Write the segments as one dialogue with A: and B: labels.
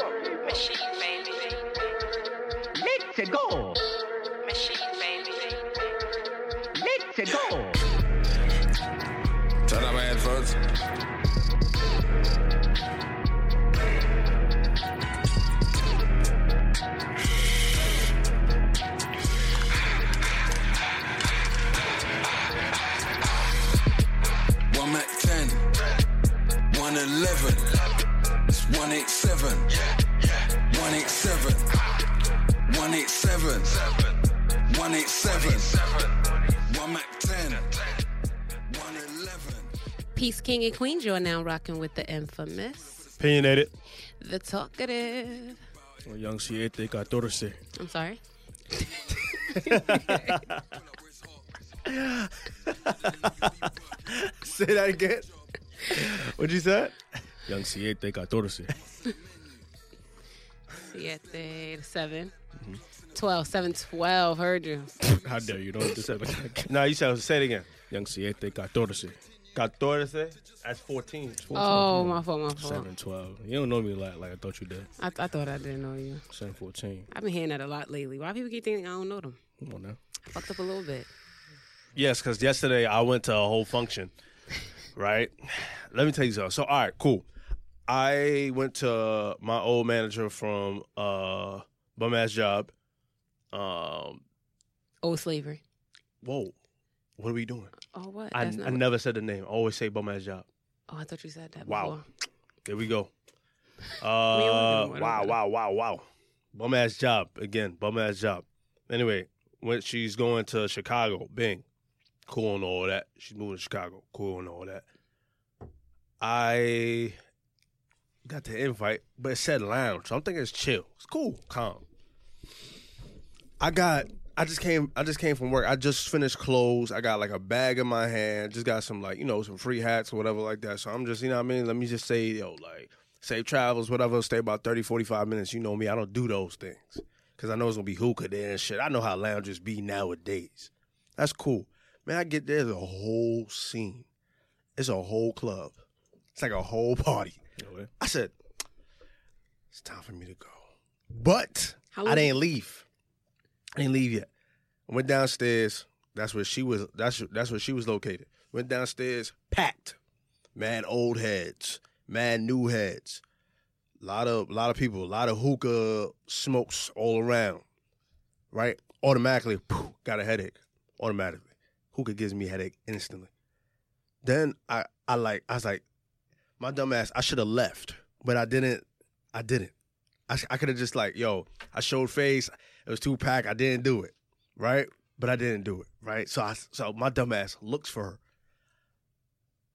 A: Machine baby.
B: Let's go.
A: Machine baby.
B: Let's go.
C: Turn up my headphones. One Mac 10, 111, it's 187, 187, 187, 187, 1 Mac 10, 111.
D: Peace, King and Queens. You are now rocking with the infamous,
E: Opinionated.
D: the talkative.
F: Young Siete Catorce.
D: I'm sorry.
E: Say that again. What'd you say?
F: Young Siete Catorce.
D: Siete, seven.
E: Mm-hmm.
D: 12, 7, 12. Heard you.
F: How dare you? Don't do that like that.
E: No, you said say it again.
F: Young Siete Catorce.
E: Catorce. That's fourteen.
D: Oh, my fault, my fault.
F: 7 12. You don't know me like, like I thought you did.
D: I, I thought I didn't know you.
F: 7 14.
D: I've been hearing that a lot lately. Why people keep thinking I don't know them?
F: Come on now.
D: I fucked up a little bit.
E: Yes, because yesterday I went to a whole function, right? Let me tell you something. So, all right, cool. I went to my old manager from uh bum ass job. Um,
D: Old slavery.
E: whoa, what are we doing?
D: Oh, what?
E: I,
D: That's not
E: I
D: what-
E: never said the name. I always say bum ass job.
D: Oh, I thought you said that
E: Wow.
D: before.
E: There we go.
D: don't
E: Uh,
D: know. We don't
E: wow,
D: know.
E: wow, wow, wow. Bum ass job again. Bum ass job. Anyway, when she's going to Chicago, Bing, cool and all that. She's moving to Chicago, cool and all that. I got the invite, but it said lounge, so I'm thinking it's chill. It's cool, calm. I got. I just came. I just came from work. I just finished clothes. I got like a bag in my hand. Just got some like you know some free hats or whatever like that. So I'm just you know what I mean. Let me just say yo like safe travels whatever. Stay about 30, 45 minutes. You know me. I don't do those things because I know it's gonna be hookah there and shit. I know how lounges be nowadays. That's cool. Man, I get there. There's a whole scene. It's a whole club. It's like a whole party.
F: Okay.
E: I said, it's time for me to go. But
D: How
E: I
D: old-
E: didn't leave. I didn't leave yet. I went downstairs. That's where she was. That's that's where she was located. Went downstairs, packed. Mad old heads, mad new heads. Lot of lot of people, a lot of hookah smokes all around. Right? Automatically, phew, got a headache. Automatically, hookah gives me a headache instantly. Then I I like I was like, my dumb ass, I should have left, but I didn't. I didn't. I, sh- I could have just like, yo, I showed face. It was too packed. I didn't do it, right? But I didn't do it, right? So I, so my dumb ass looks for her.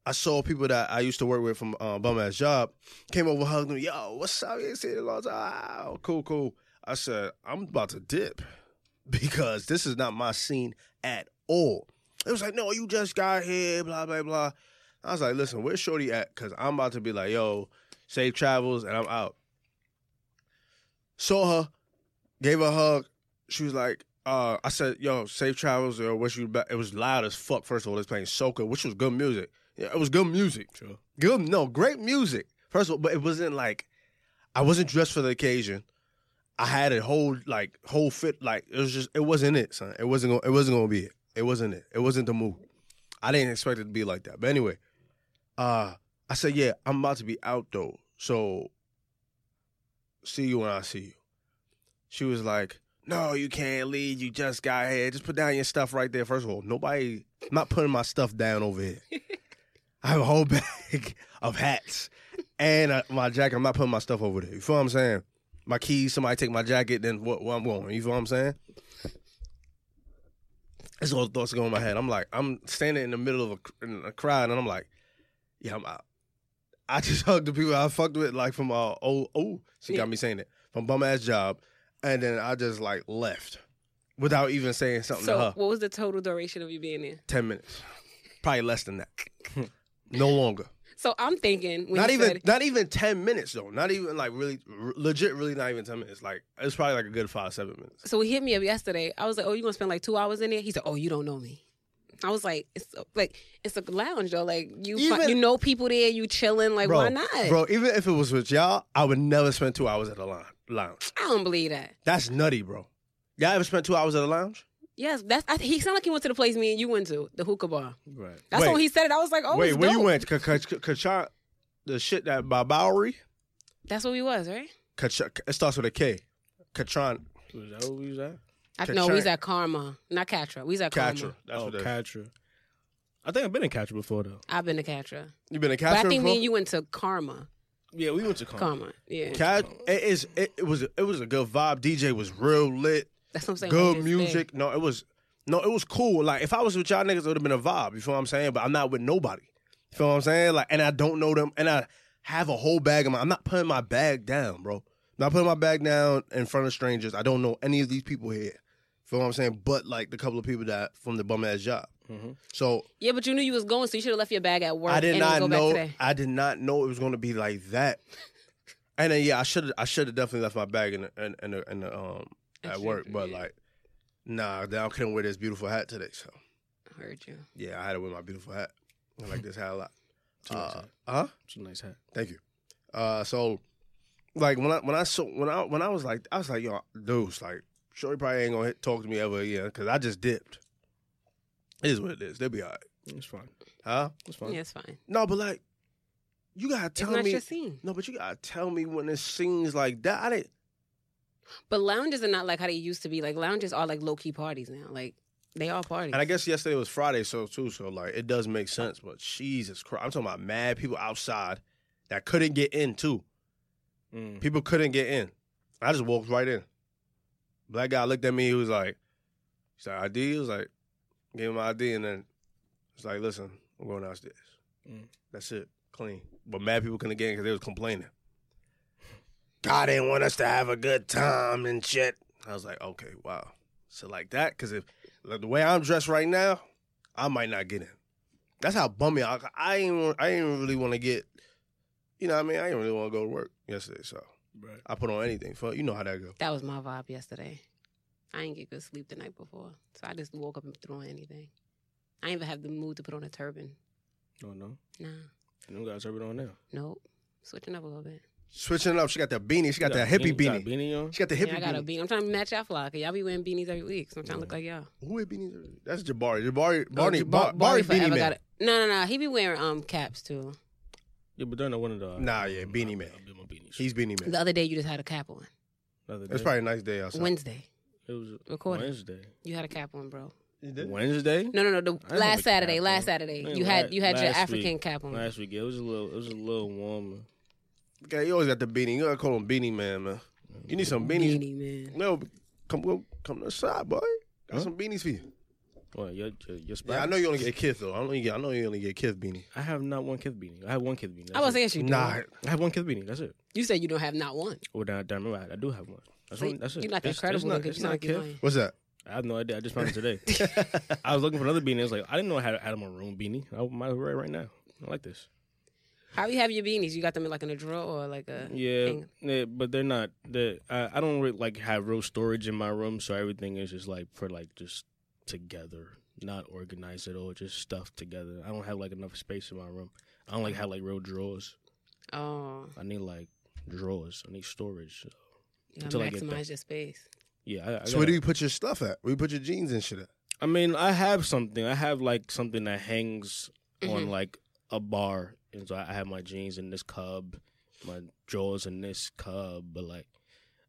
E: I saw people that I used to work with from uh, bum ass job came over, hugged me. Yo, what's up? You ain't seen it in a long time. Oh, cool, cool. I said, I'm about to dip because this is not my scene at all. It was like, no, you just got here, blah blah blah. I was like, listen, where's Shorty at? Cause I'm about to be like, yo, safe travels, and I'm out. Saw her, gave her a hug. She was like, uh, I said, yo, safe travels, or what you back? It was loud as fuck, first of all, it's playing soca, which was good music. Yeah, it was good music.
F: Sure.
E: Good no, great music. First of all, but it wasn't like I wasn't dressed for the occasion. I had a whole like whole fit like it was just it wasn't it, son. It wasn't gonna, it wasn't gonna be it. It wasn't it. It wasn't the move. I didn't expect it to be like that. But anyway, uh I said, yeah, I'm about to be out though. So see you when I see you. She was like, No, you can't leave. You just got here. Just put down your stuff right there. First of all, nobody I'm not putting my stuff down over here. I have a whole bag of hats and uh, my jacket. I'm not putting my stuff over there. You feel what I'm saying? My keys, somebody take my jacket, then what, where I'm going. You feel what I'm saying? That's all the thoughts that go in my head. I'm like, I'm standing in the middle of a, cr- in a crowd, and I'm like, yeah, I'm out. I just hugged the people I fucked with, like from uh, oh, oh, she got me saying it from bum ass job, and then I just like left without even saying something
D: So,
E: to her.
D: what was the total duration of you being there?
E: 10 minutes. Probably less than that. no longer.
D: So, I'm thinking, when
E: Not
D: you
E: even
D: said-
E: not even 10 minutes though. Not even like really r- legit really not even 10 minutes. Like it's probably like a good 5 7 minutes.
D: So he hit me up yesterday. I was like, "Oh, you gonna spend like two hours in there?" He said, "Oh, you don't know me." I was like, it's like it's a lounge though. Like you,
E: Even-
D: fi- you know people there, you chilling. Like
E: bro,
D: why not?
E: Bro, even if it was with y'all, I would never spend two hours at a lounge. Lounge.
D: I don't believe that.
E: That's nutty, bro. Y'all ever spent two hours at a lounge?
D: Yes, that's I, he sounded like he went to the place me and you went to the hookah bar.
F: Right.
D: That's
E: Wait.
D: when he said it. I was like, oh,
E: Wait,
D: it's
E: where you
D: dope.
E: went? Kachar, the shit that by Bowery.
D: That's what we was, right?
E: Kacha- it starts with a K. Katron
F: Was that what we was at?
D: I, no, we was
E: Kachar-
D: at Karma, not Catra. We was at
E: Katra.
D: Karma.
E: That's
F: oh,
E: what that is.
F: Catra. I think I've been in Catra before though.
D: I've been to Catra,
E: You been to
D: but
E: Catra
D: I think
E: before?
D: me and you went to Karma.
F: Yeah, we went to Con.
D: Karma, yeah.
E: Cat, it is. It, it was. It was a good vibe. DJ was real lit.
D: that's what I'm saying.
E: Good
D: Like, it's
E: music. No, it was. No, it was cool. Like if I was with y'all niggas, it would have been a vibe. You feel what I'm saying? But I'm not with nobody. You feel what I'm saying? Like, and I don't know them, and I have a whole bag of my. I'm not putting my bag down, bro. not putting my bag down in front of strangers. I don't know any of these people here. Feel what I'm saying? But like the couple of people that from the bum ass job. So
D: Yeah, but you knew you was going, so you should have left your bag at work.
E: I did
D: and
E: not
D: go Back
E: know.
D: today.
E: I did not know it was going to be like that. And then yeah, I should I should have definitely left my bag in the, in, in the, in the um
D: I
E: at
D: should've,
E: work, but
D: yeah.
E: like nah, then I couldn't wear this beautiful hat today. So
D: I heard you.
E: yeah, I had to wear my beautiful hat. I like this hat a lot.
F: It's a nice
E: Uh,
F: hat.
E: huh?
F: It's a nice hat.
E: Thank you. Uh, so like when I when I saw when I when I was like I was like yo, dudes like Shorty probably ain't gonna hit, talk to me ever again because I just dipped. It is what it is. They'll be all right,
F: It's fine.
E: huh?
F: It's fine.
D: Yeah, it's fine.
E: No, but like you gotta tell
D: it's not
E: me
D: your scene.
E: No, but you gotta tell me when it seems like that. I didn't.
D: But lounges are not like how they used to be. Like lounges are like low key parties now. Like they are parties.
E: And I guess yesterday was Friday, so too. So like, it does make sense. But Jesus Christ, I'm talking about mad people outside that couldn't get in too.
F: Mm.
E: People couldn't get in. I just walked right in. Black guy looked at me. He was like, "He's like ID." He was like, "Give him my ID," and then it's like, "Listen, I'm going downstairs."
F: Mm.
E: That's it, clean. But mad people couldn't get in because they was complaining. God didn't want us to have a good time and shit. I was like, okay, wow. So like that, because if like, the way I'm dressed right now, I might not get in. That's how bummy I. I ain't. wa- I ain't really want to get. You know what I mean? I didn't really want to go to work yesterday, so
F: Right.
E: I put on anything. Fuck, you know how that go.
D: that was my vibe yesterday. I didn't get good sleep the night before, so I just woke up and threw on anything. I didn't even have the mood to put on a turban.
F: No, Oh, no.
D: Nah,
F: You don't got a turban on now.
D: nope. Switching up a little bit.
E: Switching it up, she got that beanie. She got
F: You
E: that
F: a
E: hippie
F: you got a
E: beanie.
F: beanie on.
E: She got the
D: yeah,
E: hippie
D: I got a
E: beanie.
D: beanie. I'm trying to match y'all flock. Y'all be wearing beanies every week, so I'm trying to look like y'all.
E: Who wear beanies? That's Jabari. Jabari.
D: Oh,
E: Barney.
D: Jab-
E: Bar- Barney
D: forever
E: Beanie Man.
D: it. No, no, no. He be wearing um caps too.
F: Yeah, but they're not one of the. uh,
E: Nah, yeah, beanie
F: I'll-
E: man.
F: I'll get my beanies.
E: He's Beanie Man.
D: The other day you just had a cap on.
F: Another
E: It's
F: day.
E: probably a nice day outside.
D: Wednesday
F: It was
D: Recording.
F: Wednesday.
D: you had a cap on, bro.
F: Wednesday.
D: No, no, no. The
F: I don't have
D: last
F: a
D: Saturday,
F: cap
D: last
F: on.
D: Saturday,
F: Man,
D: you
F: la-
D: had you had your
F: last
D: African
F: week-
D: cap on.
F: Last week, yeah, it was a little, it was a little warmer.
E: Okay, you always got the beanie. You gotta call him Beanie Man, man. You need some beanies.
D: Beanie man.
E: No, come go, come to the side, boy. Got
F: Huh?
E: some beanies for you.
F: What your your, your spot?
E: Yeah, I know you only get Kith though. I don't get. I know you only get Kith beanie.
F: I have not one kith beanie. I have one kith beanie.
D: I
F: That's
D: was
F: it.
D: saying you do.
E: Nah,
F: I have one kith beanie. That's it.
D: You said you don't have not one.
F: Oh, down, down the road, I do have one. That's
D: So
F: one. That's it.
D: you like
F: It's-
D: incredible
F: It's not,
D: looking.
F: it's
D: You sound
F: not
D: like you
F: kith.
D: lying.
E: what's that?
F: I have no idea. I just found it today. I was looking for another beanie. I was like, I didn't know I had, had a maroon beanie. I might wear it right now. I like this.
D: How you have your beanies? You got them in like in a drawer or like a
F: Yeah,
D: thing?
F: yeah, but they're not. They I, I don't really, like have real storage in my room, so everything is just like for like just together, not organized at all, just stuff together. I don't have like enough space in my room. I don't like have like real drawers.
D: Oh,
F: I need like drawers. I need storage.
D: you gotta
F: Until I get
D: maximize your space.
F: Yeah, I, I,
E: So where
F: gotta-
E: do you put your stuff at? Where you put your jeans and shit at?
F: I mean, I have something. I have like something that hangs on
D: Mhm.
F: like a bar, and so I I have my jeans in this cub, my drawers in this cub, but like.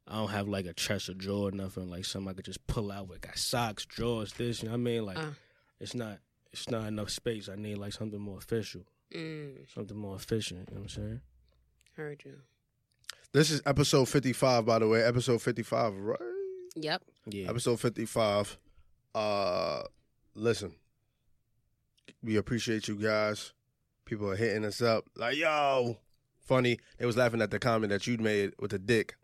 F: I don't have like a chest or drawer or nothing like something I could just pull out with. Got socks, drawers, this. You know what I mean? Like
D: Uh.
F: it's not, it's not enough space. I need like something more official,
D: Mm,
F: something more efficient. You know what I'm saying?
D: heard you.
E: This is episode fifty-five, by the way. Episode fifty-five, right?
D: Yep.
F: Yeah.
E: episode 55 uh listen we appreciate you guys people are hitting us up like yo funny they was laughing at the comment that you made with the dick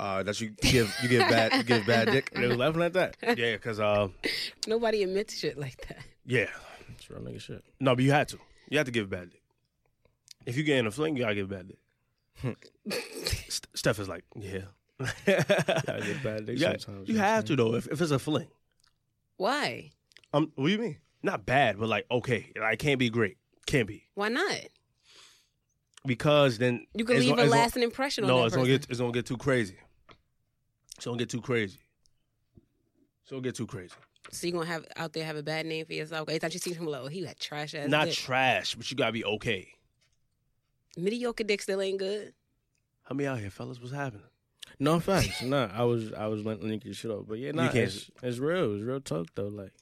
E: uh that you give you give bad you give bad dick
F: they was laughing at that.
E: yeah because uh
D: Nobody admits shit like that.
E: yeah
F: That's real nigga shit.
E: no but you had to you had to give bad dick if you get in a fling you gotta give bad dick St- steph is like yeah
F: I get bad dick
E: Yeah,
F: sometimes.
E: you
F: know what I'm
E: have to
F: saying?
E: though if, if it's a fling
D: Why?
E: um what do you mean not bad, but like okay, I can't be great. Can't be
D: Why not?
E: because then
D: You can
E: it's
D: leave
E: gonna-
D: a
E: it's gonna-
D: lasting impression on
E: No,
D: that
E: it's
D: person.
E: gonna get it's gonna get too crazy. It's gonna get too crazy. It's gonna get too crazy.
D: so you're gonna have out there have a bad name for yourself. Every time you see him, like, oh, he had trash ass.
E: not
D: dick.
E: trash, but you gotta be okay.
D: mediocre dick still ain't good.
E: How many out here, fellas? What's happening?
F: No facts. nah, I was I was letting linking shit up, but yeah, nah,
E: can't-
F: it's, it's real. It's real talk though. Like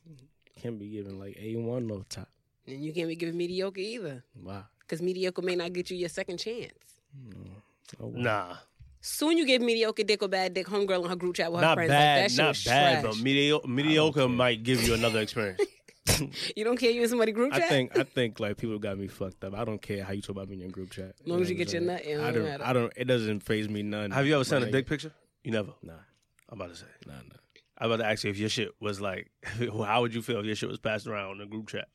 F: can't be giving like a one off top.
D: And you can't be giving mediocre either,
F: Wow.
D: because mediocre may not get you your second chance.
F: Oh, wow.
E: Nah,
D: Soon you give mediocre dick or bad dick homegirl in her group chat with her
E: not
D: friends.
E: bad,
D: like, that shit
E: not
D: was
E: bad,
D: trash.
E: but medio- mediocre might give you another experience.
D: you don't care you in somebody group
F: I
D: chat.
F: think I think like people got me fucked up. I don't care how you talk about me in your group chat.
D: long as you
F: what I'm
D: get your
F: saying?
D: nut in,
F: I
D: it don't
F: don't.
D: matter.
F: I don't. It doesn't phase me none.
E: Have you ever sent
F: my
E: a
F: nigga.
E: dick picture? You never.
F: Nah,
E: I'm about to say.
F: nah, nah.
E: I'm about to ask you if your shit was like, how would you feel if your shit was passed around in the group chat?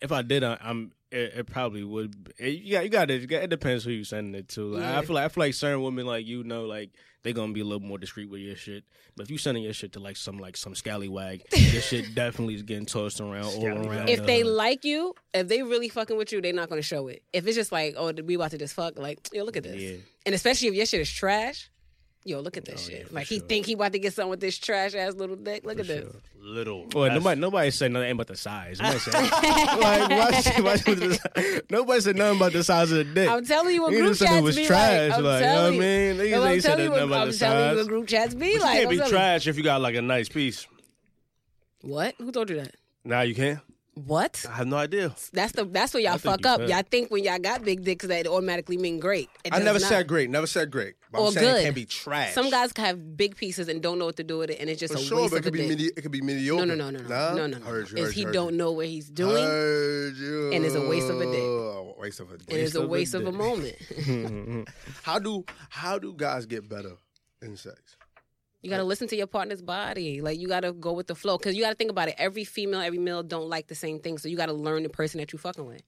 F: If I did, I, I'm. It, it probably would. be- It, you got. You got to. It depends who you sending it to. Like,
D: Yeah.
F: I feel like I feel like certain women like you know like they gonna be a little more discreet with your shit. But if you sending your shit to like some like some scallywag, your shit definitely is getting tossed around all
E: Scallywag.
F: around.
D: if
F: the
D: they
F: hood.
D: like you, if they really fucking with you, they're not gonna show it. If it's just like, oh, we about to just fuck, like, yo, look at this.
F: Yeah.
D: And especially if your shit is trash, yo, look at this
F: Oh, yeah,
D: shit.
F: for
D: like he
F: sure.
D: think he about to get something with this trash ass little dick. Look at
F: For
D: this.
F: sure.
E: Little.
F: Well,
E: That's-
F: nobody nobody said nothing about the size. Nobody said, like, why she- why she was the- nobody said nothing about the size of the dick.
D: I'm telling you what
F: Niggas
D: group
F: just said it
D: chats
F: was
D: be
F: trash,
D: like. I'm
F: like, you know
D: telling
F: what I mean? Niggas
D: No, I'm
F: ain't said
D: telling you
F: nothing
D: what-
F: about
D: I'm
F: the
D: telling you
F: size.
D: what group chats be
E: But you
D: like.
E: can't
D: I'm
E: be
D: telling you.
E: trash if you got like a nice piece.
D: What? Who told you that?
E: Nah, you can.
D: What?
E: I have no idea.
D: That's the that's where
F: I
D: y'all
F: think
D: fuck
F: you
D: up.
F: said.
D: Y'all think when y'all got big dicks that it automatically mean great. It
E: I
D: does
E: never
D: not.
E: said great. Never said great. But
D: Or
E: I'm saying
D: good.
E: it can be trash.
D: Some guys can have big pieces and don't know what to do with it, and it's just
E: For
D: a
E: sure,
D: waste
E: but it
D: of a
E: could be
D: dick.
E: medi- it could be mediocre.
D: no, no, no, no, no,
E: Nah?
D: no, no, no.
E: Heard you,
D: Is
E: heard
D: he
E: you, heard
D: don't
E: you.
D: know what he's doing?
E: Heard you.
D: and it's a waste of a dick.
E: Oh, Waste of a dick.
D: and it's a
F: waste
D: waste
F: of
D: of
F: a
D: a moment.
E: How do how do guys get better in sex?
D: you gotta listen to your partner's body. Like you gotta go with the flow because you gotta think about it. Every female, every male don't like the same thing, so you gotta learn the person that you fucking with.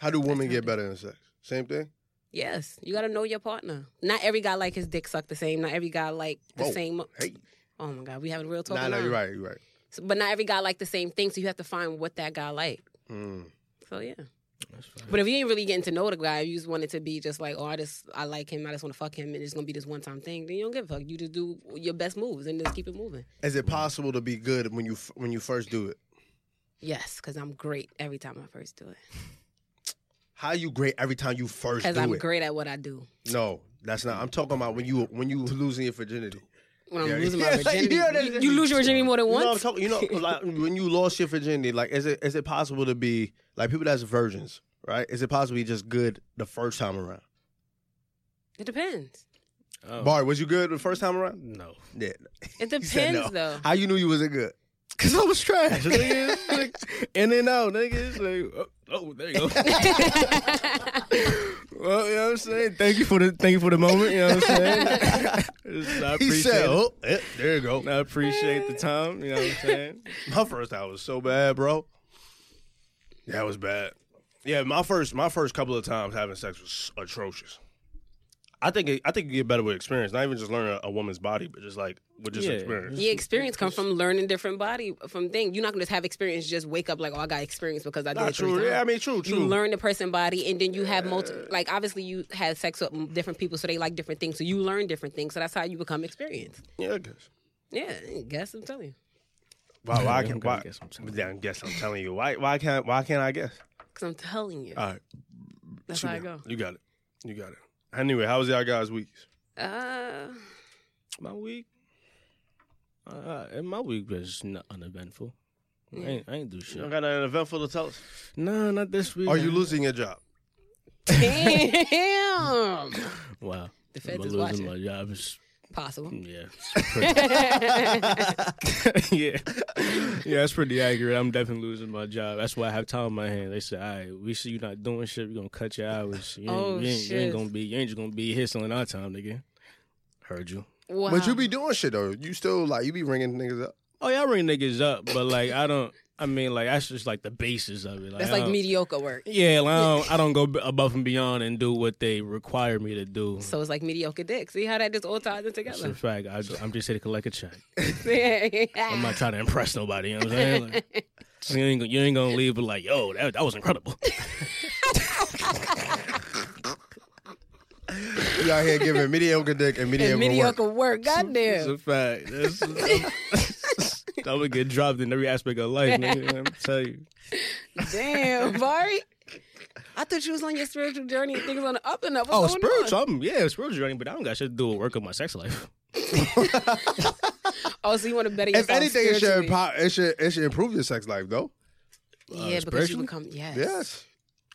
E: How do women get better in sex? Same thing.
D: Yes, you gotta know your partner. Not every guy like his dick sucked the same. Not every guy like the
E: Whoa.
D: same.
E: Hey,
D: Oh my god, we having real talk.
E: nah, no,
D: now.
E: you're right. You're right.
D: So- but not every guy like the same thing, so you have to find what that guy like.
E: Mm.
D: So yeah.
F: That's fine.
D: But if you ain't really getting to know the guy, if you just want it to be just like, oh, I just I like him, I just want to fuck him, and it's gonna be this one time thing. Then you don't give a fuck. You just do your best moves and just keep it moving.
E: Is it possible to be good when you f- when you first do it?
D: Yes, because I'm great every time I first do it.
E: How you great every time you first
D: Because
E: do
D: I'm
E: it?
D: great at what I do.
E: No, that's not. I'm talking about when you when you losing your virginity.
D: When I'm
E: Yeah,
D: losing
E: yeah,
D: my virginity,
E: yeah,
D: You-
E: that's-
D: you, lose your virginity more than
E: You know,
D: once.
E: I'm talking. You know, like when you lost your virginity, like is it is it possible to be like people that's virgins, right? Is it possible to be just good the first time around?
D: it depends.
F: Oh,
E: Bart, was you good the first time around?
F: no.
E: Yeah.
D: It
E: He said
D: depends
E: no.
D: though.
E: How you knew you wasn't good?
F: Cause I was trash. Nigga. It's like, in and out, nigga. It's like, oh, oh, there you go. well, Oh, you know what I'm saying? Thank you for the thank you for the moment. You know what I'm saying? It's- I
E: He
F: appreciate
E: said,
F: it.
E: "Oh, eh, there you go."
F: I appreciate the time. You know what I'm saying?
E: My first hour was so bad, bro. That was bad. Yeah, my first my first couple of times having sex was atrocious. I think it, I think you get better with experience, not even just learning a, a woman's body, but just like with just
F: Yeah.
E: experience.
D: Your experience comes from learning different body from thing. You're not gonna just have experience. Just wake up like, oh, I got experience because I did
E: Not
D: it three
E: true.
D: times.
E: Yeah, I mean, true, true.
D: you learn the person body and then you have multi like obviously you had sex with m- different people so they like different things so you learn different things so that's how you become experienced
E: yeah, I guess.
D: yeah I guess i'm telling you
E: Why, why
F: I'm
E: can't
F: gonna
E: why,
F: guess I'm telling
E: but then I guess I'm telling you. Why why can't why can't I guess?
D: because i'm telling you
E: All right,
D: that's
E: Uh,
D: how
E: shoot
D: i
E: me.
D: go
E: You got it. You got it. Anyway, how was y'all guys' weeks?
D: uh
F: My week, uh, and my week was n uneventful. I, ain't, I ain't do
E: You don't
F: shit.
E: got an eventful to tell us.
F: No, not this week.
E: Are you losing your job?
D: damn
F: Wow.
D: The feds
F: Am I
D: is watching.
F: losing my job? It's-
D: possible
E: Hmm.
F: yeah. it's pretty- yeah. Yeah, that's pretty accurate. I'm definitely losing my job. That's why I have time on my hand. They said, all right, we see you not doing shit. We're going to cut your hours. You ain't,
D: Oh,
F: you ain't, You
D: shit.
F: ain't going to be, you ain't just going to be hissing our time, nigga. Heard you.
D: wow.
E: But you be doing shit though. You still like you be ringing niggas up.
F: Oh, y'all ring niggas up, but like, I don't, I mean, like that's just like the basis of it. Like,
D: That's
F: I
D: like
F: don't-
D: mediocre work.
F: Yeah, like, I don't I don't go b- above and beyond and do what they require me to do.
D: So it's like mediocre dick. See how that just all ties in
F: That's a
D: together.
F: fact. I, I'm just here to collect a check. I'm
D: Ah.
F: not trying to impress nobody. You know what I'm saying? Like, you, ain't, gonna- you ain't gonna leave, but like, yo, that, that was incredible.
E: You out here giving mediocre dick and mediocre,
D: And
E: work.
D: mediocre work.
F: That's a
D: Goddamn.
F: fact. That's, I'm, gonna get dropped in every aspect of life. Nigga. I'm telling you.
D: Damn, Bari. I thought you was on your spiritual journey and things on the up and up.
F: Oh,
D: What's going
F: spiritual. I'm, yeah, spiritual journey, but I don't got shit to do with work of my sex life.
D: On? Oh, so you want to better yourself
E: If anything, it should,
D: spiritually.
E: impo- it should it should improve your sex life, though.
D: Yeah, because you
F: uh, spiritually?
D: become, yes.
E: Yes.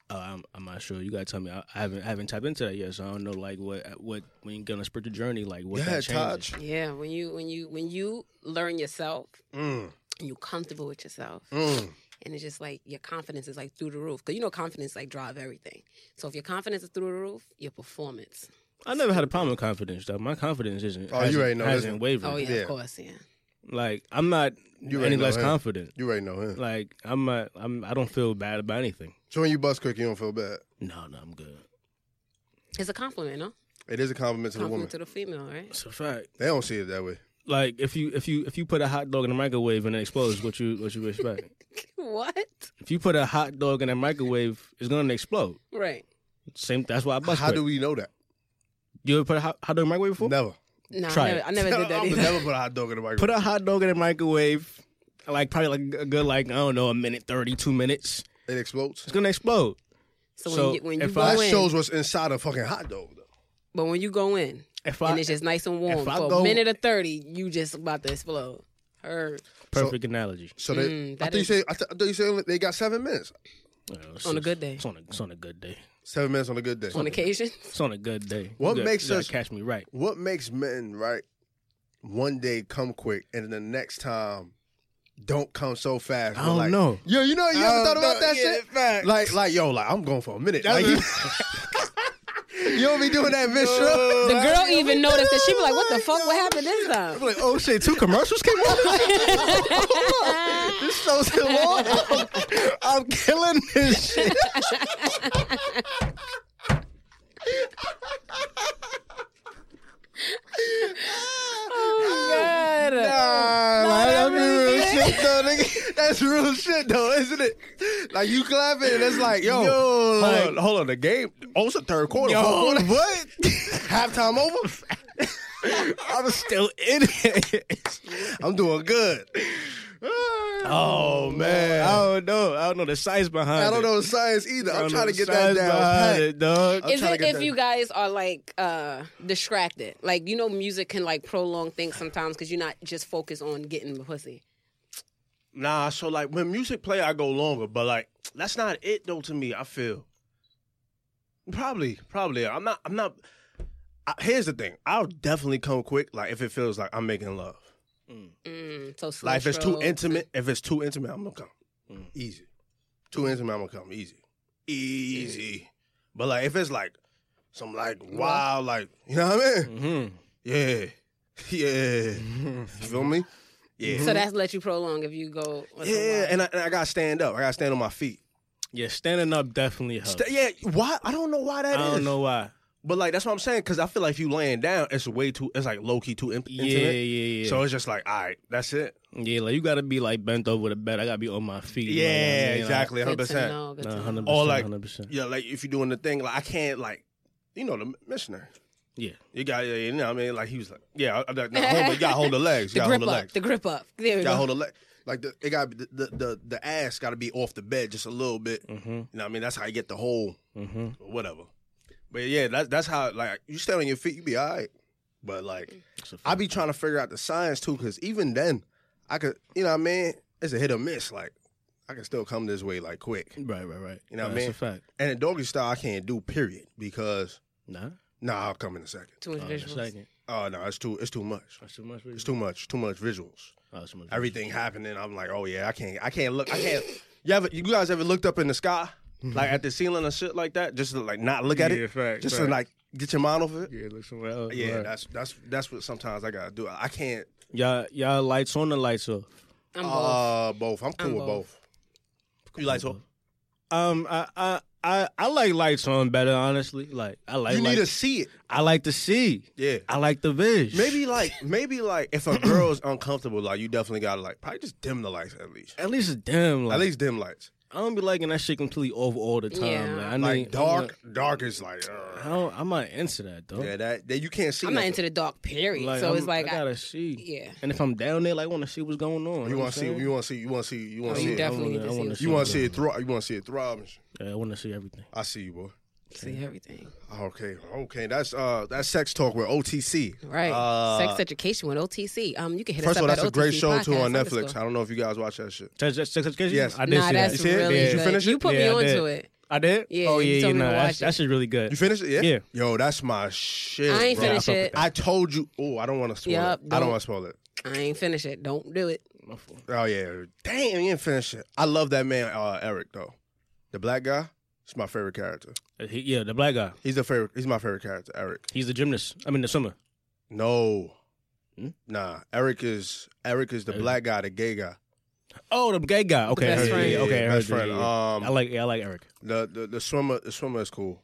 F: Uh, I'm, I'm not sure. You gotta tell me. I, I haven't I haven't tapped into that yet, so I don't know like what what when you get on a spiritual journey, like what
E: Yeah,
F: that changes.
E: Taj.
D: Yeah, when you when you when you learn yourself
E: Mm,
D: and you're comfortable with yourself,
E: mm.
D: and it's just like your confidence is like through the roof. Cause you know confidence like drive everything. So if your confidence is through the roof, your performance.
F: I never had a problem with confidence though. My confidence isn't.
E: Oh, you
F: hasn't,
E: already know,
F: Hasn't
E: listen.
F: wavered.
D: Oh yeah,
E: Yeah.
D: of course, yeah.
F: Like I'm not
E: You already
F: any
E: know
F: less
E: him.
F: confident.
E: You already know him.
F: Like I'm not. I'm. I don't feel bad about anything.
E: so when you bust quick, you don't feel bad.
F: No, no, I'm good.
D: It's a compliment, no?
E: It is a compliment to the woman.
D: Compliment to the female, right?
F: It's a fact.
E: they don't see it that way.
F: Like if you if you if you put a hot dog in the microwave and it explodes, what you what you expect?
D: What?
F: if you put a hot dog in a microwave, it's gonna explode.
D: Right.
F: Same. That's why I bust.
E: How do we know that?
F: you ever put a hot, hot dog in the microwave before?
E: Never.
D: No,
F: Try
D: I never,
F: it.
D: I never did that
E: I would
D: either.
E: never put a hot dog in the microwave.
F: Put a hot dog in the microwave, like probably like a good like I don't know a minute thirty two minutes.
E: it explodes.
F: It's gonna explode.
D: So when
F: So
D: you, when you
F: if
D: go
E: That
F: I-
D: in,
E: shows what's inside a fucking hot dog. Though.
D: but when you go in
F: If
D: and
F: I
D: it's just nice and warm
F: if I
D: for
F: go-
D: a minute or thirty, you just about to explode. Her
F: perfect analogy.
E: So they,
D: Mm,
E: I
D: that
E: thought you
D: is-
E: said I, th- I thought you said they got seven minutes.
F: You know, it's
D: On a
F: just-
D: good day.
F: Oh, It's on a, it's on a good day.
E: Seven minutes on a good day.
D: on occasion.
F: It's on a good day. You
E: What
F: gotta-
E: makes
F: you gotta
E: us-
F: catch me right?
E: What makes men right? One day come quick, and then the next time don't come so fast.
F: I
E: We're
F: don't
E: like,
F: know.
E: Yo, you know you
F: I
E: ever thought
F: don't
E: about
F: know.
E: that
F: Yeah,
E: shit? Like, like yo, like I'm going for a minute. Like, you, you don't be doing that, bitch.
D: The girl even noticed that she be like, "What the fuck? What happened this time?"
E: I'm like, oh shit, two commercials came on. this show's still on. I'm, I'm killing this shit.
D: God.
E: Nah,
D: that
E: like, that's
D: really
E: real shit though, nigga. That's real shit though, isn't it? Like you clapping and it's like, yo, hold,
F: like-
E: on, hold on, the game. Oh, it's the third quarter.
F: Yo,
E: fourth quarter. what? Halftime over.
F: I'm still in it.
E: I'm doing good. Ah.
F: oh man, I don't know. I don't know the science behind.
E: I don't
F: it.
E: know science either. I'm
F: I don't
E: trying
F: know
E: to get
F: the
E: that
F: science
E: down.
F: behind
E: pat.
F: it, dog.
E: I'm
D: Is it
E: trying to get
D: if
E: that-
D: you guys are like uh distracted? Like you know, music can like prolong things sometimes because you're not just focused on getting the pussy.
E: Nah, so like when music play, I go longer, but like that's not it though. To me, I feel probably, probably. I'm not, I'm not. I, here's the thing: I'll definitely come quick, like if it feels like I'm making love.
D: Mm, so slow
E: Like if it's too
D: strokes.
E: intimate, if it's too intimate, I'm gonna come
F: Mm.
E: easy. Too intimate, I'm gonna come easy, easy. But like if it's like some like wild, like you know what I mean?
F: Mhm.
E: Yeah, yeah. you feel me? Yeah.
F: Mm-hmm.
D: So that's let you prolong if you go. once in a
E: yeah,
D: while.
E: and I, and I gotta stand up. I gotta stand on my feet.
F: Yeah, standing up definitely helps.
E: Sta- yeah, why? I don't know why that
F: Uh. I
E: is.
F: don't know why.
E: but like that's what I'm saying because I feel like if you laying down, it's way too. It's like low key too in-
F: Yeah,
E: intimate.
F: yeah, yeah.
E: So it's just like, all right, that's it.
F: yeah, like you gotta be like bent over the bed. I gotta be on my feet. you know what I mean?
E: exactly,
D: Good
E: hundred
D: to
E: percent.
D: know. Good
F: Like,
D: to
F: nah,
D: know.
F: 100%,
E: Or like-
F: 100%.
E: Yeah, like if you're doing the thing, like I can't like, you know, the missionary.
F: Yeah.
E: You got, yeah, you know, what I mean, like he was like, yeah, I'm like, no, hold, it. you gotta hold the legs,
D: The
E: you gotta
D: grip
E: hold the
D: up.
E: legs,
D: The grip up. There we
E: you gotta
D: go.
E: hold the leg. Like the, it got the, the the the ass got to be off the bed just a little bit.
F: Mhm.
E: You know, what I mean, that's how you get the whole
F: Mm-hmm.
E: whatever. But yeah, that's that's how like you stand on your feet, you be all right. But like I be trying to figure out the science too, because even then, I could, you know what I mean? It's a hit or miss. Like, I can still come this way, like, quick.
F: Right, right, right.
E: You know what I
F: That's
E: mean?
F: a fact.
E: And in doggy style, I can't do, period, because,
F: Nah.
E: nah, I'll come in a second.
D: Too much
F: Oh, that's
D: visuals.
F: like-
E: Oh, no, it's too, it's too much.
F: that's too much.
E: It's too much, too much visuals.
F: Oh, that's too much.
E: Everything happening, I'm like, oh, yeah, I can't, I can't look, I can't. You ever, you guys ever looked up in the sky? Like, at the ceiling and shit like that? Just to, like, not look at
F: Yeah,
E: it?
F: fact,
E: Just to,
F: fact.
E: like, get your mind off of it?
F: Yeah, look somewhere else.
E: Yeah,
F: right.
E: that's, that's, that's what sometimes I gotta do. I can't,
F: y'all, y'all lights on the lights off.
D: I'm both.
E: Uh, both. I'm cool
D: I'm
E: with both.
D: both.
E: You like so?
F: Um, I, I I I like lights on better, honestly. Like I like
E: You need to
F: lights.
E: see it.
F: I like to see.
E: Yeah.
F: I like the vision.
E: Maybe like maybe like if a girl is uncomfortable, like you definitely gotta like probably just dim the lights at least.
F: at least it's damn. Like,
E: At least dim lights.
F: I don't be liking that shit completely off all the time.
D: Yeah.
F: Like, I
E: Like
F: need-
E: dark, dark is like.
F: I
E: uh,
F: don't, I'm not into that though.
E: yeah, that, that you can't see.
D: I'm not
E: nothing.
D: into the dark period. so
F: I'm-
D: it's like,
F: I
D: I
F: gotta see.
D: yeah.
F: And if I'm down there, like, I want to see what's going on.
E: You
F: want
E: want to see? You want to see? You want to see? You want
D: Oh,
E: to
D: you
E: see? it.
D: definitely need to see
E: You
F: want
E: want to see it throb? You want to see it throb? and sh-
F: Yeah, I want to see everything.
E: I see you, boy.
D: see everything.
E: Okay, okay. That's uh, that's sex talk with OTC.
D: Right.
E: Uh,
D: Sex education with OTC. Um, you can hit us
E: First of all,
D: up
E: that's
D: at
E: a great
D: OTC
E: show too on
D: podcast
E: Netflix.
D: underscore.
E: I don't know if you guys watch that shit.
F: Sex, sex, sex education?
E: Yes.
F: I did
D: Nah,
F: see
D: that's
F: that.
E: see it?
D: really
E: Did you
D: good.
E: finish it?
D: You put
F: Yeah, I
D: me on
F: did.
D: to it.
F: I did?
D: Yeah,
F: Oh,
D: you told me
F: yeah, yeah.
D: to
F: Nah,
D: watch it.
F: that's, that's really good.
E: You finished it? Yeah.
F: Yeah.
E: Yo, that's my shit.
D: I ainain't
E: bro.
D: finish
F: I fuck with
D: it.
F: that.
E: I told you. Oh, I don't want to spoil
D: Yup,
E: it. I don't
D: don't.
E: want to spoil it.
D: I ain't finish it. Don't do it.
F: My fault.
E: Oh yeah. Damn, you didn't finish it. I love that man, uh, Eric though. The black guy. He's my favorite character.
F: Uh, he- yeah, the black guy.
E: He's the favorite. He's my favorite character, Eric.
F: He's the gymnast. I mean, the swimmer.
E: No.
F: Hmm?
E: Nah, Eric is Eric is the
F: Eric.
E: black guy, the gay guy.
F: Oh, the gay guy. Okay,
D: best
F: I heard you.
D: friend.
F: Yeah, okay, I heard
E: best
F: you.
E: friend.
F: Yeah, yeah.
E: Um,
F: I like, yeah, I like Eric.
E: The, the the swimmer the swimmer is cool.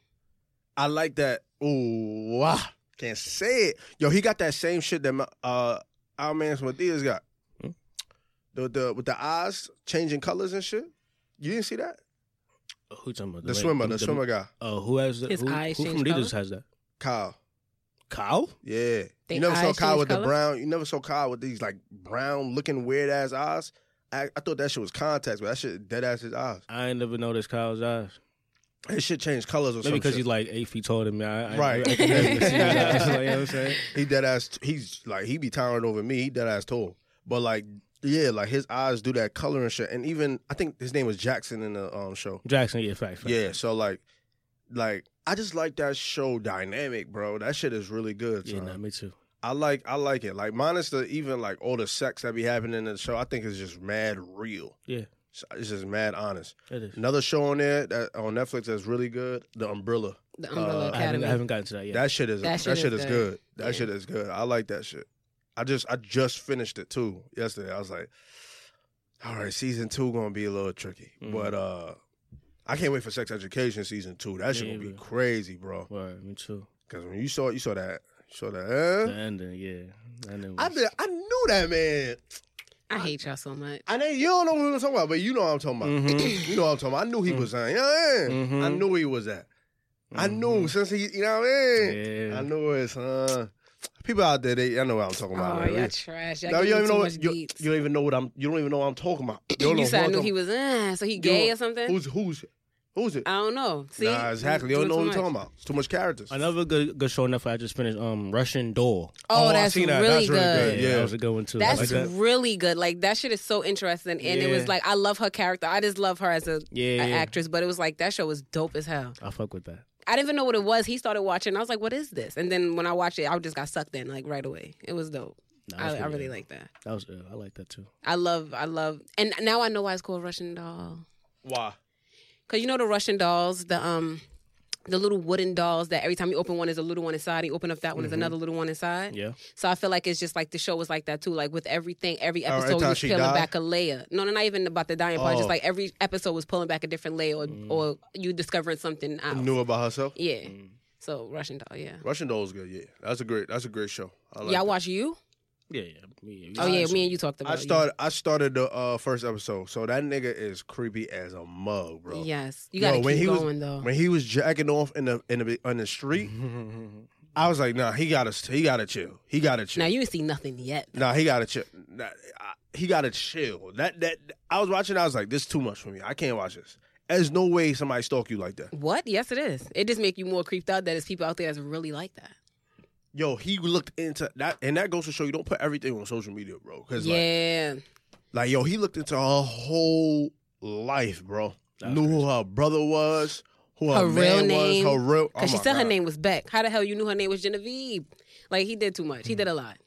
E: I like that. Ooh, wow. can't say it. Yo, he got that same shit that my, uh our man Smadia's got.
F: Hmm?
E: The the with the eyes changing colors and shit. You didn't see that?
F: Who you talking about?
E: The, swimmer, the, swimmer guy,
F: Oh, who has that?
D: His
F: Who,
D: eyes
F: who from
D: change
F: Adidas
D: color?
F: has that?
E: Kyle.
F: Kyle?
E: Yeah,
D: They
E: you never saw
D: eyes
E: Kyle
D: change
E: with the
D: color?
E: brown. You never saw Kyle with these like brown looking weird ass eyes. I, I thought that shit was contacts, but that shit dead ass his eyes.
F: I ain't never noticed Kyle's eyes.
E: His shit changed colors or
F: Maybe
E: something.
F: because he's like eight feet taller than me. I, I,
E: Right.
F: I, I can never see his eyes. Like, you know what I'm saying?
E: he dead ass. He's like he be towering over me. He dead ass tall, but like yeah, like his eyes do that color and shit. And even I think his name was Jackson in the um show.
F: Jackson, yeah, fact, fact.
E: Yeah, so like, like I just like that show dynamic, bro. That shit is really good.
F: Yeah,
E: son.
F: nah, me too.
E: I like I like it. Like minus the even like all the sex that be happening in the show, I think it's just mad real.
F: Yeah.
E: So it's just mad honest.
F: It is.
E: Another show on there that on Netflix that's really good, The Umbrella.
D: The Umbrella
E: Uh,
F: I haven't,
D: Academy.
F: I haven't gotten to that yet.
E: That shit is that shit, is, good. That
D: Yeah.
E: shit is good. I like that shit. I just I just finished it too yesterday. I was like, all right, season two gonna be a little tricky,
F: Mhm.
E: but uh, I can't wait for Sex Education season two. That shit
F: Yeah,
E: gonna be
F: bro.
E: crazy, bro.
F: Word, me too.
E: Because when you saw you saw that you saw that. eh?
F: The ending, yeah. The ending
E: I
F: was-
E: did, I knew that man.
D: I hate y'all so much.
E: I know you don't know what I'm talking about, but you know what I'm talking about.
F: Mhm.
E: You know what I'm talking about. I knew he was
F: Mm-hmm.
E: on. Yeah, yeah.
F: Mhm.
E: I knew he was at. I knew
F: Mhm.
E: since he, you know what I mean.
F: Yeah.
E: I knew it, son. People out there, they, I know what I'm talking about.
D: Oh,
E: man.
D: y'all trash. Y'all
E: No, you
D: give me
E: don't even
D: too
E: know
D: much
E: what you,
D: beats.
E: you don't even know what I'm. You don't even know what I'm talking about. You, don't
D: You
E: know
D: said I
E: what
D: knew
E: I'm
D: he was, uh, so he
E: talking-
D: gay
E: you
D: or something?
E: Who's who's who's it?
D: I don't know. See?
E: nah, exactly. You
D: Doing
E: don't know
D: too
E: what I'm talking
D: much.
E: about. It's too much characters.
F: Another good good show enough. I just finished um Russian Doll.
E: Oh,
D: Oh,
E: I
D: that's
E: seen
D: really
E: that. That's
D: good.
E: really good. Yeah.
F: that was a good one too. I
D: That's
F: like that.
D: really good. Like that shit is so interesting, and it
F: Yeah.
D: was like I love her character. I just love her as a
F: Yeah,
D: an
F: yeah.
D: actress, but it was like that show was dope as hell.
F: I fuck with that.
D: I didn't even know what it was. He started watching. I was like, "What is this?" And then when I watched it, I just got sucked in like right away. It was dope. I,
F: Nah, that's
D: I
F: pretty
D: really
F: good.
D: like that.
F: That was ill. I like that too.
D: I love. I love. And now I know why it's called Russian Doll.
E: Why?
D: Cause you know the Russian dolls, the um, the little wooden dolls that every time you open one is a little one inside. You open up that one is
E: Mm-hmm.
D: another little one inside.
F: Yeah.
D: So I feel like it's just like the show was like that too. Like with everything, every
E: Oh, every
D: episode
E: time
D: was
E: she
D: peeling
E: died?
D: back a layer. No, no, not even about the dying part.
E: Oh. Mm.
D: Just like every episode was pulling back a different layer, or, or you discovering something out.
E: Knew about herself.
D: Yeah.
E: Mm.
D: So Russian doll, yeah.
E: Russian Doll's good. Yeah, that's a great. That's a great show. I like
D: Y'all
E: that.
D: watch you?
F: Yeah, yeah. yeah.
D: Oh yeah, me and you talked about.
E: I
D: You.
E: started. I started the uh, first episode. So that nigga is creepy as a mug, bro.
D: Yes, you
E: Yo,
D: gotta
E: when
D: keep
E: he was-
D: going though.
E: When he was jacking off in the in the on the street, I was like, Nah, he gotta he gotta chill. He gotta chill.
D: Now you ain't seen nothing yet.
E: Nah, he gotta chill. Nah, I- he gotta chill. That that I was watching. I was like, this is too much for me. I can't watch this. There's no way somebody stalk you like that.
D: What? Yes, it is. It just make you more creeped out that there's people out there that's really like that.
E: Yo, he looked into that, and that goes to show you don't put everything on social media, bro. Because like,
D: yeah.
E: like, yo, he looked into her whole life, bro.
F: That was
E: Knew who her brother was, who her,
D: Her real
E: man
D: name.
E: was, her real. oh
D: Because she
E: my
D: said her
E: God.
D: name was Beck. How the hell you knew her name was Genevieve? Like he did too much. He did a lot.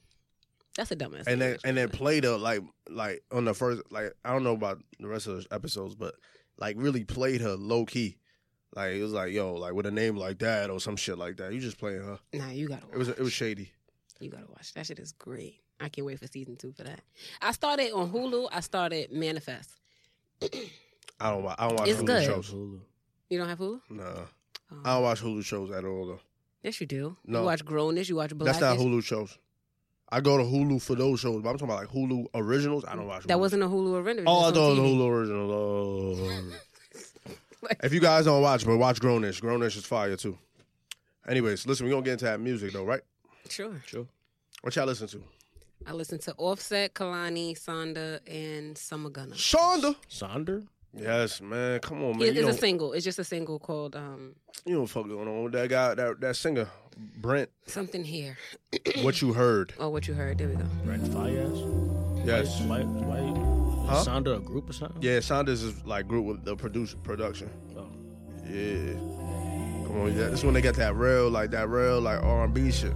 D: That's a dumbass.
E: Mm-hmm. and then
D: thing.
E: and then played her like like on the first like I don't know about the rest of the episodes, but like really played her low key. Like it was like yo, like with a name like that or some shit like that. You just playing her.
D: nah, you got
E: It was it was shady.
D: You gotta watch. That shit is great. I can't wait for season two for that. I started on Hulu. I started Manifest.
E: I don't. wa- I don't watch
D: It's
E: Hulu
D: good.
E: shows.
F: Hulu.
D: You don't have Hulu?
E: Nah,
D: Oh.
E: I don't watch Hulu shows at all. Though
D: Yes, you do.
E: No.
D: You watch Grownish. You watch Blackish.
E: that's not Hulu shows. I go to Hulu for those shows, but I'm talking about like Hulu originals. I don't watch.
D: That
E: Hulu.
D: wasn't a Hulu original.
E: Oh, I
D: That's on
E: thought it was
D: TV.
E: Hulu original. Oh. if you guys don't watch, but watch Grownish. Grownish is fire too. Anyways, listen, we're gonna get into that music though, right?
D: Sure.
F: Sure.
E: What y'all listen to?
D: I listened to Offset, Kalani, Sonda, and Summer Gunna.
E: Shonda.
F: Sonder?
E: Yes, man. Come on,
D: It-
E: man. you,
D: it's a
E: don't,
D: single. It's just a single called um,
E: you don't fuck going on with that guy, that, that singer, Brent.
D: Something Here.
E: What you heard?
D: Oh, what you heard. There we go.
F: Brent Fias?
E: Yes.
F: Why, why, is
E: Huh?
F: Sonder a group or something?
E: Yeah, Saunders is like group with the producer production.
F: Oh.
E: Yeah. Come on, yeah. This is when they got that real, like that real, like R and B shit.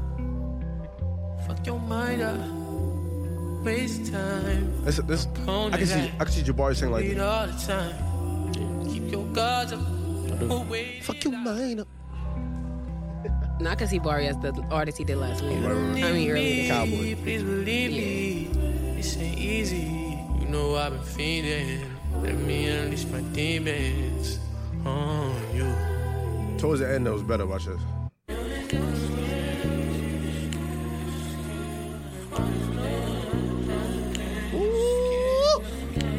G: Fuck your mind up. Waste time.
E: This, this,
G: Call
E: I can see, I can see Jabari sing like
G: Need
E: this.
G: all the time. Keep your guards up. Away.
E: Fuck you, man.
D: Now I can see Barry as the artist he did last week. I mean, earlier.
E: Cowboy.
G: Please believe me. This ain't easy. You know I've been feeding. Let me unleash my demons on you.
E: Towards the end, that was better. Watch this.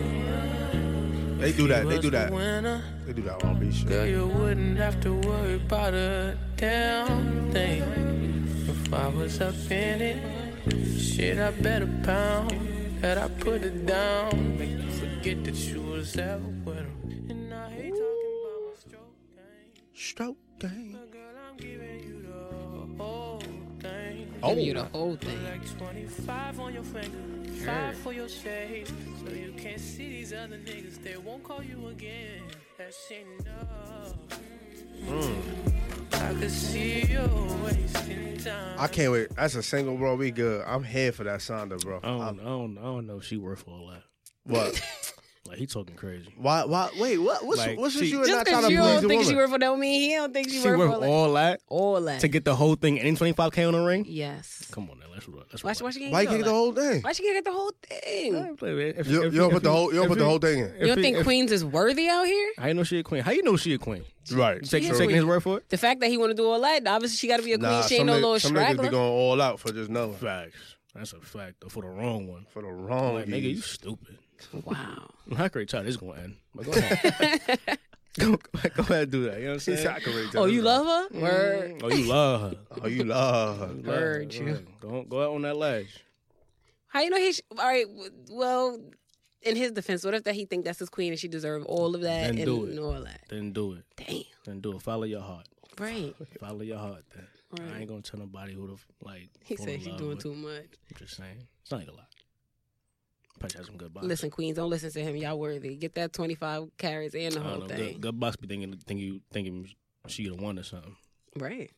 E: Ooh. They do that. They do that.
G: Winner.
E: They do that on beat shit.
G: Girl, you wouldn't have to worry about a damn thing. If I was up in it, shit, I better pound. That I put it down. Make you forget that you was ever with 'em. And I hate talking about my stroke game.
E: Stroke game.
G: But girl, I'm giving you the whole thing.
D: Give
E: Oh.
D: you the whole thing.
G: Like 25 on your finger, 5 for your shades. So you can't see these other niggas, they won't call you again. That's enough.
E: Hmm.
G: I could see you wasting time.
E: I can't wait. That's a single, bro. We good. I'm here for that Sonda, bro.
F: I don't, I
E: I'm-
F: don't, I don't know if she worth all that.
E: What?
F: Like, he talking crazy.
E: Why? Why? Wait. What? What's
F: Like,
E: what's
F: she-
E: with you and not
D: Just
E: trying
D: because
E: to
D: you
E: please
D: don't
E: a
D: think she
E: woman?
D: worth for that, don't mean he don't think she,
F: She
D: worth
F: worth
D: for all
F: all that
D: All that.
F: to get the whole thing and 25K on the ring?
D: Yes.
F: Come on, now. Let's roll. Let's
D: Why,
F: roll.
D: she- why she can't
E: Why you
D: get all
E: get
D: that?
E: the whole thing?
D: Why she can't get the whole thing?
F: If-
E: You,
F: if-
E: you don't
F: if
E: put the whole. You don't
F: if
E: put the
F: you-
E: whole thing in.
D: You don't
F: if-
D: think
F: if-
D: Queens is worthy out here?
F: How you know she a queen? How you know she a queen?
E: Right.
F: You take,
D: She
F: you
D: is
F: taking
D: queen.
F: his word for it?
D: The fact that he want to do all that, obviously she got to be a queen. she ain't no
E: nigg-
D: little
E: some niggas be
D: straggler.
E: going all out for just nothing.
F: Facts. That's a fact. Though, for the wrong one.
E: For the wrong
F: Like, nigga, you
E: geese.
F: stupid.
D: Wow.
F: Not great child is going to end. But go ahead. go, go ahead and do that. You know what I'm
E: She's
F: saying?
E: saccharine to
D: Oh,
E: this
D: you
E: guy.
D: love her? Word.
F: Oh, you love her.
E: Oh, you love her.
F: Love her.
D: Heard
F: Go
D: you.
F: ahead. Go, go out on that ledge.
D: How you know he? Sh- all right. w- Well, in his defense, what if that he think that's his queen and she deserve all of that
F: Then
D: and,
F: do it.
D: all that?
F: Then do it.
D: Damn.
F: Then do it. Follow your heart.
D: Right.
F: Follow your heart. Then. I
D: Right.
F: ain't gonna tell nobody who to like.
D: He
F: fall
D: said
F: in
D: she's
F: love
D: doing
F: with.
D: too much.
F: I'm just saying. It's not like a lot. Probably has some good box.
D: Listen, queens, don't listen to him. Y'all worthy. Get that twenty five carats and
F: I
D: the
F: don't
D: whole
F: know.
D: thing.
F: Good, good box be thinking, think you thinking she gonna want or something.
D: Right.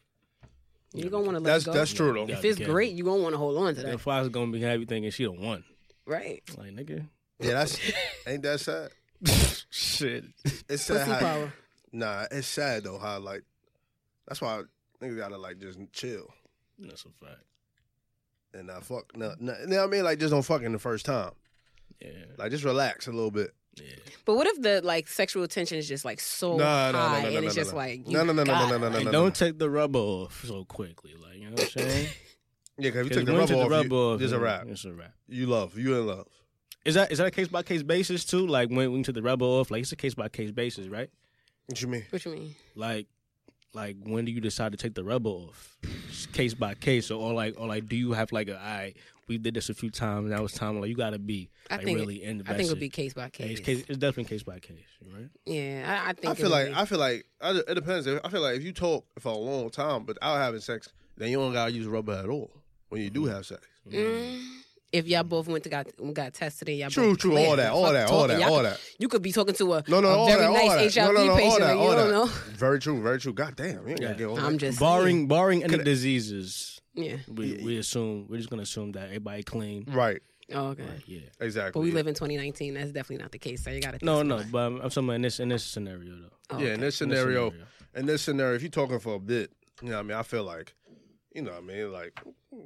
F: Yeah,
D: You gonna want to let
E: That's
D: go.
E: that's true though.
F: Yeah.
D: If it's
F: Gotta be
D: great, you gonna want to hold on to
F: The
D: that.
F: Fox gonna be happy thinking she don't want.
D: Right.
F: Like nigga,
E: Yeah, that's ain't that sad.
F: shit.
E: It's sad.
D: Pussy
E: how-
D: power.
E: Nah, it's sad though. How like that's why niggas gotta like just chill
F: That's a fact.
E: and not fuck. No, no, you know what I mean? Like just don't fucking the first time.
F: Yeah,
E: Like just relax a little bit.
F: yeah.
D: But what if the like sexual tension is just like so
E: Nah, nah, nah,
D: Oh, high
E: nah,
D: and
E: nah,
D: it's
E: nah,
D: just
E: nah.
D: like you
E: No, no, no, no,
D: gotta-
E: no, no, no,
F: Like,
E: no.
F: don't take the rubber off so quickly. Like you know what I'm saying.
E: Yeah, because you
F: 'Cause
E: take the rubber
F: once you
E: off,
F: take the
E: you,
F: rubber off,
E: there's a
F: then
E: wrap.
F: It's a wrap.
E: You love. You in love.
F: Is that is that a case by case basis too? Like when when you took the rubber off, like it's a case by case basis, right?
E: What you mean?
D: What you mean?
F: Like like when do you decide to take the rubber off? It's case by case, or, or like or like do you have like a I we did this a few times. Now it's time like you gotta be
D: I
F: like
D: think it-
F: really invested.
D: I think it'll be case by case.
F: It's, case, it's definitely case by case, right?
D: Yeah, I, I think.
E: I feel
D: it'll
E: like
D: be-
E: I feel like I, it depends. I feel like if you talk for a long time without having sex, then you don't gotta use rubber at all when you do
D: Mm-hmm.
E: have sex.
D: Mm. If y'all both went to got got tested and y'all
E: True,
D: both
E: true,
D: clear,
E: all that,
D: fuck
E: all that, all
D: talking.
E: that,
D: Y'all
E: all
D: could-
E: that.
D: You could be talking to a,
E: No, no,
D: a
E: all
D: very
E: that, all
D: nice
E: that.
D: HIV
E: no, no, no, all
D: patient.
E: that,
D: and you
E: all
D: don't
E: that.
D: know.
E: Very true, very true. God damn, you ain't
F: Yeah.
E: gotta get all
D: I'm
E: that.
D: just
F: Barring barring any
E: Could-
F: diseases,
D: saying.
F: we, we assume we're just gonna assume that everybody clean.
E: right.
D: Yeah. Oh, okay.
F: Like, yeah.
E: Exactly.
D: But we live in 2019. That's definitely not the case. So you got to.
F: No, no, but I'm, I'm talking about in this in this scenario though.
D: Oh,
E: yeah, in this
F: In this
E: scenario, in this scenario, if you're talking for a bit, you know, what I mean, I feel like, You know what I mean? Like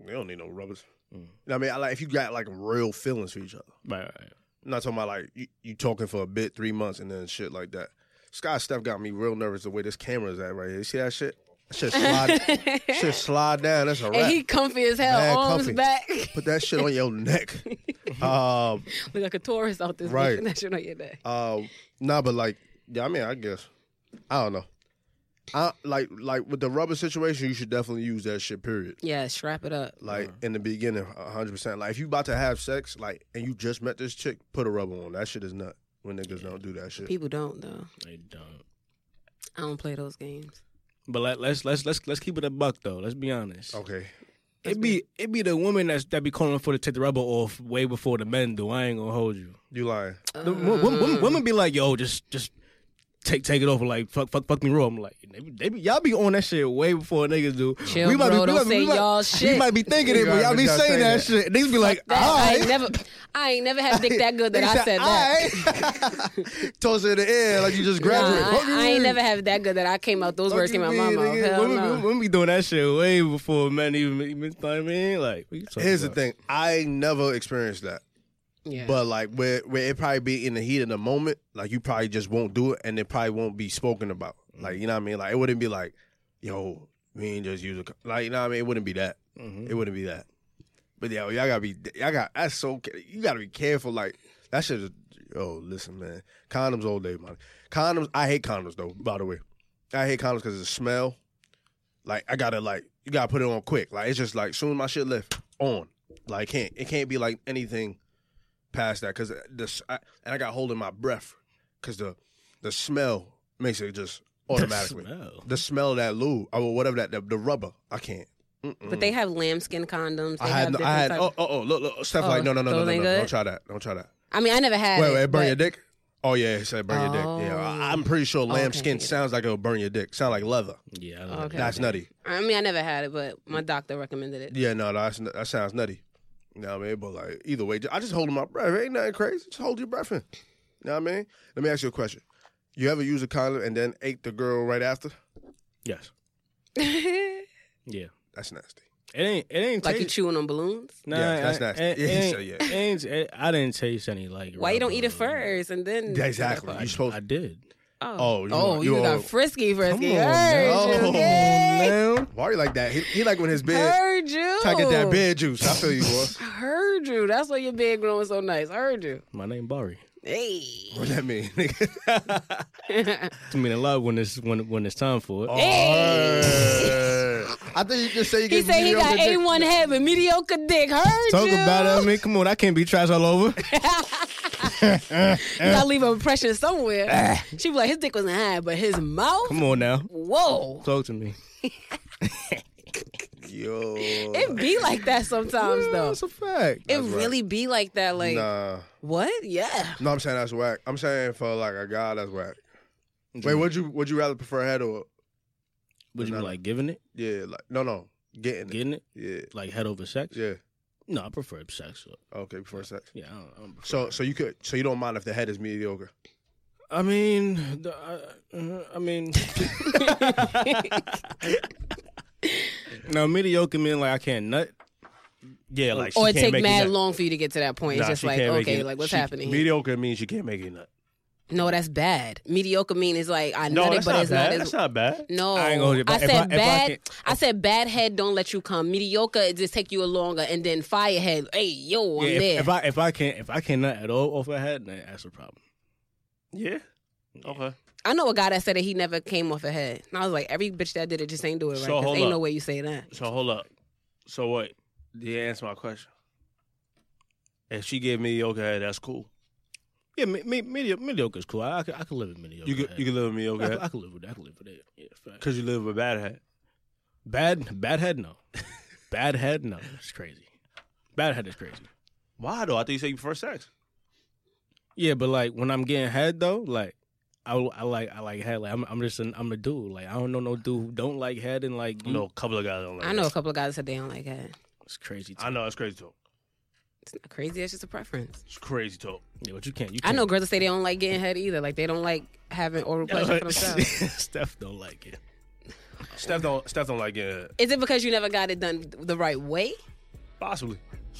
E: they don't need no rubbers.
D: Mm.
E: You know what I mean? I like if you got like real feelings for each other.
F: Right, right, right.
E: I'm not talking about like you, you talking for a bit, three months, and then shit like that. Sky Steph got me real nervous the way this camera is at right here. You see that shit? That shit slide, shit slide down. That's a
D: And
E: wrap.
D: he comfy as hell,
E: Mad
D: arms
E: comfy.
D: back.
E: Put that shit on your neck. Um,
D: Look like a tourist out this bitch,
E: Right.
D: and That shit on your neck.
E: Uh, nah, but like, yeah, I mean, I guess, I don't know. I like like with the rubber situation, you should definitely use that shit. Period.
D: Yeah, strap it up.
E: Like in the beginning, hundred percent. Like if you about to have sex, like and you just met this chick, put a rubber on. That shit is nut. When niggas don't do that shit.
D: People don't though.
F: They don't.
D: I don't play those games.
F: But let, let's let's let's let's keep it a buck though. Let's be honest.
E: Okay.
F: It be it be the woman that's that be calling for to take the rubber off way before the men do. I ain't gonna hold you.
E: You lying.
F: The wo- wo-
D: Mm.
F: women,
D: Um,
F: women be like, yo, just just take take it off. Like fuck fuck fuck me raw. I'm like, they be, they be, y'all be on that shit way before niggas do.
D: Chill, bro, don't say y'all
F: We
D: shit.
F: might be thinking it,
E: You
F: but y'all
E: gotta
F: be
E: just
F: saying
E: say
F: that,
E: that.
F: shit. Niggas be like,
D: That, I ain't
F: alright.
D: never, I ain't never had dick that good that
E: They
D: I
E: said,
D: said that.
E: "Aight." Toss it in the air like you just
D: Nah,
E: graduated. Fuck you
D: I, I ain't
E: mean?
D: never had it that good that I came out. Those
E: Fuck
D: words
E: you
D: came out my
E: mean,
D: mouth.
E: nigga?
D: Hell
F: Women,
D: no.
F: be- women be doing that shit way before men even even. I mean, like, what you talking
E: Here's the
F: about?
E: thing. I never experienced that.
D: Yeah.
E: But like where where it probably be in the heat of the moment, like you probably just won't do it, and it probably won't be spoken about. Like you know what I mean? Like it wouldn't be like, yo, we ain't just use a co-" like you know what I mean? It wouldn't be that. It wouldn't be that. But yeah, y'all gotta be. Y'all got that's so. ca- You gotta be careful. Like that shit. Is, yo, listen, man. Condoms all day, man. Condoms. I hate condoms though. By the way, I hate condoms because the smell. Like I gotta like you gotta put it on quick. Like it's just like soon as my shit left on. Like can't it can't be like anything past that because this I, and I got holding my breath because the the smell makes it just automatically the smell,
F: smell.
E: of that lube or whatever that the, the rubber. I can't.
D: But they have lambskin condoms. They
E: I
D: have
E: had, no,
D: different
E: I had,
D: type-
E: oh, oh, oh, look, look, Steph,
D: Oh,
E: like, no, no, no, no,
D: those
E: no, no,
D: ain't
E: don't
D: good?
E: try that, don't try that.
D: I mean, I never had.
E: Wait, wait,
D: it,
E: burn your
D: but- Oh.
E: dick. Oh yeah, it said burn your dick. Yeah, I- I'm pretty sure lambskin
D: okay.
E: sounds like it'll burn your dick. Sound like leather.
F: Yeah, I don't
D: Okay.
E: That's nutty.
D: I mean, I never had it, but my doctor recommended it.
E: Yeah, no, that's that sounds nutty. You know what I mean? But like either way, I just hold my breath. Ain't nothing crazy. Just hold your breath in. You know what I mean? Let me ask you a question. You ever use a condom and then ate the girl right after?
F: Yes. yeah.
E: That's nasty.
F: It ain't. It ain't.
D: Like you
F: taste-
D: chewing on balloons.
F: Nah,
E: Yeah, that's
F: I-
E: nasty.
F: It,
E: Yeah,
F: it
E: he
F: ain't,
E: said yeah.
F: it ain't- it- I didn't taste any like.
D: Why you don't eat it
F: rubber.
D: first and then?
E: Exactly. You supposed
F: I did.
E: Oh, you,
D: Oh, you, got
E: old.
D: frisky, frisky.
F: on
D: Heard
E: now.
D: you, okay?
E: Why you like that? He, he like when his bed
D: Heard you.
E: trying to get that beer juice. I feel you, boy.
D: Heard you. That's why your bed growing so nice. Heard you.
F: My name Bari.
D: Hey.
E: what that mean? nigga?
F: I mean a lot when it's when when it's time for it.
E: Alright. I think you just say you
D: He
E: get
D: said he got
E: mediocre dick.
D: A1 head with mediocre dick. Heard
F: Talk
D: you.
F: about it. I mean, come on, I can't be trash all over.
D: You
F: Eh.
D: gotta leave an impression somewhere. she be like, his dick wasn't high, but his mouth?
F: Come on now,
D: Whoa.
F: talk to me.
E: Yo.
D: It be like that sometimes, though.
F: That's a fact.
D: It really be like that. Like,
E: Nah.
D: what? Yeah.
E: No, I'm saying that's whack. I'm saying for like a guy, that's whack. Wait, would you would you rather prefer head or
F: Would you be like giving it,
E: yeah? Like no, no, getting it.
F: getting it,
E: Yeah,
F: like head over sex?
E: yeah.
F: No, I prefer sex.
E: Okay, before sex.
F: Yeah, I don't. I, don't prefer
E: So so you could so you don't mind if the head is mediocre.
F: I mean, the, I, uh, I mean, now mediocre mean like I can't nut. Yeah, like she
D: Or it
F: can't
D: take
F: make
D: mad
F: nut.
D: long for you to get to that point.
F: Nah,
D: it's just
F: she
D: like,
F: can't make
D: okay,
F: it.
D: like what's
F: She-
D: happening here?
E: Mediocre means you can't make it nut.
D: No, that's bad. Mediocre mean is like I know it, but it's not as
E: not bad.
D: no,
F: I ain't gonna hold it
D: I
F: back. If
D: said
F: I- if I
D: bad. I,
F: can-
D: said bad head. Don't let you come. Mediocre. It just take you a longer, and then fire head. Hey, yo, I'm
F: Yeah, if,
D: there.
F: if I if I can't if I can't nut at all off her head, then that's a problem.
E: Yeah. Okay.
D: I know a guy that said that he never came off a head. And I was like, every bitch that did it just ain't do it right.
H: So,
D: 'cause
H: hold
D: ain't
H: up.
D: no way you say that.
H: So hold up. So what? Did you answer my question? If she gave me okay, that's cool.
F: Yeah, me, me, mediocre, mediocre is cool. I, I, could, I could live with mediocre.
H: You could
F: head.
H: you could live with me
F: I, could-
H: okay?
F: I could live with that. I could live with it. Yeah, fact.
H: Cause you live with bad head.
F: Bad bad head no. bad head no. That's crazy. Bad head is crazy.
H: Why though? I thought you said you prefer sex.
F: Yeah, but like when I'm getting head though, like I, I like I like head. Like I'm I'm just an, I'm a dude. Like I don't know no dude who don't like head and like you
H: You know, a couple of guys don't like.
D: I know a
H: that.
D: couple of guys that said they don't like head.
F: it's crazy.
H: I know. It's crazy talk.
D: It's not crazy. It's just a preference.
H: It's crazy talk.
F: Yeah, but you can't. You
D: I
F: can't.
D: know girls that say they don't like getting head either. Like they don't like having oral pleasure for themselves.
F: Steph don't like it.
H: Steph don't Steph don't like getting hit.
D: Is it because you never got it done the right way?
H: Possibly.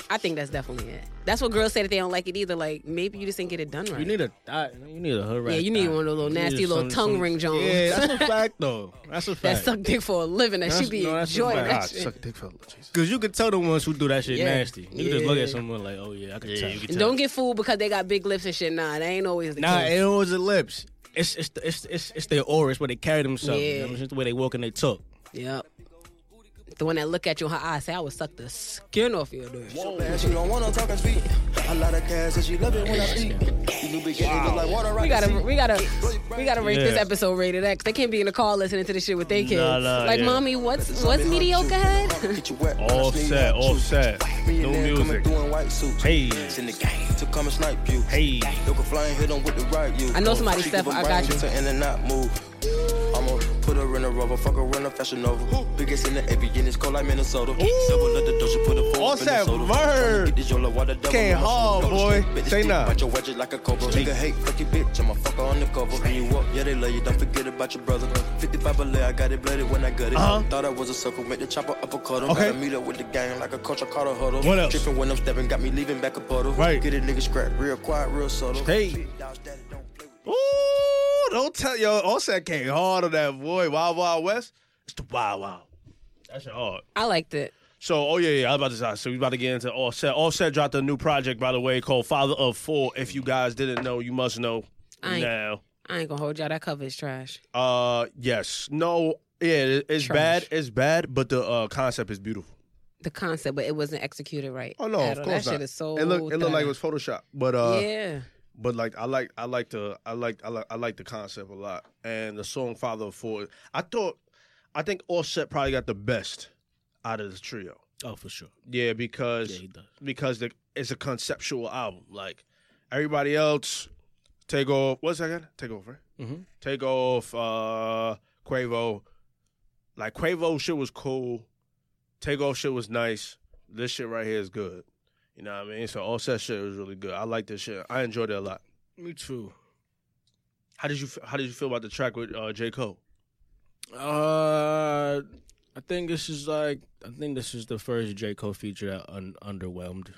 D: I think that's definitely it. That's what girls say that they don't like it either. Like maybe you just didn't get it done right.
F: You need a thigh. You need a hood rat.
D: yeah, you need
F: thigh.
D: one of those little
F: You need
D: nasty little
F: some-
D: tongue
F: some-
D: ring Jones
F: Yeah, that's a fact though. That's a
D: that
F: fact.
D: suck dick for a living that
F: That's-
D: should be
F: no, that's a
D: enjoying
F: fact.
D: that
H: God,
D: shit.
H: suck dick fella. Jesus.
F: Cause you could tell the ones who do that shit
D: Yeah.
F: nasty. You could just look
D: Yeah.
F: at someone like, oh yeah, I could tell.
D: And Don't get fooled because they got big lips and shit. Nah, that ain't always the
F: Nah,
D: case.
F: it was the lips. It's it's the- it's it's, it's their aura. It's where they carry themselves. You know
D: Yeah.
F: what I'm saying? It's the way they walk and they talk.
D: Yep. The one that look at you in her eyes say, I would suck the skin off your dick.
I: She don't wanna talk and speak. A lot of cash, and she love it when I speak. You new big wow. look like water
D: We
I: rocket
D: gotta,
I: seat.
D: we gotta, we gotta rate this
F: Yeah.
D: episode rated X. They can't be in the car listening to this shit with their kids.
F: Nah, nah,
D: like,
F: yeah.
D: mommy, what's
I: Let me
D: what's
I: hug
D: mediocre
I: you.
D: head?
I: Get you wet when I
H: All
I: sneeze
H: set,
I: at
H: all
I: you.
H: set.
I: Me
H: No
I: and them coming
H: music.
I: through in white suits.
F: Hey.
I: It's in the game to come and snipe you.
F: Hey.
I: You can fly and hit 'em with the right you.
D: I know somebody,
I: She
D: Steph,
I: give 'em
D: I got
I: brain
D: you.
I: to in and not move. I'ma put her in a rubber, fuck her in a fashion over. Biggest in the AP, and it's cold like Minnesota. Several of the doja put a phone
E: All
I: in
E: set,
I: Minnesota.
E: word.
I: Tryna get this Yola water double
E: Can't
I: in my
E: haul,
I: soda.
E: boy.
I: Bitch,
E: Say
I: stick,
E: nah.
I: bite your wedges like a cobra. Nigga hate, fuck your bitch, I'm a fucker on the cover. When you up, yeah, they love you, don't forget about your brother. 55 ballet, I got it blooded when I got it. Thought I was a sucker, make the chopper uppercut him.
E: Uh-huh. Okay.
I: Gotta meet up with the gang like a coach, I caught a huddle.
F: What else?
I: Tripping when I'm stepping, got me leaving back a puddle.
F: Right.
I: Get a nigga scrap, real quiet, real subtle.
F: Hey.
E: Ooh, don't tell yo. Offset came hard on that boy. Wild Wild West. It's the Wild Wild.
H: That shit hard.
D: I liked it.
H: So, oh yeah, yeah, I was about to say. So we about to get into Offset. Offset dropped a new project, by the way, called Father of Four. If you guys didn't know, you must know
D: I ain't-
H: now.
D: I ain't gonna hold y'all. That cover is trash.
H: Uh, yes, no, yeah, it- it's
D: Trash.
H: bad, it's bad, but the uh, concept is beautiful.
D: The concept, but it wasn't executed right.
E: Oh no,
D: at
E: of
D: all.
E: course
D: that
E: not.
D: shit is so.
E: it looked it looked like it was Photoshop, but uh,
D: yeah,
E: but like I like I like the I like I like I like the concept a lot, and the song Father of Four. I thought, I think Offset probably got the best out of the trio.
F: Oh, for sure.
H: Yeah, because
F: Yeah, he does.
H: because the, it's a conceptual album. Like everybody else, take off. What's that? again? Take off, right?
F: Mhm.
H: Take off. Uh, Quavo. Like Quavo shit was cool. Take off shit was nice. This shit right here is good. You know what I mean? So offset shit was really good. I like this shit. I enjoyed it a lot.
F: Me too.
H: How did you f- How did you feel about the track with uh, J Cole?
F: Uh, I think this is like I think this is the first J Cole feature that un- underwhelmed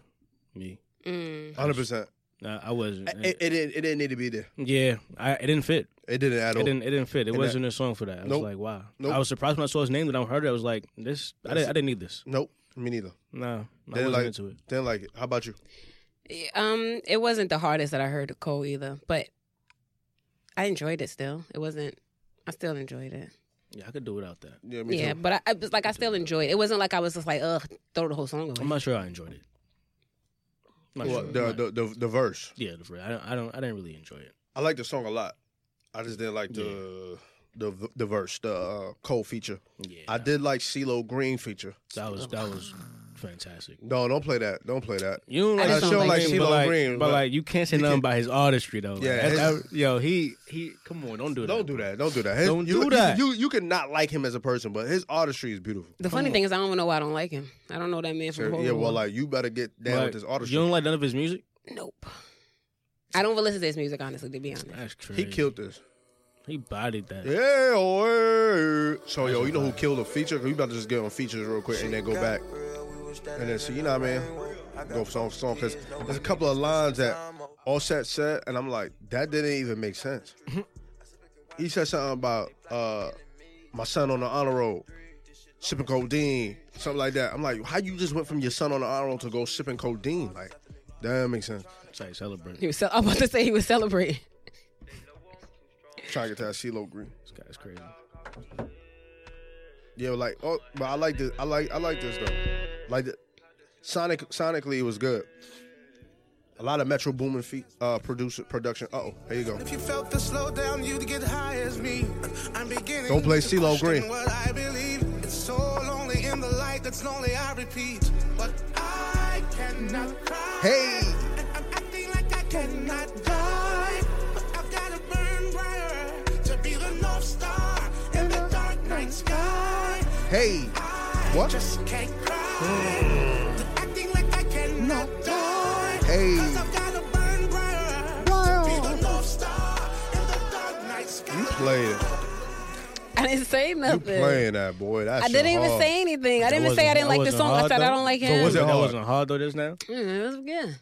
F: me.
D: mm.
E: Hundred percent.
F: I, I wasn't.
E: It, it didn't it didn't need to be there.
F: yeah, I, it didn't fit.
E: It didn't at
F: It
E: all.
F: didn't. It didn't fit. It
E: And
F: wasn't a song for that. I was
E: Nope.
F: like, wow.
E: Nope.
F: I was surprised when I saw his name that I heard it. I was like, this. I didn't. I didn't need this.
E: Nope, me neither.
F: No,
E: Didn't
F: I wasn't
E: like
F: into it.
E: Didn't like it. How about you?
D: Yeah, Um, it wasn't the hardest that I heard of Cole either, but I enjoyed it still. It wasn't. I still enjoyed it.
F: Yeah, I could do without that.
E: Yeah, me
D: Yeah,
E: too.
D: but I, I was like, I still enjoyed it. It wasn't like I was just like, ugh, throw the whole song away.
F: I'm not sure I enjoyed it. I'm not
E: Well,
F: sure.
E: the,
F: Not-
E: the the the verse.
F: yeah, the, I don't. I don't. I didn't really enjoy it.
E: I like the song a lot. I just didn't like the the the verse, the uh, Cole feature.
F: Yeah,
E: I did like CeeLo Green feature.
F: That was that was fantastic.
E: No, don't play that. Don't play that.
F: You don't
D: I
F: like,
D: just don't
F: Sheldon
D: like
F: Green,
E: Sheldon
F: but like,
E: Green,
F: but
E: but-
F: like you can't say nothing about his artistry though.
E: Yeah,
F: Like, that's-
E: his-
F: I- yo, he he. Come on, don't do that.
E: Don't do that. Don't do that. His-
F: Don't
E: you,
F: do that.
E: You, you you can not like him as a person, but his artistry is beautiful.
D: the funny thing is, I don't even know why I don't like him. I don't know that man from.
E: Sure.
D: Hole
E: Yeah,
D: in
E: well,
D: One.
E: like you better get down
F: Like,
E: with his artistry.
F: You don't like none of his music.
D: nope. I don't even listen to his music, honestly, to be honest.
F: That's crazy.
E: he killed this.
F: He bodied that.
E: Yeah, oh, hey. So yo, you know who killed a feature? We about to just get on features real quick and then go back and then see. You know what I mean? Go song for song because there's a couple of lines that Offset said, and I'm like, that didn't even make sense. he said something about uh, my son on the honor roll. Sipping codeine, something like that. I'm like, how you just went from your son on the honor roll to go sipping codeine? Like, that makes sense.
F: It's like celebrate.
D: He was. cel- I'm about to say he was celebrating.
E: Trying to get to that CeeLo Green.
F: This guy's crazy.
E: Yeah, like oh, but I like this. I like I like this though. Like the, Sonic sonically it was good. A lot of Metro Boomin feet uh producer production. Uh oh, here you go.
I: If you felt the slowdown, you'd get high as me. I'm beginning.
E: Don't play
I: to
E: CeeLo
I: question
E: Green.
I: What I believe. It's so lonely in the light that's lonely, I repeat. But I cannot cry.
E: Hey.
I: And I'm acting like I cannot die. But I've gotta burn brighter to be the North Star in the dark night sky.
E: Hey,
I: I
E: What?
I: just can't cry. Acting like I cannot die.
E: Hey.
I: 'Cause I've gotta burn brighter to be the North Star in the dark night sky.
E: you playing?
D: I didn't didn't say
E: You
D: nothing.
E: playing that boy? That
D: I
E: shit
D: didn't even
E: hard.
D: say anything. I didn't even say I
F: wasn't-
D: didn't
F: that
D: like the
F: wasn't
D: song. I
F: hard,
D: said I
F: though.
D: don't like
E: So
D: him.
E: was it
F: that
E: hard?
F: wasn't hard though just now.
D: Mm, it was good.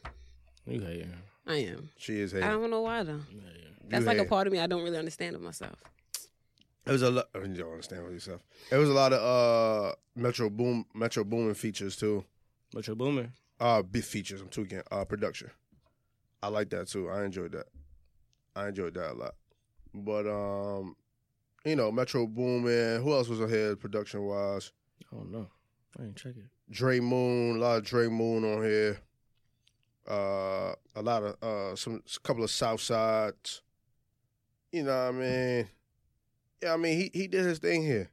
F: Okay, yeah.
D: I am.
E: She is
D: I
E: hating.
D: don't know why though. That's
E: You
D: like a
E: hating.
D: part of me I don't really understand of myself.
E: It was a lot. You don't understand what yourself. It was a lot of uh Metro Boom Metro Booming features too.
F: But you're booming.
E: Uh, beat features. I'm tweaking. Uh, production. I like that too. I enjoyed that. I enjoyed that a lot. But um, you know, Metro Boomin. Who else was ahead production wise?
F: I don't know. I didn't check it.
E: Dre Moon. A lot of Dre Moon on here. Uh, a lot of uh, some a couple of South Sides. You know what I mean? Yeah, I mean he he did his thing here.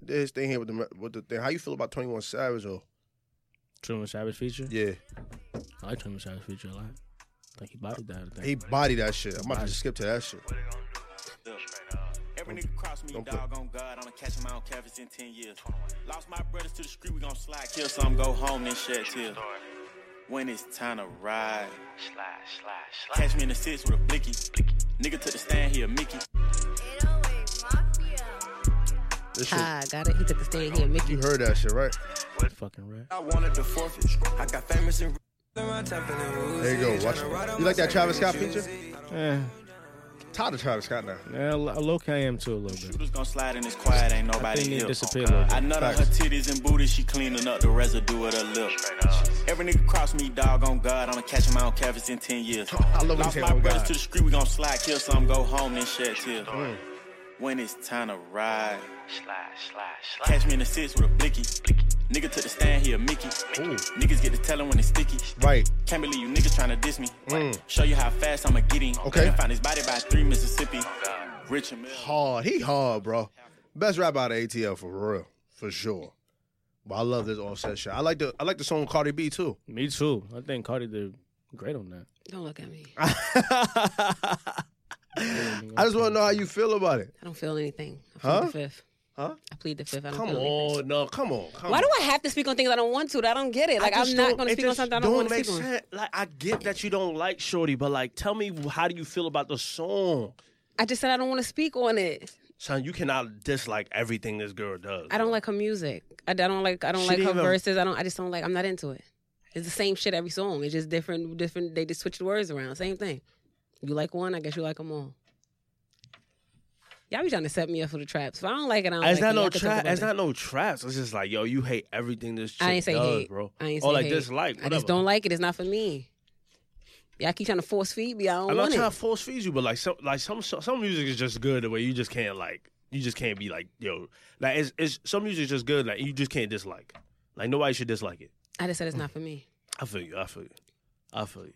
E: He did his thing here with the with the thing. How you feel about Twenty One Savage though?
F: Truman Savage feature.
E: Yeah,
F: I like Truman Savage feature a lot. Like he bodied that. I think.
E: he bodied that shit. I'm about to just skip to that shit.
J: Every nigga cross me,
E: Don't play.
J: dog on God. I'ma catch him out canvas in 10 years. Lost my brothers to the street, we gon' slide, kill some, go home, then shed tears. When it's time to ride, catch me in the six with a blicky. Nigga took the stand here, Mickey.
E: This shit
D: Ah, got it. He took the stand here, Mickey.
E: You heard that shit, right?
F: fucking rap.
J: I wanted to forfeit. I got famous and
E: There you go. Watch it. You like that Travis Scott feature?
F: Yeah,
E: Tired of Travis Scott now.
F: Eh, yeah. Low key I am too a little bit.
J: shooters gon' slide in this quiet, ain't
F: I
J: nobody
F: think
J: here.
F: it disappeared a little
J: I
F: bit.
J: nut on her
E: Facts.
J: titties and booty, she cleaning up the residue of her lip. Every nigga cross me, dog on God, I'ma catch him out canvas in 10 years.
E: I love when you
J: Lost
E: say,
J: my
E: "Oh
J: brothers to
E: God."
J: the street, we gon' slide, kill some, go home, then shed tears. When it's time to ride, catch me in the six with a blicky. Nigga took the stand here, Mickey. Niggas get to telling when it's sticky.
E: Right.
J: Can't believe you niggas trying to diss me. Show you how fast I'ma get him.
E: Mm. Okay.
J: Couldn't Find his body by three Mississippi. Rich and Mel.
E: Hard. He hard, bro. Best rap out of ATL for real, for sure. But I love this offset shit. I like the I like the song with Cardi B too.
F: Me too. I think Cardi did great on that.
D: Don't look at me. I
E: I just want to know how you feel about it.
D: don't feel anything. I plead
E: Huh?
D: the fifth.
E: Huh?
D: I plead the fifth. I don't
E: Come
D: feel anything.
E: on, no, come on. Come
D: Why
E: on.
D: do I have to speak on things I don't want to? That I don't get it. Like
H: just
D: I'm not
H: don't-
D: going
H: it
D: to speak on
H: just
D: something I don't want to
H: make
D: speak on.
H: sense. Like I get that you don't like Shorty, but like, tell me how do you feel about the song?
D: I just said I don't want to speak on it.
H: Son, you cannot dislike everything this girl does.
D: I don't like her music. I don't like. I don't
H: She
D: like her
H: didn't even-
D: verses. I don't. I just don't like. I'm not into it. It's the same shit every song. It's just different. Different. They just switch the words around. Same thing. You like one, I guess you like them all. Y'all be trying to set me up for the traps. If I don't like it, I don't
H: It's
D: like it.
H: not no
D: Y'all can talk
H: trap.
D: about
H: It's
D: it.
H: not no traps. It's just like, yo, you hate everything this chick
D: I ain't say
H: does,
D: hate,
H: bro.
D: I ain't say
H: or like
D: hate.
H: dislike.
D: I
H: Whatever.
D: just don't like it. It's not for me. Y'all keep trying to force feed me. I don't
H: I'm not
D: want
H: trying to
D: it.
H: force feed you, but like some, like some, some music is just good the way you just can't like, you just can't be like, yo, like it's, it's some music is just good like you just can't dislike. Like nobody should dislike it.
D: I just said it's not for me.
H: I feel you. I feel you. I feel you.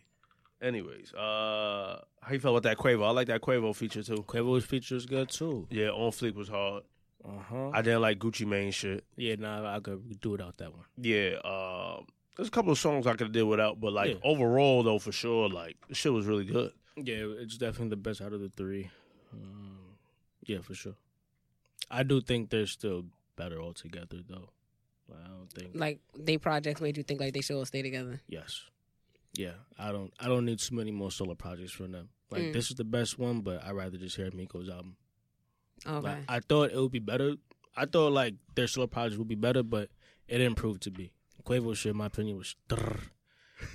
H: Anyways, uh, how you felt about that Quavo? I like that Quavo feature too.
F: Quavo's feature was good too.
H: Yeah, on fleek was hard.
F: Uh huh.
H: I didn't like Gucci Mane shit.
F: Yeah, nah, I could do without that one.
H: Yeah, um, there's a couple of songs I could have did without, but like
F: Yeah.
H: overall though, for sure, like the shit was really good.
F: Yeah, it's definitely the best out of the three. Um, yeah, for sure. I do think they're still better altogether, though. Like, I don't think.
D: Like they projects made you think like they should all stay together.
F: yes. Yeah, I don't. I don't need so many more solo projects from them. Like
D: Mm.
F: this is the best one, but I would rather just hear Miko's album.
D: Okay.
F: Like I thought it would be better. I thought like their solo projects would be better, but it didn't prove to be. Quavo shit, in my opinion, was drrr.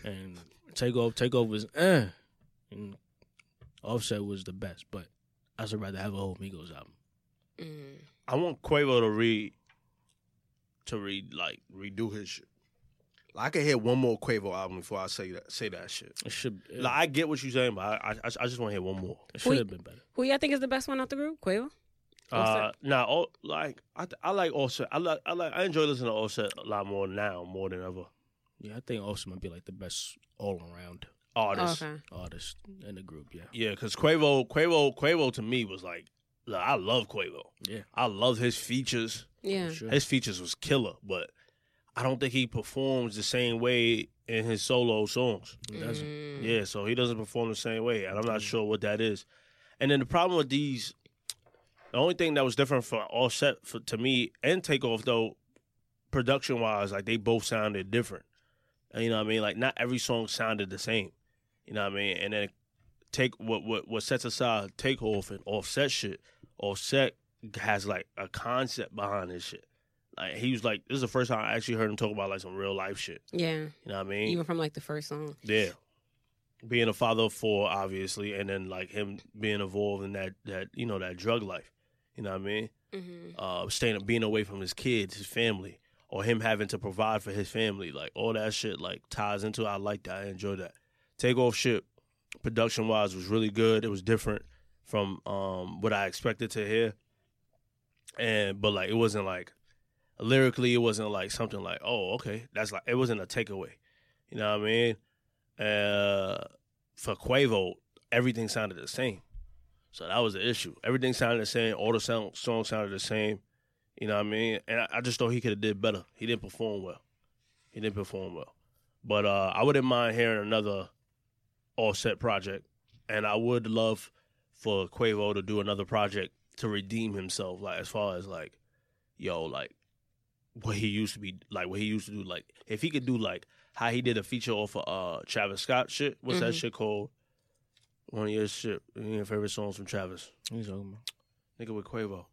F: and takeoff takeoff was eh, and Offset was the best. But I would rather have a whole Migos album.
D: Mm.
H: I want Quavo to read, to read like
E: Redo his shit. Like, I can hear one more Quavo album before I say that say that shit.
F: It should it,
H: Like I get what you're saying, but I I, I just want to hear one more.
F: it should have been better.
D: Who y'all think is the best one out the group? Quavo.
H: Uh, now, all, like I th- I like Offset. I like I like I enjoy listening to Offset a lot more now more than ever.
F: Yeah, I think Offset might be like the best all around
E: Oh,
H: Artists,
D: okay.
F: artist in the group. Yeah,
H: yeah, because Quavo Quavo Quavo to me was like, like I love Quavo.
F: yeah,
H: I love his features.
D: Yeah.
F: for sure.
H: His features was killer, but I don't think he performs the same way in his solo songs.
F: It doesn't.
D: Mm.
H: Yeah, so he doesn't perform the same way, and I'm not sure what that is. And then the problem with these, the only thing that was different for Offset for, to me and Takeoff though, production wise, like they both sounded different. And you know what I mean? Like not every song sounded the same. You know what I mean? And then take what what what sets aside Takeoff and Offset shit. Offset has like a concept behind his shit. Like he was like, this is the first time I actually heard him talk about like some real life shit.
D: Yeah,
H: You know what I mean?
D: even from like the first song.
H: Yeah. Being a father of four, obviously, and then like him being involved in that that you know that drug life, you know what I mean?
D: hmm
H: Uh, staying being away from his kids, his family, or him having to provide for his family, like all that shit, like ties into. I like that. I enjoy that. Take off ship, production wise, was really good. It was different from um what I expected to hear, and but like it wasn't like lyrically, it wasn't like something like oh okay, that's like it wasn't a takeaway. You know what I mean? Uh, for Quavo, everything sounded the same. So that was the issue. Everything sounded the same. All the sound, songs sounded the same. You know what I mean? And I, I just thought he could have did better. He didn't perform well. He didn't perform well. But uh, I wouldn't mind hearing another offset project. And I would love for Quavo to do another project to redeem himself. Like as far as like, yo, like what he used to be like what he used to do. Like if he could do like how he did a feature off of uh Travis Scott shit. What's that
D: Mhm.
H: shit called? One of your shit, one of your favorite songs from Travis.
F: What you talking about?
H: Nigga with Quavo.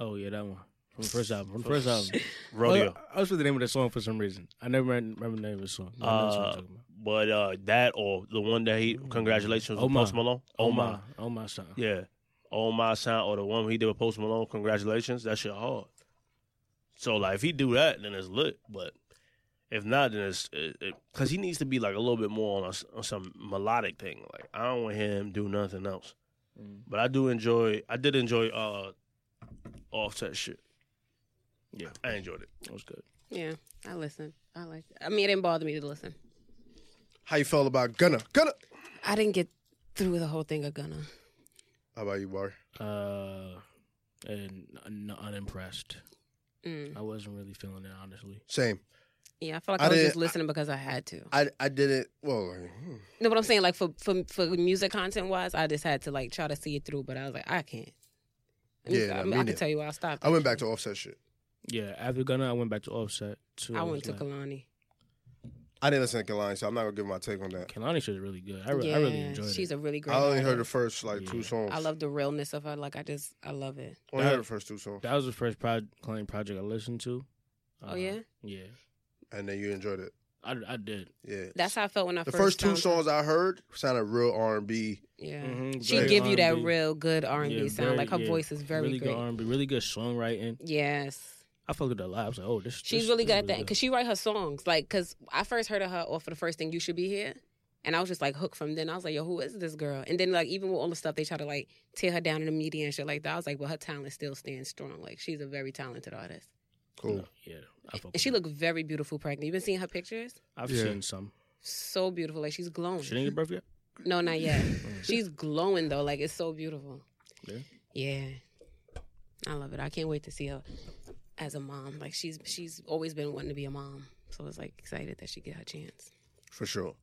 F: Oh yeah, that one from the first album. From the first album.
H: Rodeo.
F: I was with the name of the song for some reason. I never remember remember the name of the song. No, I know what you're
H: Uh,
F: talking about.
H: But uh that or the one that he congratulations
F: Oh
H: with
F: my.
H: Post Malone.
F: oh
H: Oh
F: my,
H: my.
F: oh my son.
H: Yeah. Oh my sound or the one he did with Post Malone, congratulations. That shit hard. So like if he do that, then it's lit. But if not, then it's because he needs to be like a little bit more on, a s on some melodic thing. Like I don't want to hear him do nothing else.
F: Mm.
H: But I do enjoy. I did enjoy uh Offset shit.
F: Yeah.
H: I enjoyed it.
F: That was good.
D: Yeah, I listen. I like. I mean, it didn't bother me to listen.
E: How you felt about Gunna? Gunna.
D: I didn't get through the whole thing of Gunna.
E: How about you, Barry?
F: Uh, and un- unimpressed.
D: Mm.
F: I wasn't really feeling it honestly.
E: Same.
D: Yeah, I feel like
E: I
D: I, was
E: didn't-
D: just listening because I had to.
E: I I didn't. Well, I mean, hmm.
D: No, but I'm saying like for for for music content wise, I just had to like try to see it through. But I was like, I can't.
E: Yeah,
D: I,
E: nah,
D: mean,
E: me
D: I
E: neither.
D: can tell you why I stopped.
E: I went back to Offset shit.
F: Yeah, after Gunna, I went back to Offset too.
D: I
F: was
D: went to
F: like,
D: Kalani.
E: I didn't listen to Kalani, so I'm not gonna give my take on that.
F: Kalani shit is really good. I, re-
D: yeah,
F: I really enjoyed
D: she's
F: it.
D: a really great.
E: I only heard the
D: artist.
E: first like two
F: Yeah.
E: songs.
D: I love the realness of her. Like I just, I love it.
E: Only heard the first two songs,
F: that was the first pro- Kalani project I listened to. Uh-huh.
D: oh yeah,
F: yeah.
E: and then you enjoyed it.
F: I, I did.
E: Yeah.
D: that's how I felt when I
E: the
D: first
E: first two
D: found her.
E: songs I heard sounded real R and B.
D: Yeah,
F: Mhm,
D: she
E: great
D: give you that
F: R&B.
D: real good R and
F: Yeah,
D: B sound.
F: very-
D: like her
F: yeah,
D: voice is very
F: really
D: great.
F: good R&B, really good songwriting.
D: Yes.
F: I fucked with that a lot. I was like, oh, this.
D: She's
F: this-
D: really
F: this
D: good
F: is
D: at that because she write her songs. Like, because I first heard of her off of the first thing, "You Should Be Here," and I was just like hooked from then. I was like, "Yo, who is this girl?" And then like even with all the stuff they try to like tear her down in the media and shit like that, I was like, "Well, her talent still stands strong. Like, she's a very talented artist,
E: Cool.
F: Yeah, I fuck
D: and she
F: with
D: looked very beautiful pregnant. You been seeing her pictures?
F: her. I've
E: Yeah.
F: seen some.
D: So beautiful, like she's glowing.
F: She didn't get birth yet.
D: No, not yet. she's glowing though. Like it's so beautiful.
F: Mm. Yeah.
D: Yeah. I love it. I can't wait to see her as a mom. Like she's she's always been wanting to be a mom. So it's like excited that she get her chance.
E: for sure.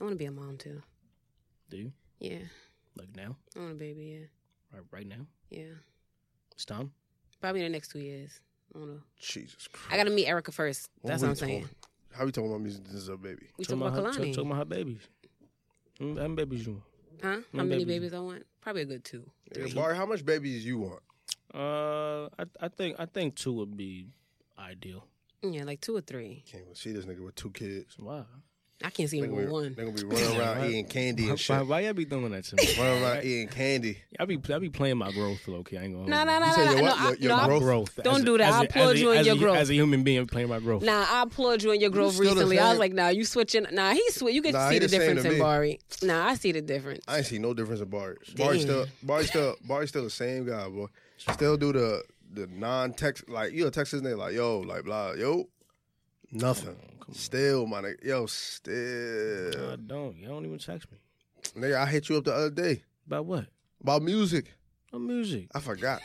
D: I want to be a mom too.
F: Do you
D: Yeah.
F: like now?
D: I want a baby,
F: Right, right now.
D: yeah. Yeah.
F: It's time.
D: Probably in the next 2 years. I want to
E: Jesus Christ.
D: I got to meet Erica first. That's what,
E: we
D: I'm saying.
E: talking- How we talking about music? This is a baby.
D: We talking about
F: her, talk,
D: Kalani.
F: talking about her babies. Mm, How many babies you
D: huh? How
F: Mm,
D: many
F: babies.
D: babies I want? Probably a good two.
E: Yeah, Barry, how much babies you want?
F: want? Uh, I I think I think two would be ideal.
D: Yeah, like two or three.
E: Can't even see this nigga with two kids.
F: Wow.
D: I can't see him
E: Nigga
D: with
E: be-
D: one.
E: They gonna be running around eating candy and shit.
F: why y'all be doing that to me?
E: Running around eating candy.
F: I be I be playing my growth, Loki. I ain't gonna.
D: No,
F: hold
D: no,
F: you.
D: no,
E: say
D: no,
E: your
D: no.
E: what?
D: I-
E: Your- your
D: no, I-
E: growth?
F: Growth.
D: Don't
F: As a-
D: do that.
F: as
D: I
F: a-
D: applaud
F: as a-
D: you in
F: as
D: your
F: a-
D: growth.
F: As a human being, I'm playing my growth.
D: Nah, I applaud you in your growth
E: still the
D: recently. I was
E: same.
D: like, nah, you switching. Nah, he's switch. You get
E: Nah,
D: to
E: he
D: see the
E: the same
D: difference
E: to
D: in
E: me.
D: Bari. Nah, I see the difference.
E: I ain't see no difference in Barry. Barry
D: Damn.
E: still, Barry still, Barry still the same guy, boy. Still do the the non-text like you know text his name like yo like blah yo, nothing. Still my nigga, yo
F: No, I
E: still
F: don't. You don't even text me
E: nigga. I hit you up the other day
F: about what?
E: about music.
F: About music.
E: I forgot,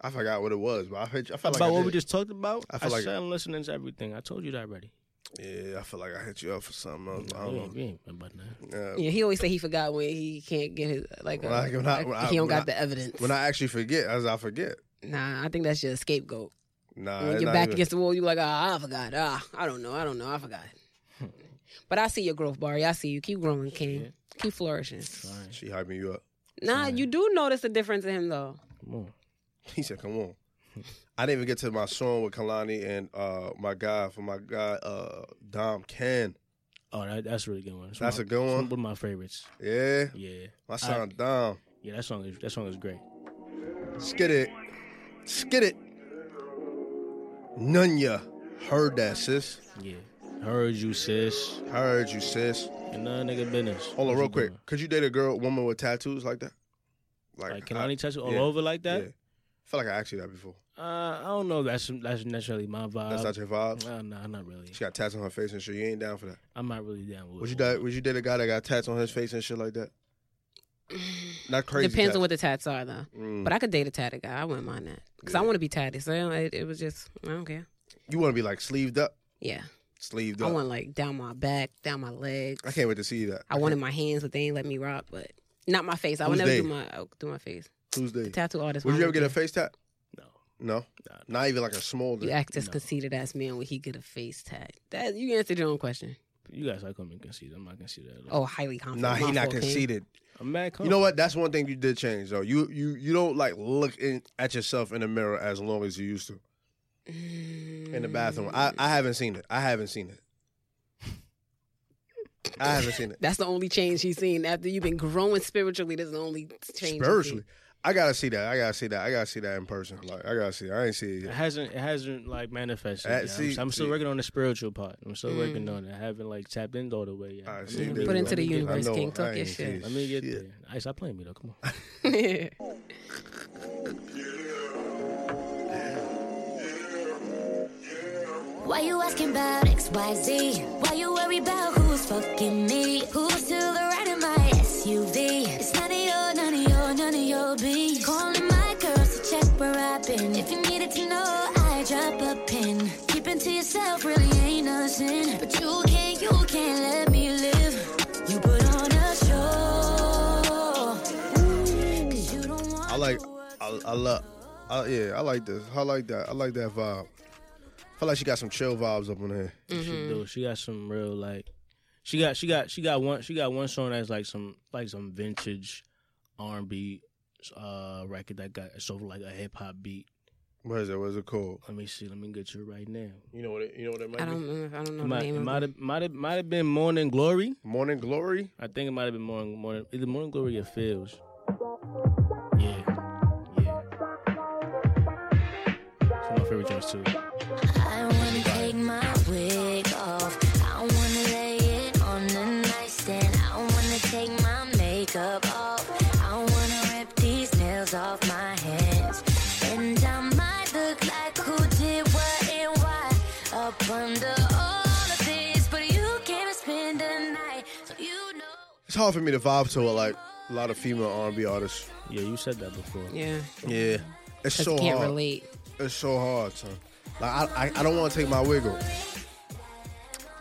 E: I forgot what it was, but I hit you. I felt
F: About
E: like I
F: what
E: did.
F: we just talked about.
E: I
F: I,
E: feel like-
F: said I'm listening to everything. I told you that already.
E: yeah. I feel like I hit you up for something. else. I
F: We
E: don't
F: ain't- we ain't about that.
E: know. Yeah.
D: yeah, he always say he forgot when he can't get his like.
E: When
D: uh,
E: I- when I- when I-
D: he don't
E: when
D: got
E: I-
D: the evidence.
E: When I actually forget, as I forget,
D: nah, I think that's your scapegoat.
E: nah.
D: when
E: it's
D: your
E: not
D: back
E: even-
D: against the wall, you like, ah, I forgot. Ah, I don't know. I don't know. I forgot. but I see your growth, Bari. I see you. Keep growing, King. Keep flourishing.
F: All right,
E: She hyping you up.
D: Nah, you do notice the difference in him though.
F: come on.
E: He said, "Come on." I didn't even get to my song with Kalani and uh, my guy for my guy uh, Dom Ken.
F: Oh, that, that's a really good one. It's
E: That's
F: my-
E: a good
F: it's
E: one.
F: One of my favorites.
E: Yeah,
F: Yeah,
E: my son Dom.
F: yeah. That song is that song is great.
E: Skid it, skid it. Nunya heard that sis.
F: Yeah, heard you, sis.
E: Heard you sis.
F: And none nigga business.
E: Hold on,
F: What you
E: real quick.
F: doing?
E: Could you date a girl, woman with tattoos like that?
F: Like, can
E: I-
F: Lonnie touch it all
E: yeah,
F: over like
E: Yeah.
F: that?
E: I feel like I asked you that before.
F: Uh, I don't know. if That's that's necessarily my vibe.
E: That's not your vibe.
F: Nah, nah, not really.
E: She got tats on her face and shit. You ain't down for that.
F: I'm not really down with.
E: Would you date? Would you date a guy that got tats on his face and shit like that? Not crazy.
D: Depends
E: tats.
D: on what the tats are though.
E: Mm.
D: But I could date a tatted guy. I wouldn't mind that because I want to be tatted. So it, it was just I don't care.
E: You want to be like sleeved up,
D: Yeah,
E: sleeved
D: I
E: up.
D: want like down my back, down my legs.
E: I can't wait to see that.
D: I wanted my hands, but they ain't let me rock. But not my face. I would
E: Who's
D: never do
E: they?
D: my I would do my face.
E: Tuesday.
D: Tattoo artist.
E: Would
D: why
E: you ever
D: don't
E: get a face tat?
F: No.
E: No.
F: Nah, nah.
E: Not even like a small.
D: You
E: thing.
D: act as conceited ass man when he get a face tat. That you answered your own question.
F: You guys are coming conceited. I'm not conceited at all.
D: Oh, highly confident.
E: Mm. Nah, he
D: My
E: not
D: fault, King.
E: conceited.
F: I'm mad.
E: Oh, You know what? That's one thing you did change though. You you you don't like look in, at yourself in the mirror as long as you used to
D: Mm.
E: in the bathroom. I, I haven't seen it. I haven't seen it. I haven't seen it.
D: That's the only change he's seen after you've been growing spiritually. That's the only change. he's
E: Spiritually, I gotta see that. I gotta see that. I gotta see that in person. Like I gotta see. It. I ain't see it
F: It
E: yet.
F: hasn't it hasn't like manifested.
E: Uh,
F: yet.
E: see-
F: I'm, I'm still
E: see-
F: working on the spiritual part. I'm still working
D: Mm.
F: on it. I haven't like tapped in all the way yet.
E: All right,
F: Let
E: see,
F: me
D: Put
E: there
F: get-
E: you
D: into
E: go.
D: the
E: I
D: universe,
E: know,
D: King.
E: I
D: Talk
E: ain't
D: your
E: see
D: shit.
E: it.
F: Let me get
E: Ah, Shit.
F: there. Ice, stop playing me though. Come on.
D: seen.
K: Why you asking about XYZ? Why you worry about who's fucking me? Who's to the right of my SUV? It's none of your, none of your, none of your beef. Calling my girls to check where I've been. If you needed to know, I drop a pin. Keeping to yourself really ain't nothing. But you can't, you can't let me live. You put on a show. Cause you don't want
E: I like.
K: to work
E: I, I love. I, yeah, I like this. I like that. I like that vibe. feel like she got some chill vibes up on here.
D: Mm-hmm.
F: She do. She got some real like. She got she got she got one she got one song that's like some like some vintage R and B uh record that got it's over like a hip hop beat.
E: What is it? What is it called?
F: Let me see. Let me get you right now.
H: You know what? It, you know what it might
D: I
H: be.
D: don't know. I don't know
F: It
D: the
F: might
D: name
F: it
D: of it.
F: might have might have might have been Morning Glory.
E: Morning Glory.
F: I think it might have been Morning Morning either Morning Glory or Fields. Yeah, yeah. It's one of my favorite joints too.
K: I wanna take my wig off. I wanna lay it on the nightstand. I wanna take my makeup off. I wanna rip these nails off my hands. And I might look like who did what and why. Up under all of this, but you can't spend the night. So you know.
E: It's hard for me to vibe to a, like a lot of female R&B artists.
F: Yeah, you said that before.
D: Yeah,
E: Yeah, it's
D: 'cause
E: so
D: you can't
E: hard.
D: relate.
E: It's so hard, son. Like I, I, I don't want to take my wiggle.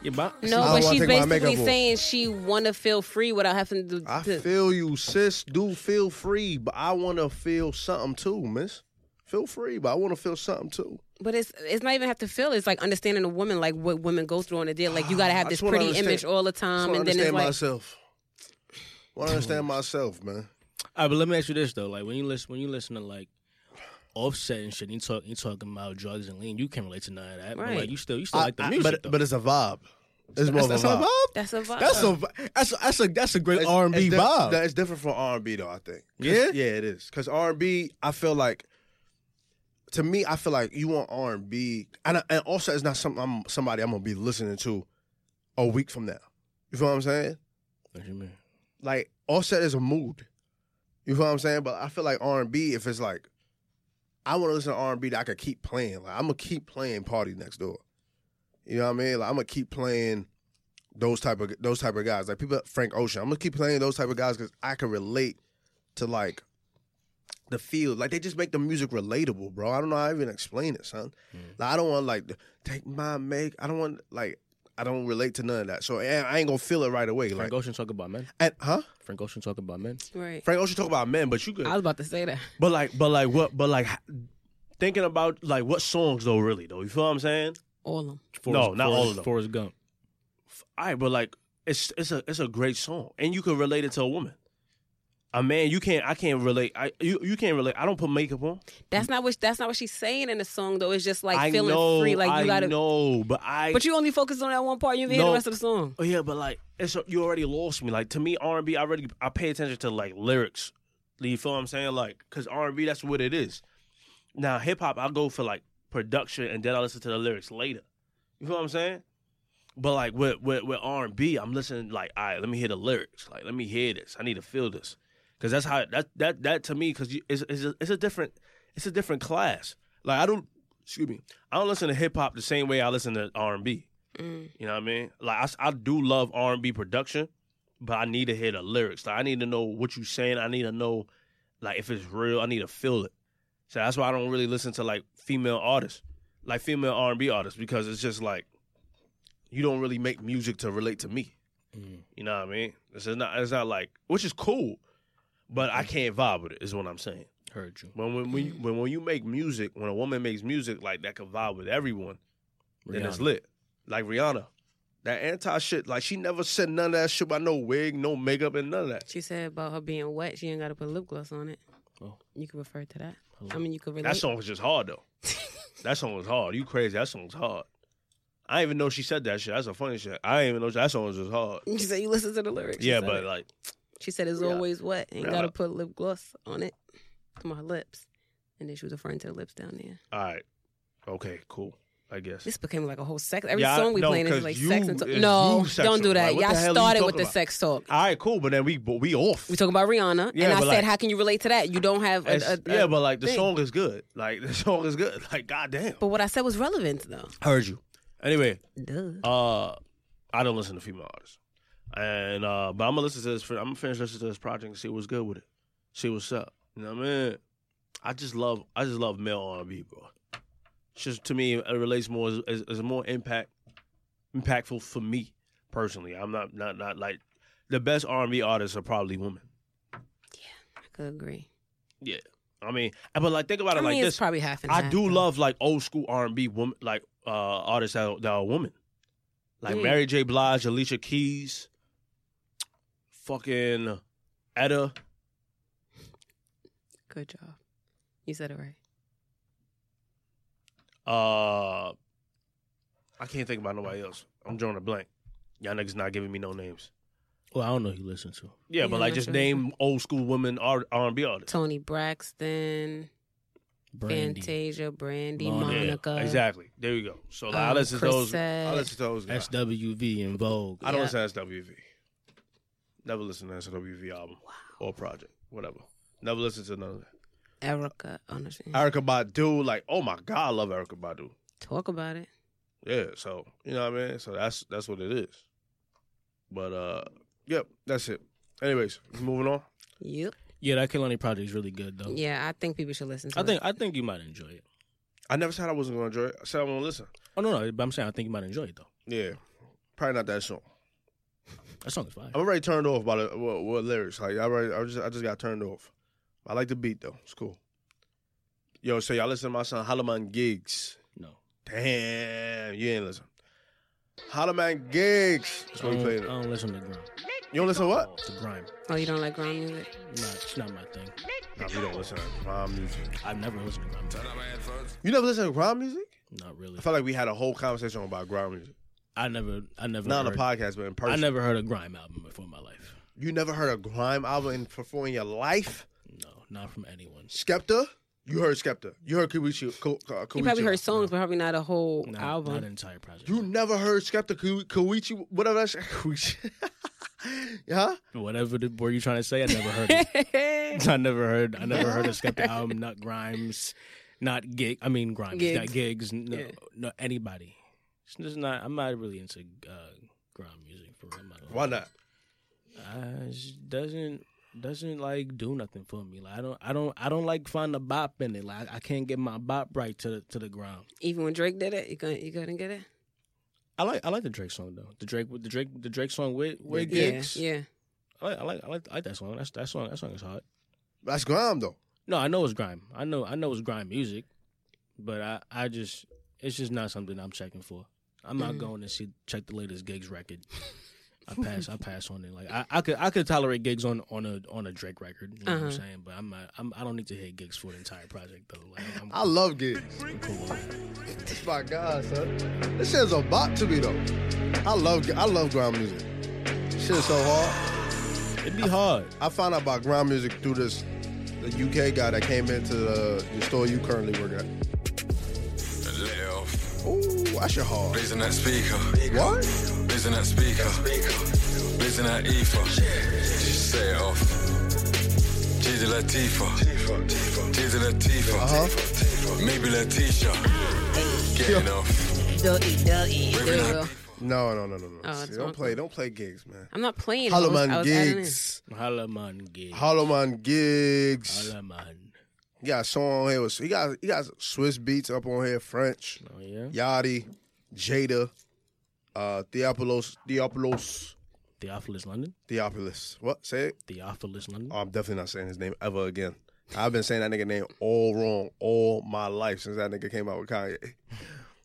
F: Yeah, but
D: No,
E: I don't
D: but
E: wanna
D: she's
E: take my makeup
D: basically
E: off.
D: saying she want to feel free without having to.
E: I
D: to-
E: feel you, sis. Do feel free, but I want to feel something too, miss. Feel free, but I want to feel something too.
D: But it's it's not even have to feel. It's like understanding a woman, like what women go through on a day. Like you gotta have
E: I
D: this
E: just wanna
D: pretty
E: understand-
D: image all the
E: I just
D: time,
E: want to
D: Um, and then
E: understand
D: it's like
E: myself. want to understand myself, man.
F: All right, but let me ask you this though: like when you listen, when you listen to like Offset and shit, and you talk, you talking about drugs and lean. You can't relate to none of that. But
D: Right.
F: like you still, you still like the
E: I- I-
F: music.
E: but
F: though.
E: but it's a vibe. It's more
H: That's
E: of a
H: not
E: vibe.
H: vibe.
D: that's a vibe.
H: That's a vi- that's a, that's a that's a great
E: It's-
H: R and B
E: it's di-
H: vibe.
E: that- It's different from R and B though. I think. 'Cause-
H: Yeah?
E: yeah, it is. Because R and B, I feel like, to me, I feel like you want R and B, and I- and also it's not something I'm somebody I'm gonna be listening to a week from now. You feel what I'm saying?
F: What you mean?
E: Like Offset is a mood. You feel what I'm saying? But I feel like R and B, if it's like, I want to listen to R and B that I could keep playing. Like I'm gonna keep playing Party Next Door. You know what I mean? Like I'm gonna keep playing those type of those type of guys. Like people, Frank Ocean. I'm gonna keep playing those type of guys because I can relate to like the field. Like they just make the music relatable, bro. I don't know how to even explain it, son. Like I don't want like the- take my make. I don't want like I don't relate to none of that. So and I ain't gonna feel it right away.
F: Frank
E: Like
F: Ocean talk about men.
E: and, huh?
F: Frank Ocean talk about men.
D: right.
E: Frank Ocean talk about men, but you could.
D: I was about to say that.
H: But like, but like what? But like, thinking about like what songs though? Really though, you feel what I'm saying?
D: All of them.
H: No, not all of them.
F: Forrest Gump.
H: All right, but like, it's it's a it's a great song, and you can relate it to a woman. a man, you can't. I can't relate. I you, you can't relate. I don't put makeup on.
D: That's not what that's not what she's saying in the song though. It's just like
H: I
D: feeling
H: know.
D: free, like you
H: I
D: gotta.
H: know, but I.
D: But you only focus on that one part. You didn't hear
H: No.
D: the rest of the song.
H: Oh yeah, but like it's you already lost me. Like to me, R and B, I really I pay attention to like lyrics. You feel what I'm saying? Like, cause R and B, that's what it is. Now hip hop, I go for like production, and then I listen to the lyrics later. You feel what I'm saying? But like with with, with R and B, I'm listening like, all right, let me hear the lyrics. Like, let me hear this. I need to feel this, cause that's how that that that to me, cause you, it's it's a, it's a different it's a different class. Like I don't excuse me, I don't listen to hip hop the same way I listen to R and B. You know what I mean? Like I s- I, do love R and B production, but I need to hear the lyrics. Like I need to know what you saying. I need to know like if it's real. I need to feel it. So that's why I don't really listen to like female artists, like female R and B artists, because it's just like you don't really make music to relate to me. You know what I mean? It's just not. It's not like which is cool, but I can't vibe with it. Is what I'm saying.
F: Heard you.
H: When when when you, when, when you make music, when a woman makes music like that can vibe with everyone, then it's
F: Rihanna.
H: lit. Like Rihanna, that anti shit. Like she never said none of that shit about no wig, no makeup, and none of that.
D: She said about her being wet. She ain't got to put lip gloss on it.
F: Oh.
D: You can refer to that. I mean, you could relate.
H: That song was just hard though. that song was hard. You crazy? That song's hard. I didn't even know she said that shit. That's a funny shit. I didn't even know that song was just hard.
D: She said you listen to the lyrics. She
H: Yeah,
D: said
H: but
D: it.
H: like
D: she said it's always wet. Ain't
H: Rihanna.
D: got to put lip gloss on it. Come on, her lips. And then she was referring to the lips down there.
H: all right, okay, cool. I guess.
D: This became like a whole sex. Every
H: Yeah, I-
D: song we
H: no,
D: playing is
H: 'cause
D: like
H: you-
D: sex and talk.
H: it's
D: No,
H: you sexual.
D: don't do that.
H: Like, what
D: Y'all
H: the hell you
D: started with
H: talking
D: the
H: about?
D: sex talk.
H: All right, cool. But then we but we off.
D: We talk about Rihanna,
H: Yeah,
D: and I
H: but
D: said,
H: like-
D: "How can you relate to that? You don't have a,
H: It's-
D: a- a
H: yeah, but like the
D: thing."
H: song is good. Like the song is good. Like goddamn.
D: But what I said was relevant, though.
H: Heard you. Anyway,
D: Duh.
H: uh, I don't listen to female artists, and uh, but I'm gonna listen to this. I'm gonna finish listening to this project and see what's good with it. See what's up. You know what I mean? I just love. I just love male R&B, bro. It's just to me, it relates more. Is, is, is more impact, impactful for me personally. I'm not not not like the best R&B artists are probably women.
D: I could agree.
H: Yeah. I mean, but like think about
D: I
H: it
D: mean,
H: like
D: it's
H: this.
D: probably half and
H: I
D: half,
H: do
D: though.
H: love like old school R and B woman like uh artists that are, that are women. Like
D: Mm.
H: Mary J. Blige, Alicia Keys, fucking Etta.
D: Good job. You said it right.
H: Uh I can't think about nobody else. I'm drawing a blank. Y'all niggas not giving me no names.
F: Well, I don't know who you listen to.
H: Yeah,
D: Yeah,
H: but
D: I'm
H: like
D: not
H: just
D: sure.
H: name old school women R and B artists.
D: Tony Braxton,
F: Brandy.
D: Fantasia, Brandy,
F: Lana.
H: Yeah,
D: Monica.
H: exactly. There you go. So like, I
D: Um,
H: listen to those. I
D: Chrisette.
H: listen to those guys.
F: SWV and Vogue.
H: I don't
D: Yeah.
H: listen to SWV. Never listen to SWV album or project, whatever. Never listen to none of that.
D: Erica. Honestly,
H: Erica Badu, like, oh my god, I love Erica Badu.
D: talk about it.
H: Yeah, so you know what I mean. So that's that's what it is. But uh, yep, that's it. Anyways, moving on.
D: Yep.
F: Yeah, that Kehlani project is really good though.
D: Yeah, I think people should listen to
F: Oh. I
D: it.
F: think I think you might enjoy it.
H: I never said I wasn't gonna enjoy it. I said I want to listen.
F: Oh no, no, but I'm saying I think you might enjoy it though.
H: Yeah, probably not that song.
F: That song is
E: Oh.
F: fire.
H: I'm already turned off by the what, what lyrics. Like I already, I just, I just got turned off. I like the beat though. It's cool. Yo, so y'all listen to my son Halaman Gigs.
F: No,
H: Damn, you ain't listen. Holloman Gigs. That's
F: I
H: what we
F: don't,
H: played.
F: I don't listen to grime.
H: You don't listen to what?
F: To grime,
D: Oh, you don't like grime music?
F: not, it's not my thing.
H: No, we don't listen to grime music.
F: I've never listened to grime.
H: You never listen to grime music?
F: Not really.
H: I felt like we had a whole conversation about grime music.
F: I never. I never.
H: Not on
F: heard,
H: the podcast, but in person.
F: I never heard a grime album before in my life.
H: you never heard a grime album in, before in your life?
F: No, not from anyone.
H: Skepta? You heard Skepta. You heard Koichi. Ko, uh,
D: You probably
H: Koichi.
D: heard songs, but probably not a whole
F: Not,
D: album.
F: not an entire project.
H: You never heard Skepta Ko- Koichi, whatever that shit. Koichi. huh?
F: Whatever the were you trying to say, I never heard it. I never heard. I never heard a Skepta album. Not Grimes. Not gig. I mean Grimes. Not
D: Gigs.
F: gigs. No,
D: Yeah.
F: no anybody. It's just not. I'm not really into uh, grime music for real. I'm gonna
H: Why
F: lie.
H: not?
F: Uh, it just doesn't doesn't like do nothing for me. Like I don't I don't I don't like find the bop in it. Like I can't get my bop right to the to the ground.
D: Even when Drake did it, you couldn't, you couldn't get it.
F: I like I like the Drake song though. The Drake the Drake the Drake song with with
H: Yeah,
F: gigs.
D: Yeah, yeah.
F: I like I like I like, I like that song. That's that song that song is hot.
H: That's grime though.
F: No, I know it's grime. I know I know it's grime music, but I I just it's just not something I'm checking for. I'm not going to see check the latest gigs record. I pass. I pass on it. Like I, I could I could tolerate gigs on on a on a Drake record. You know what I'm
D: Uh-huh.
F: saying? But I'm not. I'm, I don't need to hit gigs for the entire project though. Like I'm,
E: I love gigs.
F: I'm cool. with it.
E: It's my God, son. This shit's a bop to me though. I love I love ground music. Shit's so hard.
F: It'd be hard.
E: I found out about ground music through this the UK guy that came into the, the store you currently work at.
C: Let it off.
E: Ooh, that's your hard.
C: Raising that speaker.
E: What?
C: Raising that speaker. Raising that ether. Just say it off. Jada Latifah. Jada Latifah.
E: Uh-huh.
C: Maybe Latisha. Getting off. Maybe
D: Ew.
C: not.
E: No, no, no, no, no.
D: Oh,
E: See,
D: it's
E: don't
D: on-
E: play, don't play gigs, man.
D: I'm not playing. I was- I
E: Holloman
D: was adding in.
E: gigs.
F: Holla man gig.
E: Holloman gigs.
F: Holla man.
E: He got a song on here with he got he got Swiss beats up on here, French.
F: Oh yeah.
E: Yachty, Jada, uh, Theopolis, Theopolis,
F: Theophilus London.
E: Theopolis. What? Say it?
F: Theophilus London.
E: Oh, I'm definitely not saying his name ever again. I've been saying that nigga name all wrong all my life since that nigga came out with Kanye.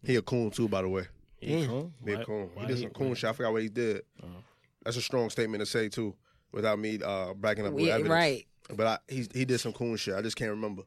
E: He a coon too, by the way.
F: He cool?
E: Big
F: Why-
E: coon.
F: why
E: he
F: Uh-huh.
E: did some coon shit. I forgot what he did. That's a strong statement to say too, without me uh, backing up with
D: Yeah,
E: evidence.
D: right.
E: But I, he he did some coon shit. I just can't remember.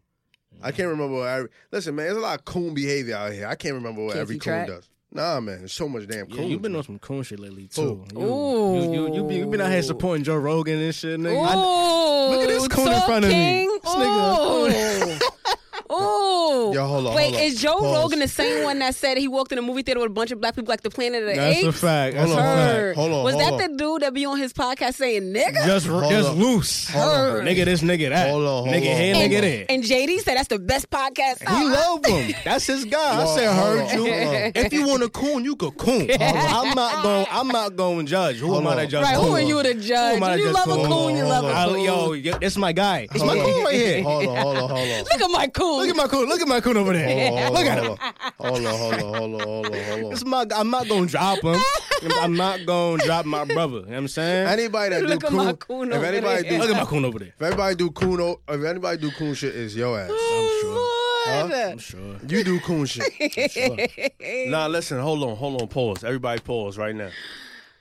E: I can't remember what every. Listen, man, there's a lot of coon behavior out here. I can't remember what
D: Can't
E: every
D: you
E: coon
D: track?
E: does. Nah, man, there's so much damn
F: Yeah,
E: coon.
F: you've been on some coon shit lately too. You,
D: Ooh.
F: you, you, you, be, you been out here supporting Joe Rogan and shit, nigga. I-
D: Ooh,
F: Look at this coon in
D: Talk
F: front of me.
D: King.
F: This nigga
D: Ooh. Ooh.
E: Yo, hold on,
D: Wait,
E: hold on.
D: is Joe
E: Pause.
D: Rogan the same one that said he walked in a movie theater with a bunch of black people like the Planet of the
F: That's
D: Apes?
F: a fact. That's
E: Hold
F: a
E: on, hold on.
F: fact.
D: Heard.
E: Hold on,
D: Was
E: hold
D: that
E: on.
D: the dude that be on his podcast saying nigga?
F: Just,
E: Hold
F: just
E: up.
F: loose.
D: Heard.
F: Nigga, this nigga that.
E: Hold on, hold
F: nigga
E: on,
F: here,
E: hold
D: and,
F: nigga
E: on.
F: there.
D: and JD said that's the best podcast.
F: He love him. That's his guy. I
E: Well,
F: said,
E: hold
F: heard
E: on,
F: you.
E: hold on.
F: If you want a coon, you could coon. I'm not going. I'm not going to judge. Who
E: Hold
F: am I to
E: on.
F: judge?
D: right, who
F: coon?
D: are you to judge?
F: am I to
D: you
F: judge
D: love a
F: coon?
D: coon, you love
F: I-
D: a coon.
F: Yo, yo, this is my guy. It's my
E: Hold on.
F: coon right here.
E: Hold on, hold on, hold on.
D: Look at my coon.
F: Look at my coon. Look at my coon over there.
E: Hold on, hold
F: Look at him.
E: on, hold on, hold on, hold on, hold on, hold on.
F: This my, I'm not gonna drop him. Oh. I'm not gonna drop my brother. You know what I'm saying?
E: Anybody that
D: Look
E: do
D: at my
E: coon,
D: coon
E: if
D: over
E: anybody
D: there.
E: do,
F: Look at my coon over there.
E: if anybody do coon, o- if anybody do coon shit, is your ass.
D: Oh, Lord.
F: I'm sure.
E: You do coon shit.
H: Nah, listen, hold on, hold on, pause. Everybody pause right now.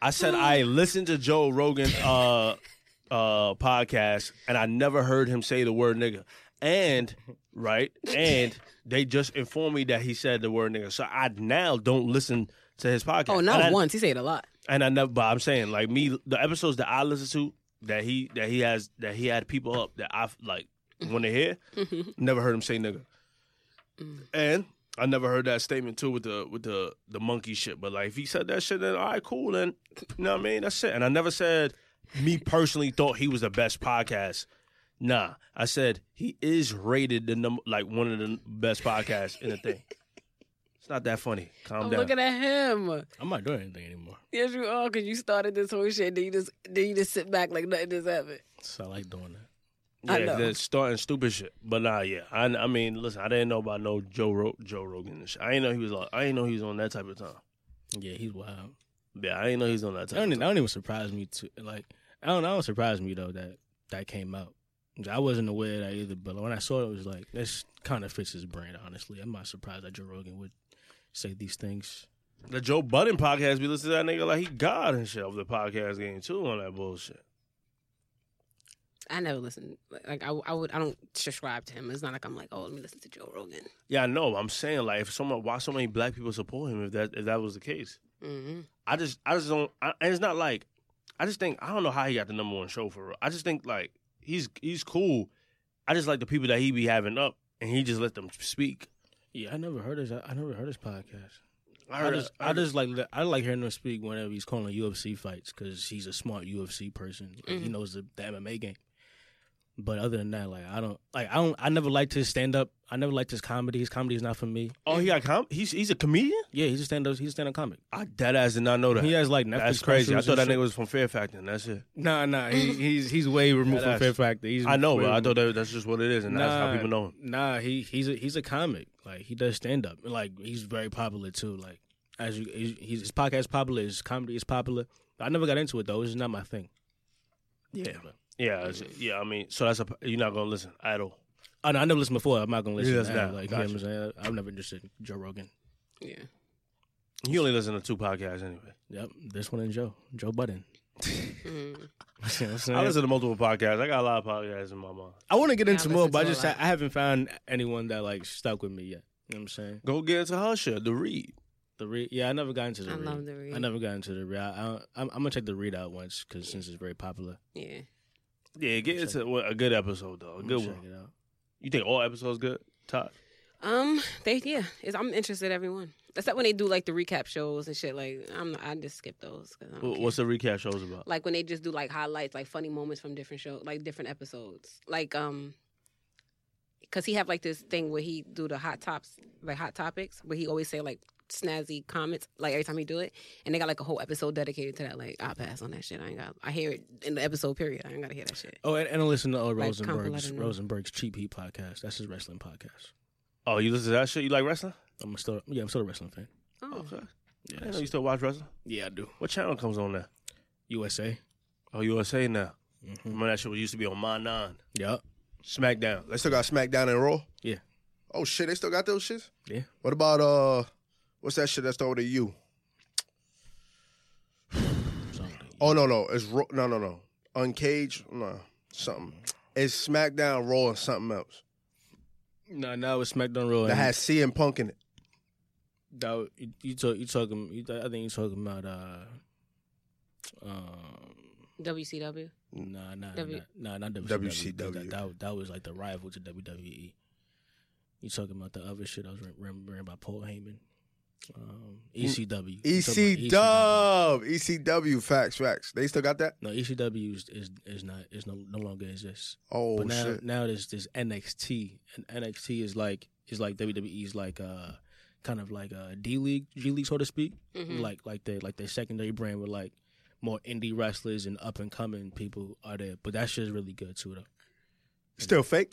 H: I said I listened to Joe Rogan uh uh podcast and I never heard him say the word nigga. And right, and they just informed me that he said the word nigga. So I now don't listen to his podcast.
D: Oh,
H: and
D: not
H: I,
D: once. He said a lot.
H: And I never but I'm saying like me the episodes that I listen to that he that he has that he had people up that I've like want to hear, never heard him say nigga. And I never heard that statement too with the with the the monkey shit. But like if he said that shit, then all right, cool. Then you know what I mean? That's it. And I never said me personally thought he was the best podcast. Nah, I said he is rated the number like one of the best podcasts in the thing. It's not that funny. Calm
D: I'm
H: down.
D: looking at him.
F: I'm not doing anything anymore.
D: Yes, you are, because you started this whole shit. Then you just, then you just sit back like nothing just happened.
F: So I like doing that.
H: Yeah,
D: I know.
H: they're starting stupid shit. But nah, yeah. I, I mean, listen, I didn't know about no Joe Ro- Joe Rogan and shit. I didn't know he was like, I didn't know he was on that type of time.
F: Yeah, he's wild.
H: Yeah, I didn't know he was on that
F: That
H: type.
F: don't,
H: of
F: that
H: time.
F: don't even surprise me too. Like I don't. That don't surprise me though that that came out. I wasn't aware of that either. But when I saw it, it was like this kind of fits his brand. Honestly, I'm not surprised that Joe Rogan would say these things.
H: The Joe Budden podcast, we listen to that nigga like he god and shit of the podcast game too on that bullshit.
D: I never listen. Like I, I would, I don't subscribe to him. It's not like I'm like, oh, let me listen to Joe Rogan.
H: Yeah, I know. I'm saying like, if someone, why so many black people support him? If that if that was the case,
D: hmm
H: I just I just don't. I, and it's not like I just think I don't know how he got the number one show for real. I just think like he's he's cool. I just like the people that he be having up, and he just let them speak.
F: Yeah, I never heard his. I, I never heard his podcast.
H: I,
F: I
H: heard-
F: just, I just like, I like hearing him speak whenever he's calling UFC fights because he's a smart UFC person. Like, He knows the, the MMA game. But other than that, like I don't, like I don't, I never liked his stand up. I never liked his comedy. His comedy is not for me.
H: Oh, he got com. He's he's a comedian.
F: Yeah, he's a stand up. He's a stand up comic.
H: I dead ass did not know that.
F: He has like Netflix.
H: That's crazy. I
F: specials
H: thought that
F: and
H: nigga was from Fear Factor. And that's it.
F: shit. Nah, nah. He, he's he's way removed from
H: Deadass.
F: Fear Factor. He's
H: I know,
F: way
H: but I
F: removed.
H: thought that that's just what it is, and that's how people know him.
F: Nah, he he's a, he's a comic. Like he does stand up. Like he's very popular too. Like as you, he's, he's- his podcast is popular, his comedy is popular. I never got into it though. It's not my thing. Yeah.
H: Yeah, it's- yeah. I mean, so that's a you're not gonna listen at all.
F: Oh, I, know, I never listened before. I'm not gonna listen.
H: Yeah, that's
F: now.
H: not-
F: Like you know what I'm saying, I'm never interested. in Joe Rogan.
D: Yeah.
H: You only listen to two podcasts anyway.
F: Yep. This one and Joe. Joe Budden. You know what I'm saying?
H: I listen to multiple podcasts. I got a lot of podcasts in my mind.
F: I want to get into
D: Yeah, I
F: more,
D: listen
F: but I
D: to a
F: just ha-
D: lot.
F: I haven't found anyone that like stuck with me yet. You know what I'm saying?
H: Go get into her shit, the read.
F: The read, yeah, I never got into the
D: I
F: read.
D: love The Read.
F: I never got into the read. I, I, I'm, I'm gonna check the read out once because since it's very popular,
D: Yeah.
H: Yeah, get into well, a good episode though. A
F: I'm
H: good
F: gonna check
H: one.
F: it out.
H: You think all episodes good? Todd.
D: Um, they yeah, it's, I'm interested in everyone. Except when they do like the recap shows and shit. Like I'm, I just skip those. 'cause I don't
H: Wh- What's the recap shows about?
D: like when they just do like highlights, like funny moments from different shows, like different episodes. Like um, because he have like this thing where he do the hot tops, like hot topics, where he always say like snazzy comments, like every time he do it, and they got like a whole episode dedicated to that. Like I pass on that shit. I ain't got. I hear it in the episode period. I ain't gotta hear that shit.
F: Oh, and, and I listen to uh,
D: Like,
F: Rosenberg's
D: compliment him.
F: Rosenberg's Cheap Heat podcast. That's his wrestling podcast.
H: Oh, you listen to that shit? You like wrestling?
F: I'm still yeah, I'm still a wrestling fan.
D: Oh,
H: Okay.
F: Yeah,
H: I didn't know you still watch wrestling.
F: yeah, I do.
H: What channel comes on there?
F: USA.
H: Oh, USA now.
F: Mm-hmm.
H: Remember that shit was used to be on My Nine.
F: Yep.
H: SmackDown.
E: They still got SmackDown and Raw.
F: Yeah.
E: Oh shit, they still got those shits.
F: Yeah.
E: What about uh, what's that shit that started with a U? Oh no no, it's Raw. No no no, Uncaged. No something. It's SmackDown, Raw, and something else
F: No, now it's SmackDown Raw.
E: that
F: and
E: has CM Punk in it.
F: that w- you, you talk you talking. You, I think you talking about uh, um,
D: WCW.
F: nah, nah,
D: W-
F: nah, nah, not WCW. 'cause
E: WCW.
F: That, that, was- that was like the rival to WWE. You talking about the other shit I was remembering by Paul Heyman, um, ECW. You talking
H: E
F: E
E: EC
F: about
E: E Dub, ECW. Facts, facts. They still got that.
F: No, ECW is is, is not is no no longer exists.
E: Oh
F: but now
E: shit.
F: now there's this NXT and NXT is like is like WWE's like uh kind of like a D League G League so to speak
D: Mhm.
F: like like they like their secondary brand with like more indie wrestlers and up and coming people are there but that shit is really good too though
E: Still fake.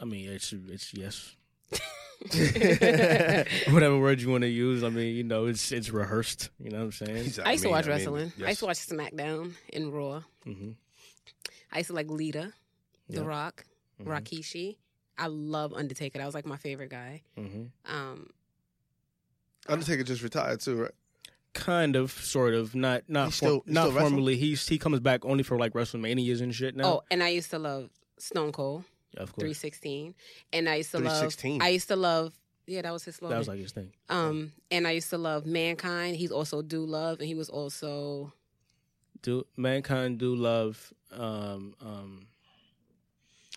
F: I mean it's it's yes whatever word you want to use I mean you know it's it's rehearsed you know what I'm saying
E: He's like,
D: I used to
E: mean,
D: watch
E: mean,
D: wrestling. I used to
E: yes.
D: watch SmackDown and Raw.
F: hmm
D: I used to like Lita, The
F: Yeah.
D: Rock,
F: Mhm.
D: Rakishi. I love Undertaker. That was like my favorite guy.
F: hmm
D: Um,
E: Undertaker just retired too, right?
F: kind of sort of not not
E: He's
F: for-
E: still- he's
F: not
E: still wrestling?
F: formally he's he comes back only for like WrestleManias and shit now
D: Oh, and I used to love Stone Cold
F: of course
D: three sixteen, and I used to love.
E: 316.
D: I used to love. Yeah, that was his slogan.
F: that was like his thing.
D: um, and I used to love Mankind. He's also Do Love, and he was also
F: do mankind do love um um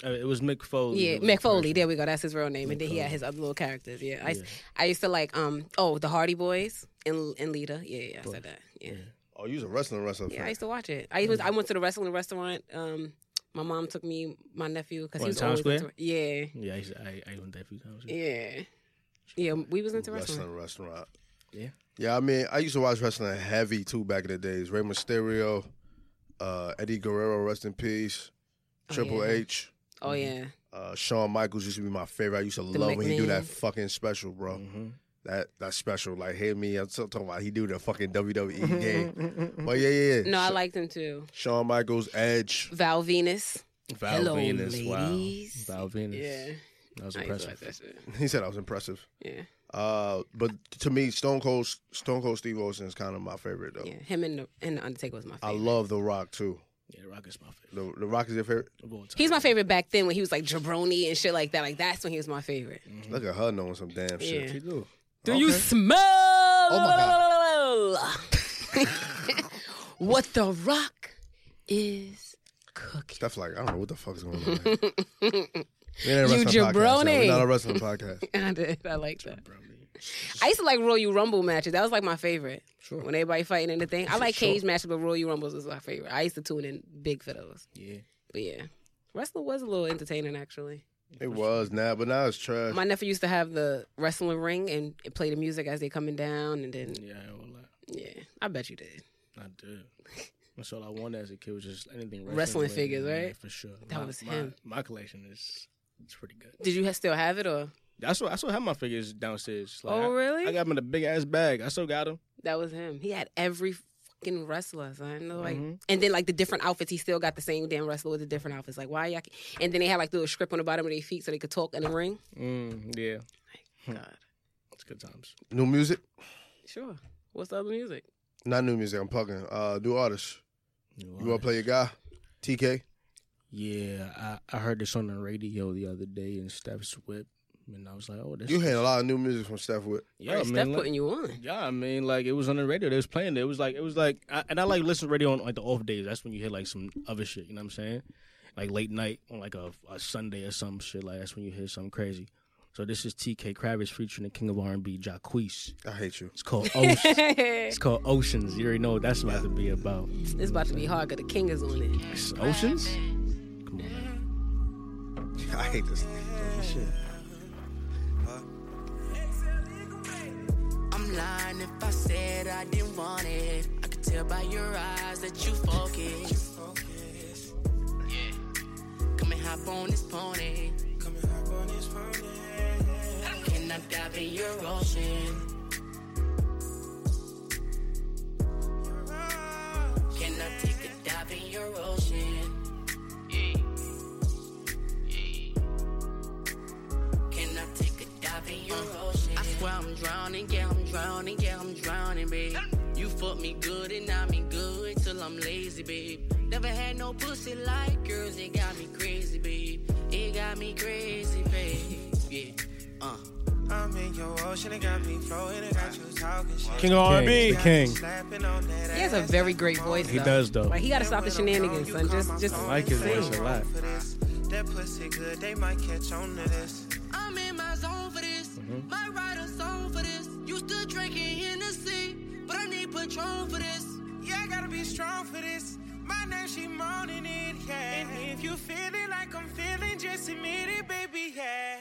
F: uh, it was Mick Foley.
D: yeah
F: that was the
D: Mick Foley.
F: person.
D: There we go. That's his real name, and then he had his other little characters. Yeah, I, I used to like um oh the Hardy Boys and and Lita. Yeah, yeah, I said that. Yeah.
E: Oh, you was a wrestling wrestler.
D: Yeah, I used to watch it. I was I went to the wrestling restaurant. Um, my mom took me, my nephew, because
F: What,
D: he was
F: Times
D: always
F: Square?
D: into yeah,
F: Yeah, I, used to- I, I went there a few times.
D: yeah, yeah. We was into wrestling.
E: wrestling restaurant.
F: Yeah.
E: Yeah, I mean, I used to watch wrestling heavy too back in the days. Rey Mysterio, uh, Eddie Guerrero, rest in peace.
D: Oh,
E: Triple
D: yeah.
E: H,
D: Oh yeah,
E: uh, Shawn Michaels used to be my favorite. I used to
D: The
E: love when he do that
D: McMahon.
E: fucking special, bro.
F: Mhm.
E: That that special, like hit me. I'm still talking about he do the fucking WWE game. But yeah, yeah, yeah.
D: no, I
E: Sh-
D: liked him too.
E: Shawn Michaels, Edge.
D: Val Venus.
F: Val
D: Hello,
F: Venus,
D: ladies.
F: wow. Val Venus.
D: Yeah,
F: That was
D: I used to like
F: impressive.
D: that shit.
E: He said I was impressive.
D: Yeah,
E: Uh, but to me, Stone Cold Stone Cold Steve Austin is kind of my favorite though.
D: yeah. Him and the, and the Undertaker was my
E: I
D: favorite.
E: love The Rock too.
F: Yeah, The Rock is my favorite
E: The, the Rock is your favorite.
F: of all time.
D: He's my favorite back then when he was like jabroni and shit like that. Like that's when he was my favorite.
E: Look at her knowing some damn shit.
D: Yeah.
F: He do.
D: Do you
E: Okay.
D: smell? what the rock is cooking?
E: Stuff like I don't know what the fuck is going on. here. We ain't a
D: You
E: wrestling podcast, though.
D: jabroni.
E: We not a wrestling podcast.
D: I did. I like that. I used to like Royal Rumble matches. That was like my favorite.
F: Sure.
D: When everybody fighting in the thing. I like cage matches, but Royal Rumbles was my favorite. I used to tune in big for those.
F: Yeah.
D: But yeah. Wrestling was a little entertaining actually.
E: It was now, but now it's trash.
D: My nephew used to have the wrestling ring and play the music as they coming down and then
F: Yeah, I will lie.
D: yeah. I bet you did.
F: I did. That's all I wanted as a kid was just anything wrestling,
D: Wrestling
F: related,
D: figures,
F: yeah,
D: right?
F: for sure.
D: That
F: My-
D: was
F: my-
D: him.
F: My collection is it's pretty good.
D: Did you ha- still have it or
F: I still I still have my figures downstairs. Like,
D: Oh,
F: I-
D: really?
F: I, got them in a big ass bag. I still got them.
D: That was him. He had every fucking wrestler, son. Like,
F: Mhm.
D: and then like the different outfits, he still got the same damn wrestler with the different outfits. Like, why y'all? ca- And then they had like the little script on the bottom of their feet so they could talk in the ring.
F: Mm, yeah,
D: God,
F: it's good times.
E: New music,
D: sure. What's the other music?
E: not new music. I'm plugging uh, new artists. You want to play your guy, TK?
F: Yeah, I, I heard this on the radio the other day in Steph's whip, and I was like, oh, this.
E: You had a lot of new music from Steph with.
F: yeah,
D: Right,
F: man,
D: Steph
F: like-
D: putting you on.
F: Yeah, I mean, like it was on the radio. They was playing it. It was like it was like, I, and I like listen to radio on like the off days. That's when you hear like some other shit. You know what I'm saying? Like late night on like a, a Sunday or some shit. Like that's when you hear something crazy. So this is T.K. Kravitz featuring the King of R&B, Jacquees.
E: I hate you.
F: It's called Ocean. it's called Oceans. You already know what that's about to be about.
D: It's about to be hard because the king is on it.
F: It's Oceans. Come on, man.
E: I hate this.
G: I'm lying if I said I didn't want it. I could tell by your eyes that you focus. Yeah. Come and hop on this pony. Come and hop on this pony. Can I dive in your ocean? Can I take a dive in your ocean? Yeah. Yeah. Can I take a dive in your ocean? I swear I'm drowning, yeah, I'm drowning, yeah, I'm drowning, babe. You fuck me good and I mean good till I'm lazy, babe. Never had no pussy like yours, it got me crazy, babe. It got me crazy, babe. Yeah, uh.
L: I'm in your ocean, it got me floating, it got you talking shit.
F: King of R&B. The King.
L: Slapping on that
D: He has a very great voice.
F: He
D: though.
F: does, though.
D: Like he got to stop the shenanigans, son. Just, just
L: I
F: like his voice a lot.
L: for this. That pussy good, they might catch on to this.
G: I'm in my zone for this.
H: Mm-hmm.
G: Might write a song for this. You still drinking Hennessy, but I need Patron for this.
L: Yeah, I gotta be strong for this. My name, she moaning it, yeah. And if you feeling like I'm feeling, just admit it, baby, yeah.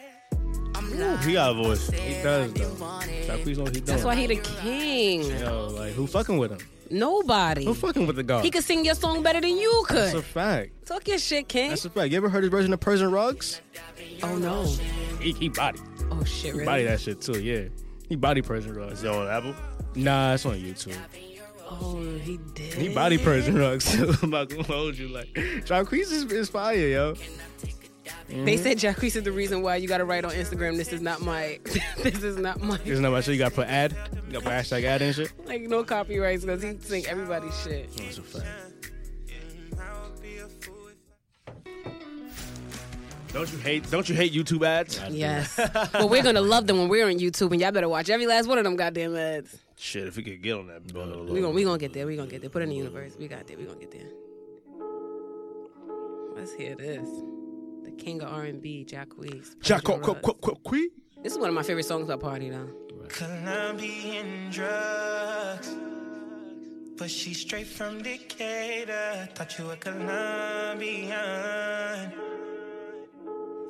G: I'm
F: He got a voice. He does though. Jacquees know what he doing.
D: that's why he the king.
F: Yo, like who fucking with him?
D: Nobody.
F: Who fucking with the guy?
D: He could sing your song better than you
F: That's a
D: could.
F: fact.
D: Talk your shit, king.
F: That's a fact. You ever heard his version of Persian Rugs?
D: Oh no.
F: He, he body.
D: Oh shit,
F: He body
D: really?
F: that shit too, yeah. He body Persian rugs.
H: Is it on Apple?
F: Nah, it's on YouTube.
D: Oh, he did.
F: He body Persian rugs too. I'm not gonna hold you like Jacquees is, is fire, yo. Mm-hmm.
D: They said Jacquees is the reason why you got to write on Instagram. This is not my. this is not my.
F: There's not much you gotta put ad. You gotta put hashtag ad and shit.
D: Like no copyrights because he sing everybody's shit.
F: That's a fact.
H: Don't you hate? Don't you hate YouTube ads?
D: Yes. but we're gonna love them when we're on YouTube, and y'all better watch every last one of them goddamn ads.
H: Shit, if we could get on that.
D: We gonna we gonna get there. We gonna get there. Put it in the universe. We got there. We gonna get there. Let's hear this. The king of R and B, Jacquees. Persian
H: Jaco, qu-
D: Rugs.
H: qu- qu- qu-
D: This is one of my favorite songs by Party though.
L: Colombian drugs. But she straight from Decatur. Thought you were Colombian.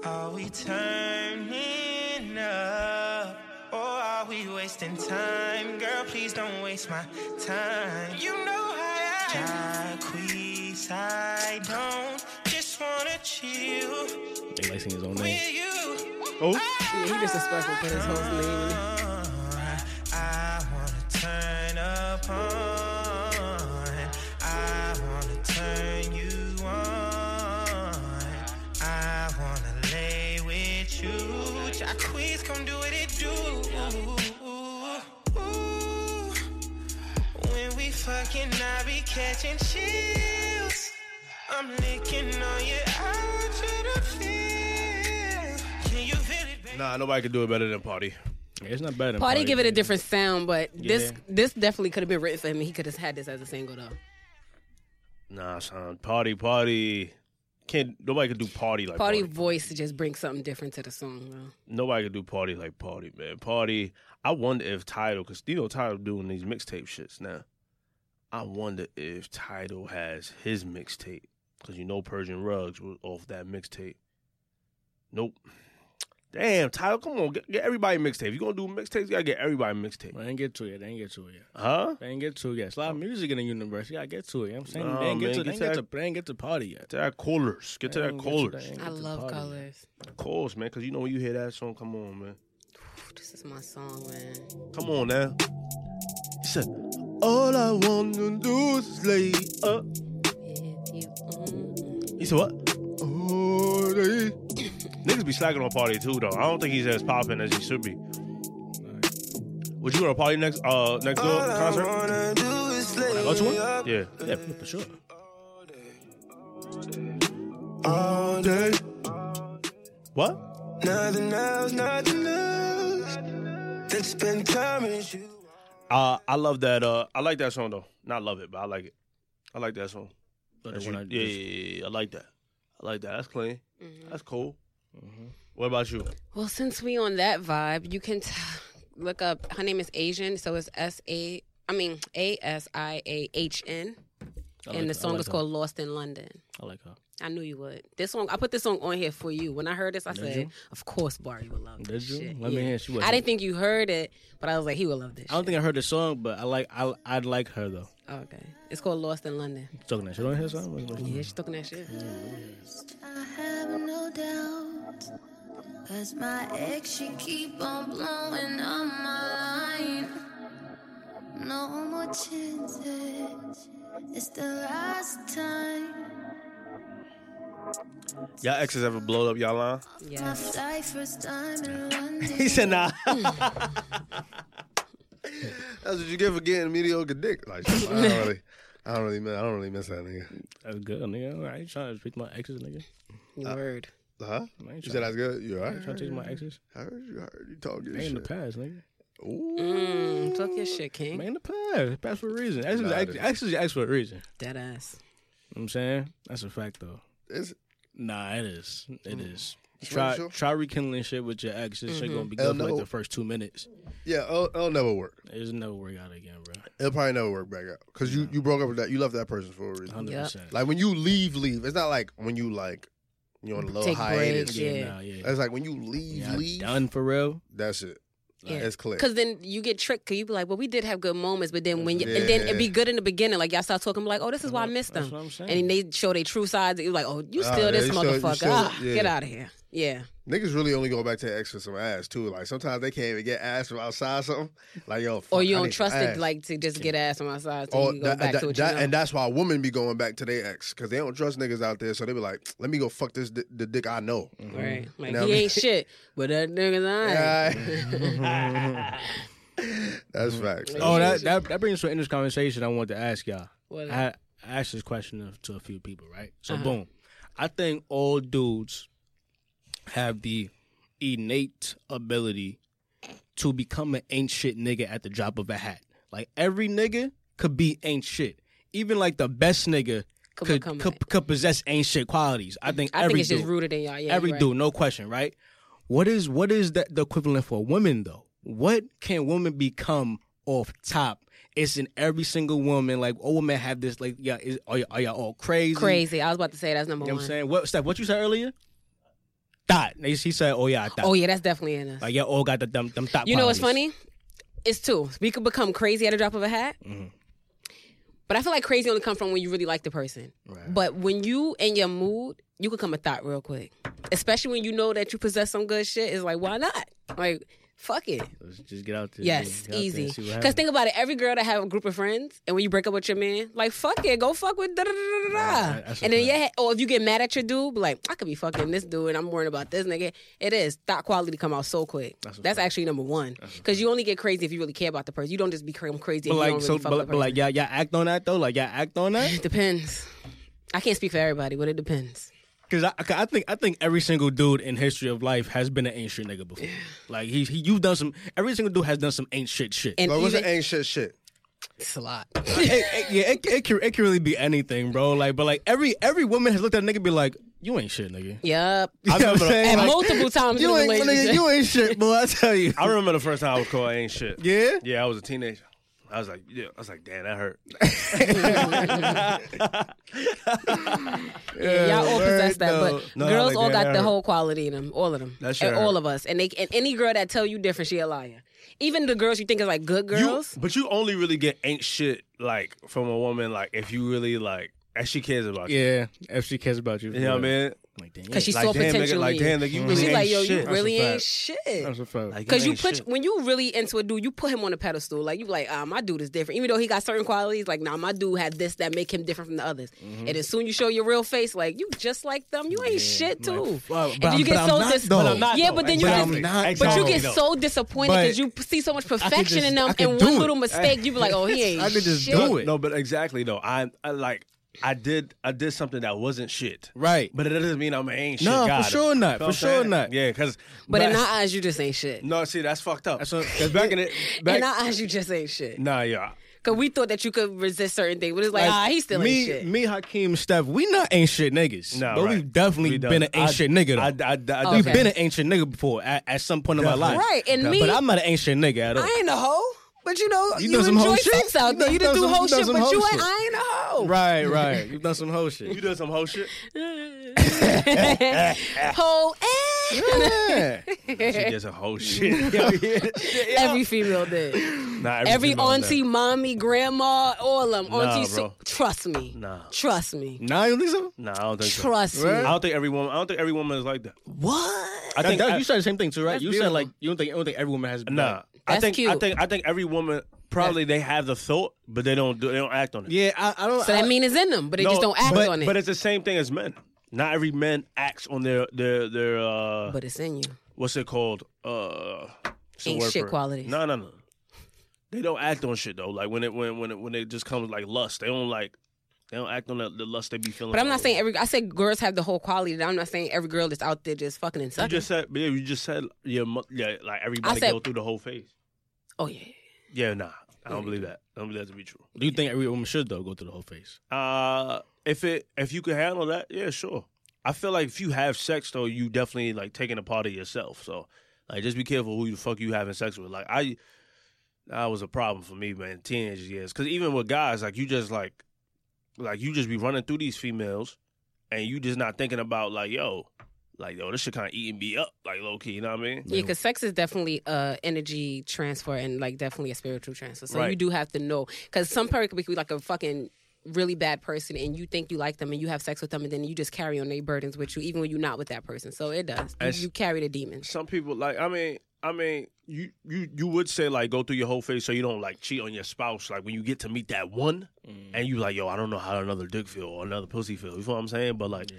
L: Are we turning up? Or are we wasting time? Girl, please don't waste my time. You know I am. Jacquees, I don't just wanna chill
F: They like singing his own name.
L: with you.
H: Oh.
D: Yeah, he disrespectful put his whole name.
L: I wanna turn up on. I wanna turn you on. I wanna lay with you. Jacquees, come do what it do. Ooh. When we fucking, I be catching chills. I'm licking on you out to the feel. Can you feel it, baby?
H: Nah, nobody could do it better than Party.
F: Yeah, it's not better than
D: Party give it a different sound, but this
F: Yeah.
D: this definitely could have been written for him. and He could have had this as a single though.
H: Nah, son, Party, Party. Can't nobody could do Party like
D: Party
H: Party.
D: voice just brings something different to the song though.
H: Nobody could do Party like Party, man. Party. I wonder if Title, cause Stilo Title doing these mixtape shits now. I wonder if Title has his mixtape, cause you know Persian Rugs was off that mixtape. Nope. Damn, Title, come on, get, get everybody mixtape. You gonna do mixtapes? You gotta get everybody mixtape,
F: I ain't get to it. They ain't get to it yet.
H: huh?
F: They ain't get to it yet. It's a lot of music in the universe. You gotta get to it. You know what I'm saying
H: Nah,
F: they ain't get
H: man,
F: to they
H: get
F: ain't
H: to
F: get
H: that-
F: to they ain't get to party yet.
H: To that callers, get to
F: They
H: that
F: ain't get to- they
H: callers.
F: ain't
D: I
F: get to
D: love
F: party yet.
D: colors.
H: Calls, man, because you know when you hear that song, come on, man.
D: This is my song, man.
H: Come on now. He said, All I want to do is lay up.
D: If you only-
H: He said, What? Oh, lay. Niggas be slacking on party too, though. I don't think he's as popping as he should be. Would you go to a party next uh next door
L: All I
H: concert?
L: wanna do is lay
F: Go to one?
L: up.
H: Yeah.
F: Yeah, for sure.
L: all day.
H: What?
L: Nothing else, nothing else. That's spend time with you.
H: Uh, I love that. Uh, I like that song though. Not love it, but I like it. I like that song.
F: But
H: That's
F: when
H: you-
F: I
H: yeah,
F: just-
H: yeah, yeah, I like that. I like that. That's clean.
D: Mm-hmm.
H: That's cool.
F: Mm-hmm.
H: What about you?
D: Well, since we on that vibe, you can t- look up. Her name is Asian, so it's S A. I mean A S I A H N,
F: I like-
D: and the
F: I
D: song
F: like
D: is
F: her.
D: called "Lost in London."
F: I like her.
D: I knew you would. This song, I put this song on here for you. When I heard this, I said,
F: you?
D: "Of course, Barry would love this
F: Did you?
D: shit."
F: Let me hear. She was.
D: I didn't think you heard it, but I was like, "He would love this."
F: I don't think I heard the song, but I like. I I like her though.
D: shit. okay, it's called "Lost in London."
F: Talking that shit on her song.
D: Yeah, she's talking that shit.
F: Mm.
M: I have no doubt. Cause my ex, she keep on blowing up my line. No more chances. It's the last time.
H: Y'all exes ever blowed up y'all line?
M: My
D: Yeah,
M: flight first time in London.
H: He said nah.
N: That's what you get for getting mediocre dick. Like, I don't really, I don't really, miss, I don't really miss that nigga.
F: That's good, nigga. I ain't trying to speak to my exes, nigga.
D: word.
N: Huh?
F: I ain't
N: You said
F: tryna-
N: that's good. You all right?
F: I trying to my exes.
N: I heard you. I heard you talking
F: Man in the
N: shit.
F: past, nigga.
D: Mm, talk your shit,
F: Man
D: King.
F: in the past. Past for a reason. Exes,
N: Nah,
F: ex-
N: dude.
F: exes, ex for a reason.
D: Dead ass.
F: You know what I'm saying that's a fact though. Mm.
N: It's
F: Nah, it is. It is.
N: really
F: Try
N: sure?
F: try rekindling shit with your ex. This shit gonna
D: Mm-hmm.
F: be good for like
N: no.
F: the first two minutes.
N: yeah. It'll, it'll never work.
F: It's never work out again, bro.
N: It'll probably never work back out because you you broke up with that. You left that person for a reason.
F: Hundred
D: Yep.
F: percent.
N: Like when you leave, leave. It's not like when you like you're on a little
D: Take
N: hiatus.
D: breaks, yeah.
F: Nah, yeah.
N: It's like when you leave,
F: Yeah,
N: leave.
F: done for real.
N: That's it.
D: Yeah.
N: It's clear.
D: Cause then you get tricked. Cause you be like, "Well, we did have good moments, but then when you,
N: Yeah.
D: and then it be good in the beginning, like y'all start talking like, oh, this is why I missed
F: That's
D: them.'
F: what I'm saying.
D: and they show their true sides. You're like, oh, you
N: Ah,
D: still
N: yeah,
D: this
N: you still- you
D: motherfucker.
N: still-
D: Ah,
N: yeah.
D: Get out of here. Yeah.
N: Niggas really only go back to ex for some ass too. Like sometimes they can't even get ass from outside something. Like yo, fuck,
D: Or you
N: I
D: don't
N: need
D: trust
N: some
D: it,
N: ass.
D: like to just get ass on my side. So
N: Or
D: you go
N: that,
D: back
N: that-
D: to what
N: that-
D: you know.
N: and that's why women be going back to their ex because they don't trust niggas out there. So they be like, let me go fuck this di- the dick I know.
D: Right. Like
N: know what
D: he
N: I mean?
D: ain't shit, but that nigga's alright.
N: Alright. That's facts.
F: Oh, that, that that brings us to an interesting conversation I want to ask y'all.
D: What?
F: I, I asked this question of- to a few people, right? So,
D: Uh-huh.
F: boom. I think all dudes have the innate ability to become an ain't shit nigga at the drop of a hat. Like, every nigga could be ain't shit. Even like the best nigga
D: Could
F: could,
D: become
F: could,
D: a-
F: could, possess ain't shit qualities. I think
D: I
F: every
D: think it's
F: dude,
D: just rooted in y'all. Yeah,
F: every
D: you're right.
F: dude, no question, right? What is what is that the equivalent for women though? What can women become off top? It's in every single woman. Like all women have this. Like yeah, is, are, y- are y'all all crazy?
D: Crazy. I was about to say that's number
F: You know what I'm
D: one.
F: saying? What Steph? What you said earlier? Thought. They- She said, "Oh yeah, I thought."
D: Oh yeah, that's definitely in us.
F: Like y'all all got the dumb dumb thought.
D: you know what's
F: qualities.
D: funny? It's two. We could become crazy at a drop of a hat. But I feel like crazy only come from when you really like the person. But when you in your mood, you could come a thought real quick. Especially when you know that you possess some good shit. It's like, why not? Like, fuck it.
F: Let's just get out there.
D: Yes,
F: get out there and
D: easy.
F: see what
D: Because
F: happens.
D: think about it, every girl that have a group of friends, and when you break up with your man, like fuck it, go fuck with da da da da da.
F: Right, that's a
D: And then
F: fact.
D: yeah, or if you get mad at your dude, be like I could be fucking this dude, and I'm worrying about this nigga. It is thought quality come out so quick. That's, actually number one. Because you only get crazy if you really care about the person. You don't just become crazy. if
F: But
D: you
F: like,
D: don't
F: so
D: really fuck
F: but,
D: with the
F: but like,
D: person.
F: y'all, y'all act on that though. Like, y'all act on that.
D: it depends. I can't speak for everybody, but it depends.
F: Cause I, I I think I think every single dude in history of life has been an ancient nigga before. Like he, he you've done some. Every single dude has done some ancient shit.
D: And
N: Like, what's
D: even,
N: the ain't shit shit?
D: it's a lot.
F: it, it- yeah, it, it can it can really be anything, bro. Like, but like every every woman has looked at a nigga and be like, you ain't shit, nigga.
D: yep.
F: You know what I'm saying?
D: And
F: Like,
D: multiple times in
F: you
D: a
F: ain't
D: relationship.
F: nigga, you ain't shit, boy. I tell you.
H: I remember the first time I was called ain't shit.
F: Yeah.
H: Yeah, I was a teenager. I was like, yeah, I was like, damn, that hurt.
D: Yeah, y'all all possess that,
F: no.
D: but
F: No,
D: girls
F: like
D: all
F: that,
D: got
F: that
D: the
F: hurt.
D: whole quality in them, all of them,
H: That shit
D: and all
H: hurt.
D: of us. And they and any girl that tell you different, she a liar. Even the girls you think is like good
H: You-
D: girls,
H: but you only really get ain't shit like from a woman like if you really like and she cares about you.
F: Yeah, if she cares about you,
H: You know what I mean?
F: Like, damn,
D: because she
H: Like,
D: saw
H: damn, nigga,
D: potential in
H: like,
D: you.
H: damn, nigga, you
D: But
H: really
D: she's like,
H: ain't
D: yo,
H: shit.
D: you really ain't
F: That's
D: shit.
F: that's a fact.
H: Like,
D: Because you
H: ain't
D: put
H: shit.
D: when you really into a dude, you put him on a pedestal. Like you be like, ah, my dude is different. Even though he got certain qualities, like nah, my dude had this that make him different from the others.
F: Mm-hmm.
D: And as soon you show your real face, like you just like them, you ain't shit
F: like,
D: too.
F: fuck,
D: and
F: but
D: then
F: I'm-
D: you
F: but
D: get
F: I'm
D: so
F: not,
D: dis-
F: though. But I'm
H: not,
D: yeah,
H: though.
D: but then you
F: But
D: get
F: I'm not,
D: but you
F: though.
D: get so disappointed
F: But-
D: because you p- see so much perfection
F: just-
D: in
F: I
D: them,
F: could
D: and one
F: do it.
D: little mistake, you be like, oh, he ain't.
F: I could just
D: shit.
F: do it.
H: No, but exactly though. I, I like I did I did something that wasn't shit.
F: Right.
H: But it doesn't mean I'm an ain't shit
F: No,
H: guy.
F: for sure not.
H: Feel
F: For sure
H: saying?
F: not.
H: Yeah, because
D: But in our eyes, you just ain't shit.
H: no, see that's fucked up.
F: That's what-
H: Because back in it, back
D: In our eyes, you just ain't shit.
H: nah, yeah,
D: Cause we thought that you could resist certain things, but it's like, ah, he still
F: me,
D: ain't shit.
F: Me, Hakeem, Steph, we not ancient niggas.
H: Nah,
F: but
H: right.
F: we've definitely
H: We
F: been an
H: done-
F: ancient nigga.
H: I,
F: Though.
H: I, I, I
D: Oh, Okay.
F: We've been an ancient nigga before at, at some point in my life.
H: Definitely.
D: Right, and me-
F: But I'm not an ancient nigga at all.
D: I ain't a hoe, but you know,
F: You
D: you,
F: done some hoe
D: enjoy
F: shit?
D: sex out
F: You
D: there.
F: done-
D: You done
F: done
D: do
F: some-
D: whole
F: you done
D: shit,
F: some
D: but
F: hoe
D: you ain't,
F: shit.
D: I ain't a hoe.
F: Right, right. You've done some whole shit.
H: you done some whole shit.
D: Whole ass.
F: Yeah.
H: she did some whole shit.
D: Every female did.
H: nah,
D: Every
H: female done.
D: auntie, mommy, grandma, all them.
H: Nah,
D: auntie,
H: bro.
D: trust me.
H: Nah.
D: Trust me.
F: nah, you think so?
D: Mm.
H: Nah, I don't think so.
D: Trust
H: I
D: me.
H: don't think every woman. I don't think every woman is like that.
D: What?
H: I
F: That-
H: think
F: that-
H: I-
F: you said the same thing too, right?
D: That's
F: You said
D: beautiful.
F: like you don't think you don't think every woman has.
H: Nah,
F: like-
H: I
D: That's
H: think I
D: cute.
H: think I think every woman probably they have the thought, but they don't do, they don't act on it.
F: yeah, I, I don't.
D: So
F: I-
D: that mean it's in them, but they
H: No,
D: just don't act
H: but,
D: on it.
H: But
D: But,
H: it's the same thing as men. Not every man acts on their their their uh
D: it's in you.
H: what's it called? Uh it's a
D: Ain't
H: word
D: shit
H: for it.
D: qualities.
H: No, no, no. They don't act on shit though. Like when it when when it, when it just comes like lust, they don't like they don't act on the, the lust they be feeling.
D: But I'm
H: for
D: not
H: it.
D: saying every. I said girls have the whole quality. That I'm not saying every girl that's out there just fucking and
H: you
D: sucking.
H: just said yeah, you just said yeah, mo- yeah like everybody
D: said-
H: go through the whole phase.
D: oh yeah.
H: Yeah, nah. I don't believe that. I don't believe that to be true.
F: do you think every woman should though go through the whole phase?
H: Uh if it if you can handle that, yeah, sure. I feel like if you have sex though, you definitely like taking a part of yourself. So like just be careful who the fuck you having sex with. Like I that was a problem for me, man, teenage years. Cause even with guys, like you just like like you just be running through these females and you just not thinking about like, yo, like yo, this shit kinda eating me up, like low key, you know what I mean?
D: Yeah, because sex is definitely uh energy transfer and like definitely a spiritual transfer. So you
H: Right.
D: do have to know because some person could be like a fucking really bad person, and you think you like them, and you have sex with them, and then you just carry on their burdens with you, even when you're not with that person. So it does. You,
H: That's-
D: you carry the demons.
H: Some people like I mean I mean, you, you you would say like go through your whole face so you don't like cheat on your spouse. Like when you get to meet that one,
F: Mm.
H: and you like yo, I don't know how another dick feel or another pussy feel. You feel what I'm saying? But like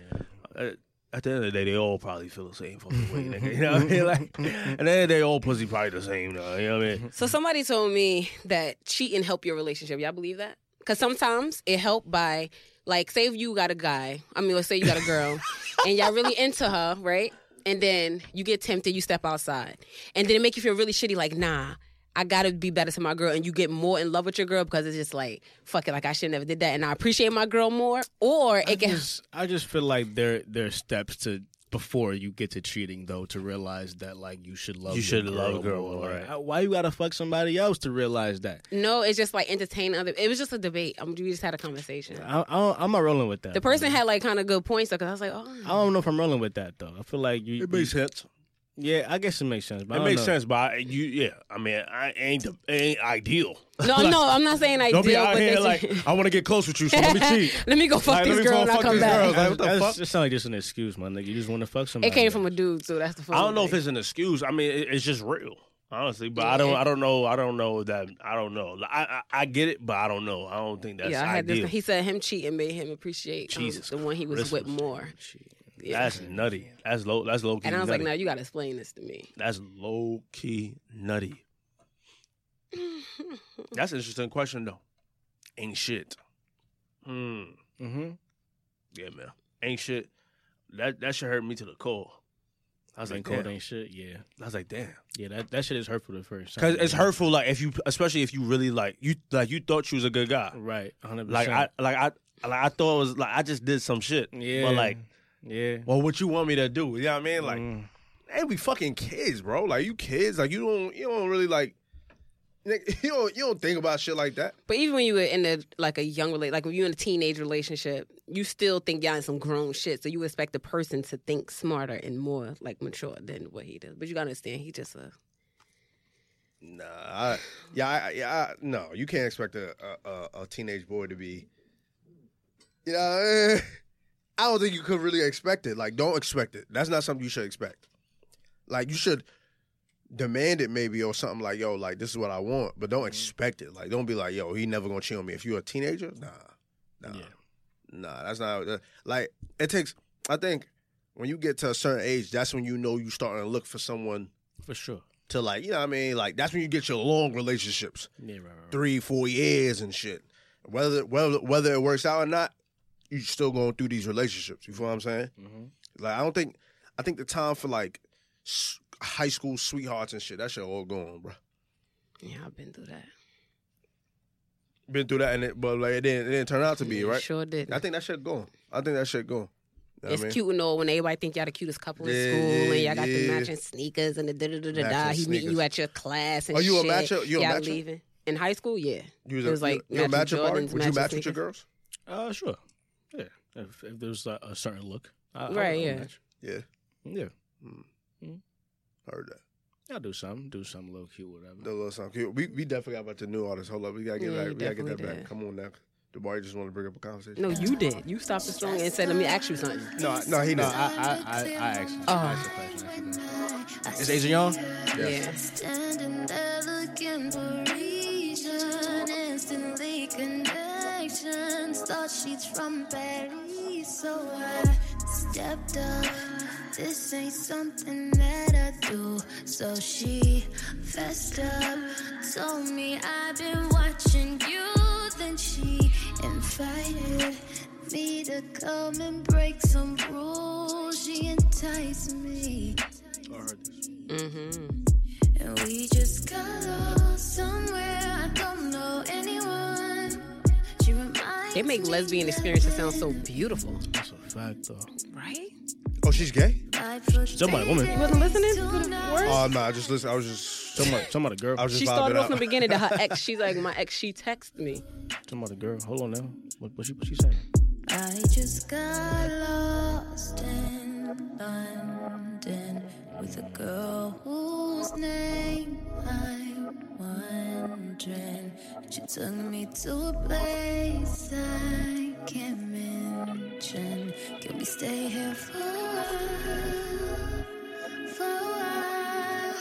H: at, at the end of the day, they all probably feel the same fucking way. Nigga, you know what I mean? Like at the end of the day, all pussy probably the same. Though, you know what I mean?
D: So somebody told me that cheating help your relationship. Y'all believe that? Because sometimes it helped by like, say if you got a guy, I mean, let's say you got a girl, and y'all really into her, right? And then you get tempted, you step outside, and then it make you feel really shitty. Like, nah, I gotta be better to my girl, and you get more in love with your girl because it's just like, fuck it, like I should never did that, and I appreciate my girl more. Or it
F: I
D: can
F: just, I just feel like there there are steps to before you get to cheating though to realize that like you should love
H: You
F: your
H: should love a girl more,
F: Like,
H: right.
F: I- why you gotta fuck somebody else to realize that
D: no, it's just like entertain other. It was just a debate. Um, we just had a conversation.
F: I, I don't, I'm not rolling with that
D: The person had like kind of good points because I was like,
F: I
D: oh,
F: don't know if I'm rolling with that though I feel like you
E: It makes
F: you-
E: sense.
F: yeah I guess it makes sense but I
H: It
F: don't
H: makes
F: know.
H: sense, but I, you yeah. I mean, I ain't the, it ain't ideal.
D: no, no, I'm not saying I
H: Don't be
D: deal
H: out
D: with
H: here
D: this.
H: like I want to get close with you, so let me cheat.
D: let me go fuck
H: Like, let
D: this
H: me
D: girl
H: go
D: and I
H: fuck
D: come
H: this
D: back.
H: girl. Like, what the
F: That's-
H: fuck?
F: It sounds like just an excuse, my nigga. You just want to fuck somebody.
D: It came from a dude, so that's the funny
H: I don't know if
D: thing.
H: it's an excuse. I mean, it, it's just real, honestly. But I
D: Yeah.
H: don't, I don't know, I don't know that. I don't know. Like, I, I, I get it, but I don't know. I don't think that's
D: yeah, I had
H: ideal.
D: this. He said him cheating made him appreciate um,
H: Jesus
D: the one he was with
H: Christmas.
D: more. Yeah.
H: That's nutty. That's low. That's low key.
D: and I was like,
H: nutty.
D: now you got to explain this to me.
H: that's low key nutty. that's an interesting question though. Ain't shit. Hmm.
F: Mm-hmm.
H: Yeah, man. Ain't shit. That that should hurt me to the core. I was
F: Ain't
H: like,
F: cold,
H: damn.
F: ain't shit. Yeah,
H: I was like, damn.
F: yeah. That that shit is hurtful at first.
H: Because it's hurtful. Like if you, especially if you really like you, like you thought you was a good guy.
F: Right. 100%.
H: Like I like I like I thought it was like I just did some shit.
F: Yeah.
H: But like,
F: Yeah.
H: well, what you want me to do? You know what I mean? Like,
F: Mm.
E: Hey, we fucking kids, bro. Like you kids, like you don't you don't really like nigga, you don't you don't think about shit like that.
D: But even when you were in a like a young relate, like when you're in a teenage relationship, you still think y'all in some grown shit. So you expect the person to think smarter and more like mature than what he does. But you gotta understand, he just a
E: Nah, I, yeah, I, yeah, I, no, you can't expect a, a- a a teenage boy to be. You know, eh, I don't think you could really expect it. Like, don't expect it. That's not something you should expect. Like, you should demand it maybe or something like, yo, like this is what I want, but don't expect it. Like, don't be like, yo, he never gonna cheat on me. If you're a teenager, nah, nah,
F: Yeah.
E: nah. That's not that- like it takes. I think when you get to a certain age, that's when you know you starting to look for someone
F: For sure.
E: to like, you know what I mean? Like that's when you get your long relationships,
F: Yeah. Right. right, right.
E: three, four years and shit. Whether whether whether it works out or not, you still going through these relationships. You feel what I'm saying? Like I don't think I think the time for like s- high school sweethearts and shit that shit all gone, bro.
D: Yeah, I've been through that.
E: Been through that and it, but like it didn't, it didn't turn out to be
D: Yeah,
E: right.
D: Sure did.
E: I think that shit gone. I think that shit gone. You know what I
D: It's
E: mean?
D: cute and all when everybody think y'all the cutest couple
E: Yeah,
D: in school and
E: yeah,
D: y'all got the
E: yeah.
D: matching sneakers and the da da da da da.
E: Matching
D: He meeting you
E: sneakers.
D: at your class and
E: Are you a
D: shit.
E: matcher? You a
D: y'all
E: matcher?
D: leaving in high school? Yeah,
E: You was,
D: it was like
E: you, you a
D: matching
E: matching party?
D: Jordans,
E: Would you
D: matching
E: match with your
D: sneakers.
E: girls?
F: Uh, sure. Yeah. If, if there's a, a certain look, I, I would- I
D: Right,
F: would
D: yeah.
F: match.
E: Yeah,
F: Yeah.
E: heard that.
F: I'll do something. Do something low key, whatever.
E: The little something cute. We we definitely got about the new artist. Hold up, we gotta get
D: Yeah,
E: back.
D: you
E: We gotta get that
D: definitely
E: back.
D: did.
E: Come on now. Jabari just want to bring up a conversation.
D: No, you did. You stopped the song and said, "Let me ask you something."
E: No, no, he
N: No,
E: not.
N: I, I, I, I actually.
D: Oh.
N: I asked a question, I asked a question. Is Asia Young?
M: Standing there looking for reason, instantly connections. Thought she's from Paris, so I stepped up. This ain't something that I do, so she fessed up. Told me I've been watching you, then she invited me to come and break some rules. She enticed me. And we just got lost somewhere. I don't know anyone. She reminds
D: They make
M: me
D: lesbian
M: that
D: experiences sound so beautiful,
F: That's a fact, though.
D: right?
E: Oh, she's gay.
M: I put
F: Somebody, woman.
D: You wasn't listening to the words.
E: Oh no, I just listen. I was just.
F: Somebody, somebody, girl.
E: I was just
D: she
E: vibing
D: started off
E: out.
D: from the beginning to her ex. She's like, "My ex, she texted me."
F: Somebody, girl. Hold on now. What, what she, what she saying?
M: I just got lost in London with a girl whose name I'm wondering. She took me to a place I can't mention. Can we stay here for a while? For a while?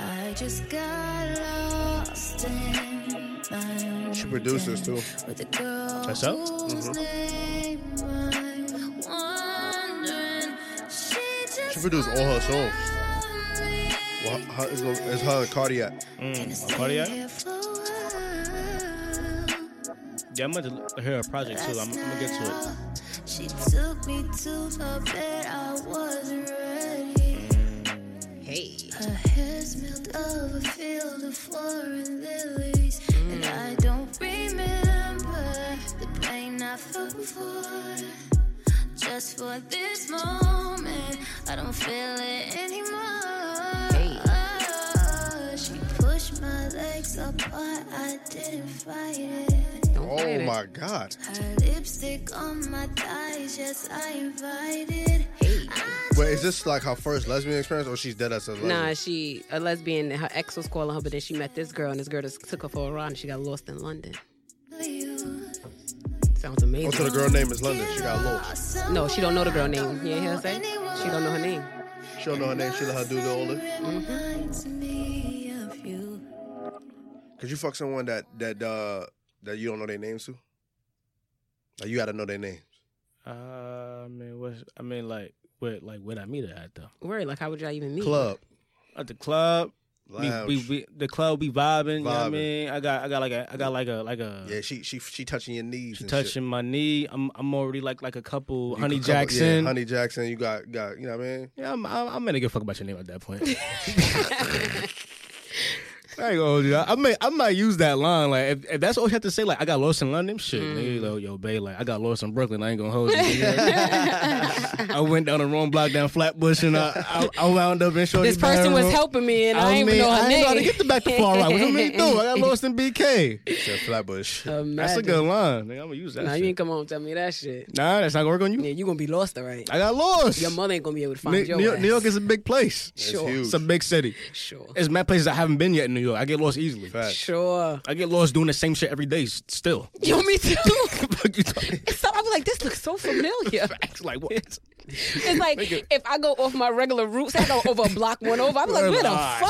M: I just got lost in London.
E: She produces too.
M: With a girl
F: That's up?
M: whose
E: Mm-hmm.
M: name I'm wondering. She just
E: She produced all her songs.
M: only
E: Well, her, it's, gonna- it's her and Cardiac.
F: Mm, Cardiac?
M: here for a while.
F: Yeah, I'm about to hear a project too. I'm, I'm gonna get to it.
M: She took me to her bed. I wasn't ready.
D: Hey,
M: Her hair smelled of a field of foreign lilies. And I don't remember the pain I felt before. Just for this moment, I don't feel it anymore. She pushed my legs apart, I didn't fight it.
D: don't play
E: Oh
D: that.
E: my God.
M: Her lipstick on my thighs, yes, I invited.
E: Wait, is this like her first lesbian experience, or she's dead as a lesbian?
D: Nah, she a lesbian. and Her ex was calling her, but then she met this girl, and this girl just took her for a ride, and she got lost in London.
M: You
D: Sounds amazing.
E: Also, Oh, the girl name is London. She got lost.
D: No, she don't know the girl name. You hear her say? She don't know her name.
E: She don't know her name. She let her do the older.
D: Mm-hmm.
M: reminds me of you.
E: Could you fuck someone that that uh that you don't know their names to? Like you gotta know their names.
F: Uh, I mean, what's, I mean, like, where, like, where I meet her at though?
D: Word, like how would y'all even meet?
E: Club.
F: At the club. We,
E: Lounge.
F: we, we, the club be vibing. You know what I
E: Vibing.
F: mean? I got, I got like a, I got like a, like a.
E: Yeah, she she she touching your knees.
F: She
E: and
F: touching
E: shit.
F: my knee. I'm, I'm already like, like a couple.
E: You
F: Honey
E: could come- yeah,
F: Jackson. Yeah,
E: Honey Jackson. You got got. You know what I mean?
F: I'm, I'm, I'm gonna give a fuck about your name at that point. I ain't gonna hold you. I, I may, I might use that line. Like, if, if that's all you have to say, like, I got lost in London, shit, nigga. Like, yo, babe, like, I got lost in Brooklyn. I ain't gonna hold you. nigga. I went down the wrong block down Flatbush, and I, I, I wound up in short.
D: This person was helping me, and I, didn't even know her
F: I
D: name.
F: ain't about to get the back to far right. What you mean, do? I got lost in BK.
E: Said Flatbush.
F: That's a good line. Nigga, I'm gonna use that.
D: Nah,
F: shit.
D: you ain't come home and tell me that shit.
F: nah, that's not gonna work on you.
D: Yeah, you gonna be lost, all right.
F: I got lost.
D: Your mother ain't gonna be able to find
F: New,
D: your
F: New York,
D: ass.
F: New York is a big place.
D: sure,
E: huge.
F: It's a big city.
D: sure,
F: There's mad places I haven't been yet in New York. I get lost easily.
D: sure.
F: I get lost doing the same shit every day s- still.
D: Yo, me too.
F: Fuck you talking-
D: so I was like, this looks so familiar.
F: It's like what?
D: It's like if I go off my regular routes, I go over a block one over. I'm like, where the fuck am
F: Ah,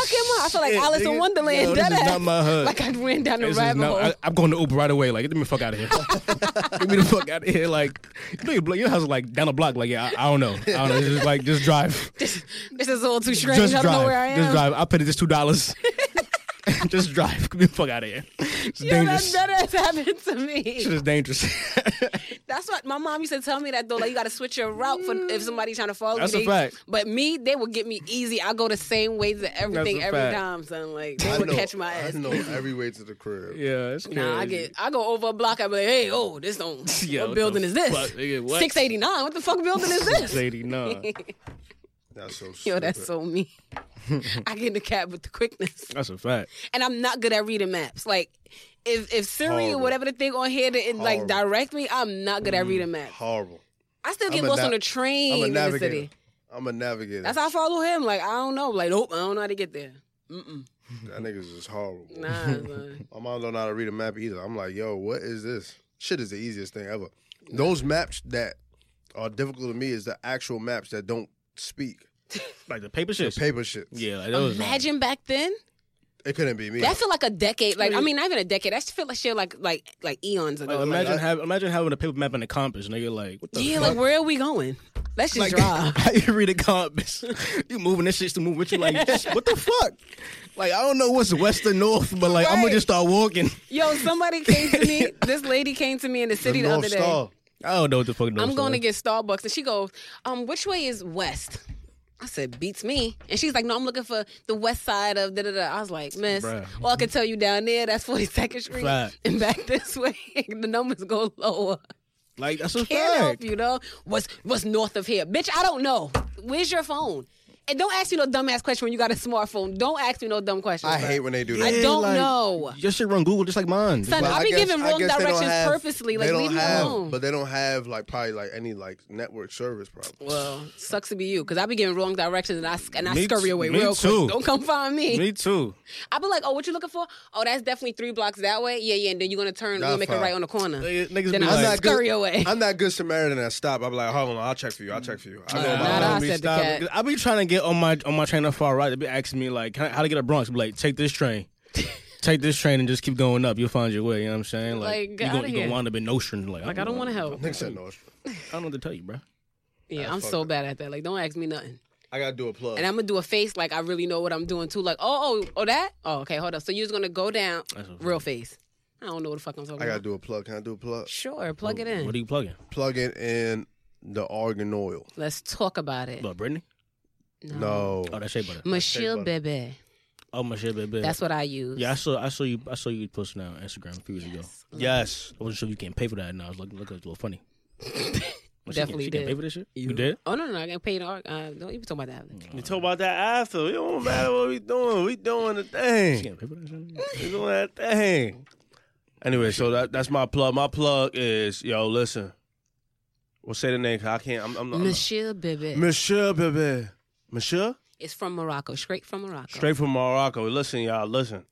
D: I? I feel like
F: shit,
D: Alice in
F: nigga.
D: Wonderland.
F: Yo, this
D: dead
F: is
D: ass.
F: not my hood.
D: Like I went down the
F: This is
D: rabbit
F: not-
D: hole.
F: I, am going to Uber right away. Like get me the fuck out of here. get me the fuck out of here. Like you know your, blo- your house is like down a block. Like yeah, I, I don't know. I don't know. It's just like just drive.
D: this is all too strange.
F: just
D: I don't
F: drive.
D: know where I am.
F: Just drive. I paid this two dollars. just drive. Get the fuck out of here. It's
D: Yo,
F: dangerous.
D: That, that has happened to me.
F: Shit is dangerous.
D: That's what my mom used to tell me that though. Like you got to switch your route for if somebody's trying to follow
F: That's
D: you.
F: a
D: They-
F: fact.
D: But me, they would get me easy. I go the same way to everything
F: a
D: every
F: fact.
D: time. Son, like they
E: I
D: would
E: know,
D: catch my
E: I
D: ass.
E: know every way to the crib.
F: yeah, it's crazy.
D: Nah, I get. I go over a block. I be like, hey, oh, this don't.
F: Yo,
D: what
F: what
D: building
F: the
D: is this?
F: fuck, nigga, what?
D: Six eighty nine. What the fuck building is this?
F: 89.
E: That's so.
D: Yo,
E: stupid.
D: that's so me. I get in the cab with the quickness.
F: That's a fact.
D: and I'm not good at reading maps. Like if if Siri or
E: Horrible.
D: whatever the thing on here didn't like
E: Horrible.
D: direct me, I'm not good at
F: Mm.
D: reading maps.
E: horrible.
D: I still get
E: I'm a
D: lost
E: na-
D: on the
E: I'm
D: train
E: a
D: in the
E: navigator.
D: city.
E: I'm a navigator.
D: That's how I follow him. Like I don't know. Like nope, I don't know how to get there. Mm-mm.
E: that nigga's just horrible.
D: Nah, son.
E: My mom don't know how to read a map either. I'm like, yo, what is this? Shit is the easiest thing ever. Those maps that are difficult to me is the actual maps that don't speak.
F: Like the paper
E: The
F: shit.
E: paper shit.
F: yeah, like those.
D: imagine back then.
E: It couldn't be me.
D: That feel like a decade. Like I mean, not even a decade. That feel like shit like like like eons ago.
F: Like,
D: Like,
F: imagine, have, imagine having a paper map and a compass, nigga. Like, what the
D: yeah,
F: fuck?
D: like where are we going? Let's just drive.
F: how you read a compass? You moving this shit to move with you? Like, just- what the fuck? Like, I don't know what's west or north, but like, I'm
D: Right.
F: gonna just start walking.
D: Yo, somebody came to me. This lady came to me in the
E: the
D: city the,
E: North
D: other day.
E: Star.
F: I don't know what the fuck.
D: I'm going to get Starbucks. And she goes, um, which way is west? I said, beats me. And she's like, no, I'm looking for the west side of da da da. I was like, miss,
F: Bruh.
D: all I can tell you down there, that's 42nd Street.
F: Fact.
D: And back this way, the numbers go lower.
F: like that's a
D: Can't help
F: fact.
D: you, though. What's, what's north of here? Bitch, I don't know. Where's your phone? And don't ask me no dumbass question when you got a smartphone. Don't ask me no dumb questions.
E: I
D: bruh.
E: hate when they do
D: I
E: that.
F: Yeah,
D: don't
F: like,
D: know.
F: Your shit run Google just like mine.
D: Son,
E: But
D: I be
E: guess-
D: giving
E: I
D: wrong
E: guess they don't
D: directions
E: have-
D: purposely. Like,
E: they don't
D: leave me
E: have,
D: alone.
E: But they don't have like probably like any like network service probably.
D: Well, sucks to be you because I be getting wrong directions and I sc- and I
F: Me
D: scurry
F: t-
D: away
F: me
D: real
F: too.
D: quick. Don't come find me.
F: Me too.
D: I be like, oh, what you looking for? Oh, that's definitely three blocks that way. Yeah, yeah. And then you're gonna turn,
E: Not
D: you make a
E: far.
D: right on the corner.
F: Niggas be
D: then I
F: like-
E: I'm
D: will
E: not good-
D: scurry away.
E: I'm not good Samaritan. I stop. I'm like, hold on, I'll check for you. I'll check for you. I know
D: Nah,
E: about
D: nah,
E: that.
D: I said the cat.
F: I be trying to get on my on my train up far right. They be asking me like how how to get a Bronx. I be like, take this train, take this train, and just keep going up. You'll find your way. You know what I'm saying?
D: Like,
F: you
D: get
F: gonna,
D: outta
F: you gonna
D: here.
F: wind up in Nostrand. Like,
D: like I don't want to help.
E: Nigga said no.
F: I don't know what to tell you, bro.
D: Yeah, I'm so bad at that. Like, don't ask me nothing.
E: I gotta do a plug.
D: And I'm gonna do a face like I really know what I'm doing too. Like, oh, oh, oh, that. Oh, okay, hold up. So you're just gonna go down, real face. I don't know what the fuck I'm talking
E: I gotta
D: about.
E: do a plug. Can I do a plug?
D: Sure, plug it in.
F: What are you plugging?
E: Plug it in the argan oil.
D: Let's talk about it.
F: What, Brittany?
E: No.
F: Oh, that shea butter.
D: Michelle Bebe.
F: Oh my shea baby.
D: That's what I use.
F: Yeah, I saw I saw you I saw you posting that on Instagram a few years ago. Yes. I wasn't sure you can't pay for that and I was looking looking at it a little funny. Well, she
D: Definitely
F: can't, she can't
D: did.
F: pay for this shit? You, did?
D: Oh no, no, no, I got paid. Uh, don't even talk about that.
F: Mm,
H: We talk about that after. It don't matter what we doing. We doing the thing.
F: She can't pay for that shit?
H: You doing that thing. Anyway, so that that's my plug. My plug is yo. Listen, we'll say the name. 'cause I can't. I'm, I'm not. I'm not.
D: Michelle Bebe.
H: Monsieur, baby, Monsieur,
D: it's from Morocco, straight from Morocco.
H: straight from Morocco. Listen, y'all. Listen,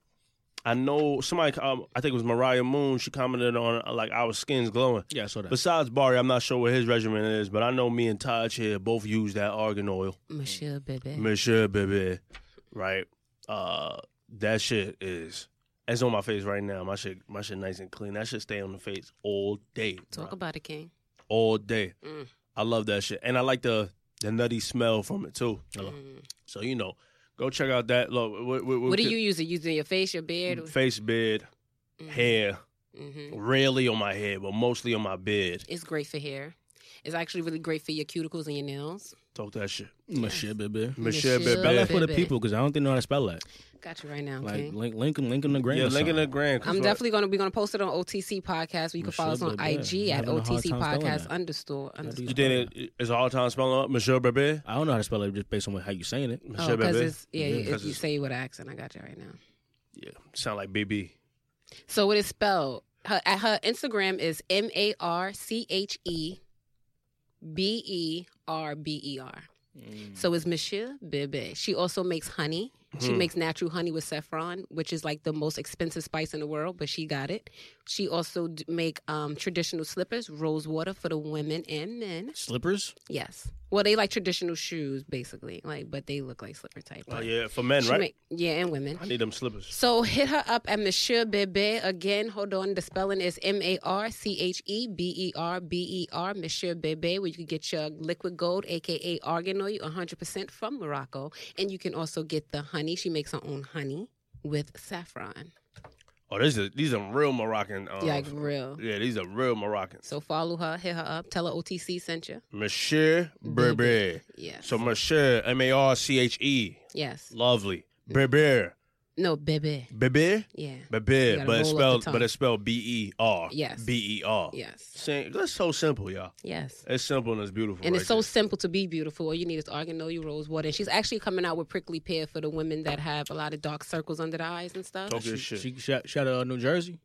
H: I know somebody. Um, I think it was Mariah Moon. She commented on uh, like our skin's glowing.
F: Yeah, I saw that.
H: Besides Barry, I'm not sure what his regimen is, but I know me and Taj here both use that argan oil.
D: Michelle Bebe.
H: Monsieur Bebe, right? Uh, that shit is it's on my face right now. My shit, my shit, nice and clean. That shit stay on the face all day,
D: talk
H: bruh.
D: about it, King.
H: all day.
D: Mm.
H: I love that shit, and I like the the nutty smell from it too. So you know, go check out that. Look, we, we, we
D: What do
H: could-
D: you use? It using your face, your beard.
H: Face bed, hair.
D: Mm-hmm.
H: Rarely on my head, but mostly on my bed.
D: It's great for hair. It's actually really great for your cuticles and your nails.
H: Talk that shit.
D: Mm.
F: Michelle baby.
H: Monsieur
D: Michelle
F: Spell that
H: Bebe.
F: for the
D: Bebe.
F: people because I don't think they know how to spell that.
D: Got you right now,
F: Like
D: King.
F: link link link in the grand.
H: Yeah,
F: or
H: link in the
F: something.
H: gram. 'cause
D: I'm
H: what-
D: definitely gonna be gonna post it on OTC podcast. Where you can follow us
F: Michelle
D: on
F: Bebe.
D: IG
F: I'm
D: at
F: having a hard
D: OTC
F: time spelling
D: podcast
F: that.
D: underscore underscore.
H: You think it, it's a hard time spelling up Monsieur Bebe?
F: I don't know how to spell it just based on what- how you saying it.
D: Oh,
H: Monsieur
D: because
H: Bebe?
D: it's yeah, you- if
H: 'cause
D: you
H: it's-
D: say it with an accent, I got you right now.
H: Yeah, sound like BB.
D: So it is spelled. Her, at her Instagram is M A R C H E B E R B E R.
H: Mm.
D: So it's Michelle Bebe. She also makes honey. She
H: Hmm.
D: makes natural honey with saffron, which is like the most expensive spice in the world, but she got it. She also d- make um, traditional slippers, rose water for the women and men.
F: Slippers?
D: Yes. Well, they like traditional shoes, basically, like, but they look like slipper type.
H: Oh
D: but
H: yeah, for men,
D: she
H: right?
D: make- yeah, and women.
H: I need them slippers.
D: So hit her up at Monsieur Bebe. Again, hold on. The spelling is M A R C H E B E R B E R, Monsieur Bebe, where you can get your liquid gold, aka argan oil, 100% from Morocco. And you can also get the honey. She makes her own honey with saffron.
H: Oh, this is these are real Moroccan. Um,
D: Yeah, like real.
H: yeah, these are real Moroccans.
D: So follow her, hit her up, tell her OTC sent you.
H: Monsieur Berber.
D: Yeah.
H: So Monsieur M A R C H E.
D: yes.
H: Lovely. Berber.
D: No, baby.
H: Berber.
D: Yeah. You
H: Berber.
D: gotta
H: But it's
D: roll up the
H: spelled
D: tongue.
H: but it's spelled B E R.
D: Yes.
H: B E R.
D: Yes.
H: Same- That's so simple, y'all.
D: Yes.
H: It's simple and it's beautiful.
D: And
H: right
D: it's so
H: there.
D: simple to be beautiful. All you need is Arganola Rose Water. And she's actually coming out with Prickly Pear for the women that have a lot of dark circles under their eyes and stuff.
H: Talk your shit.
F: She shout, shout out New Jersey.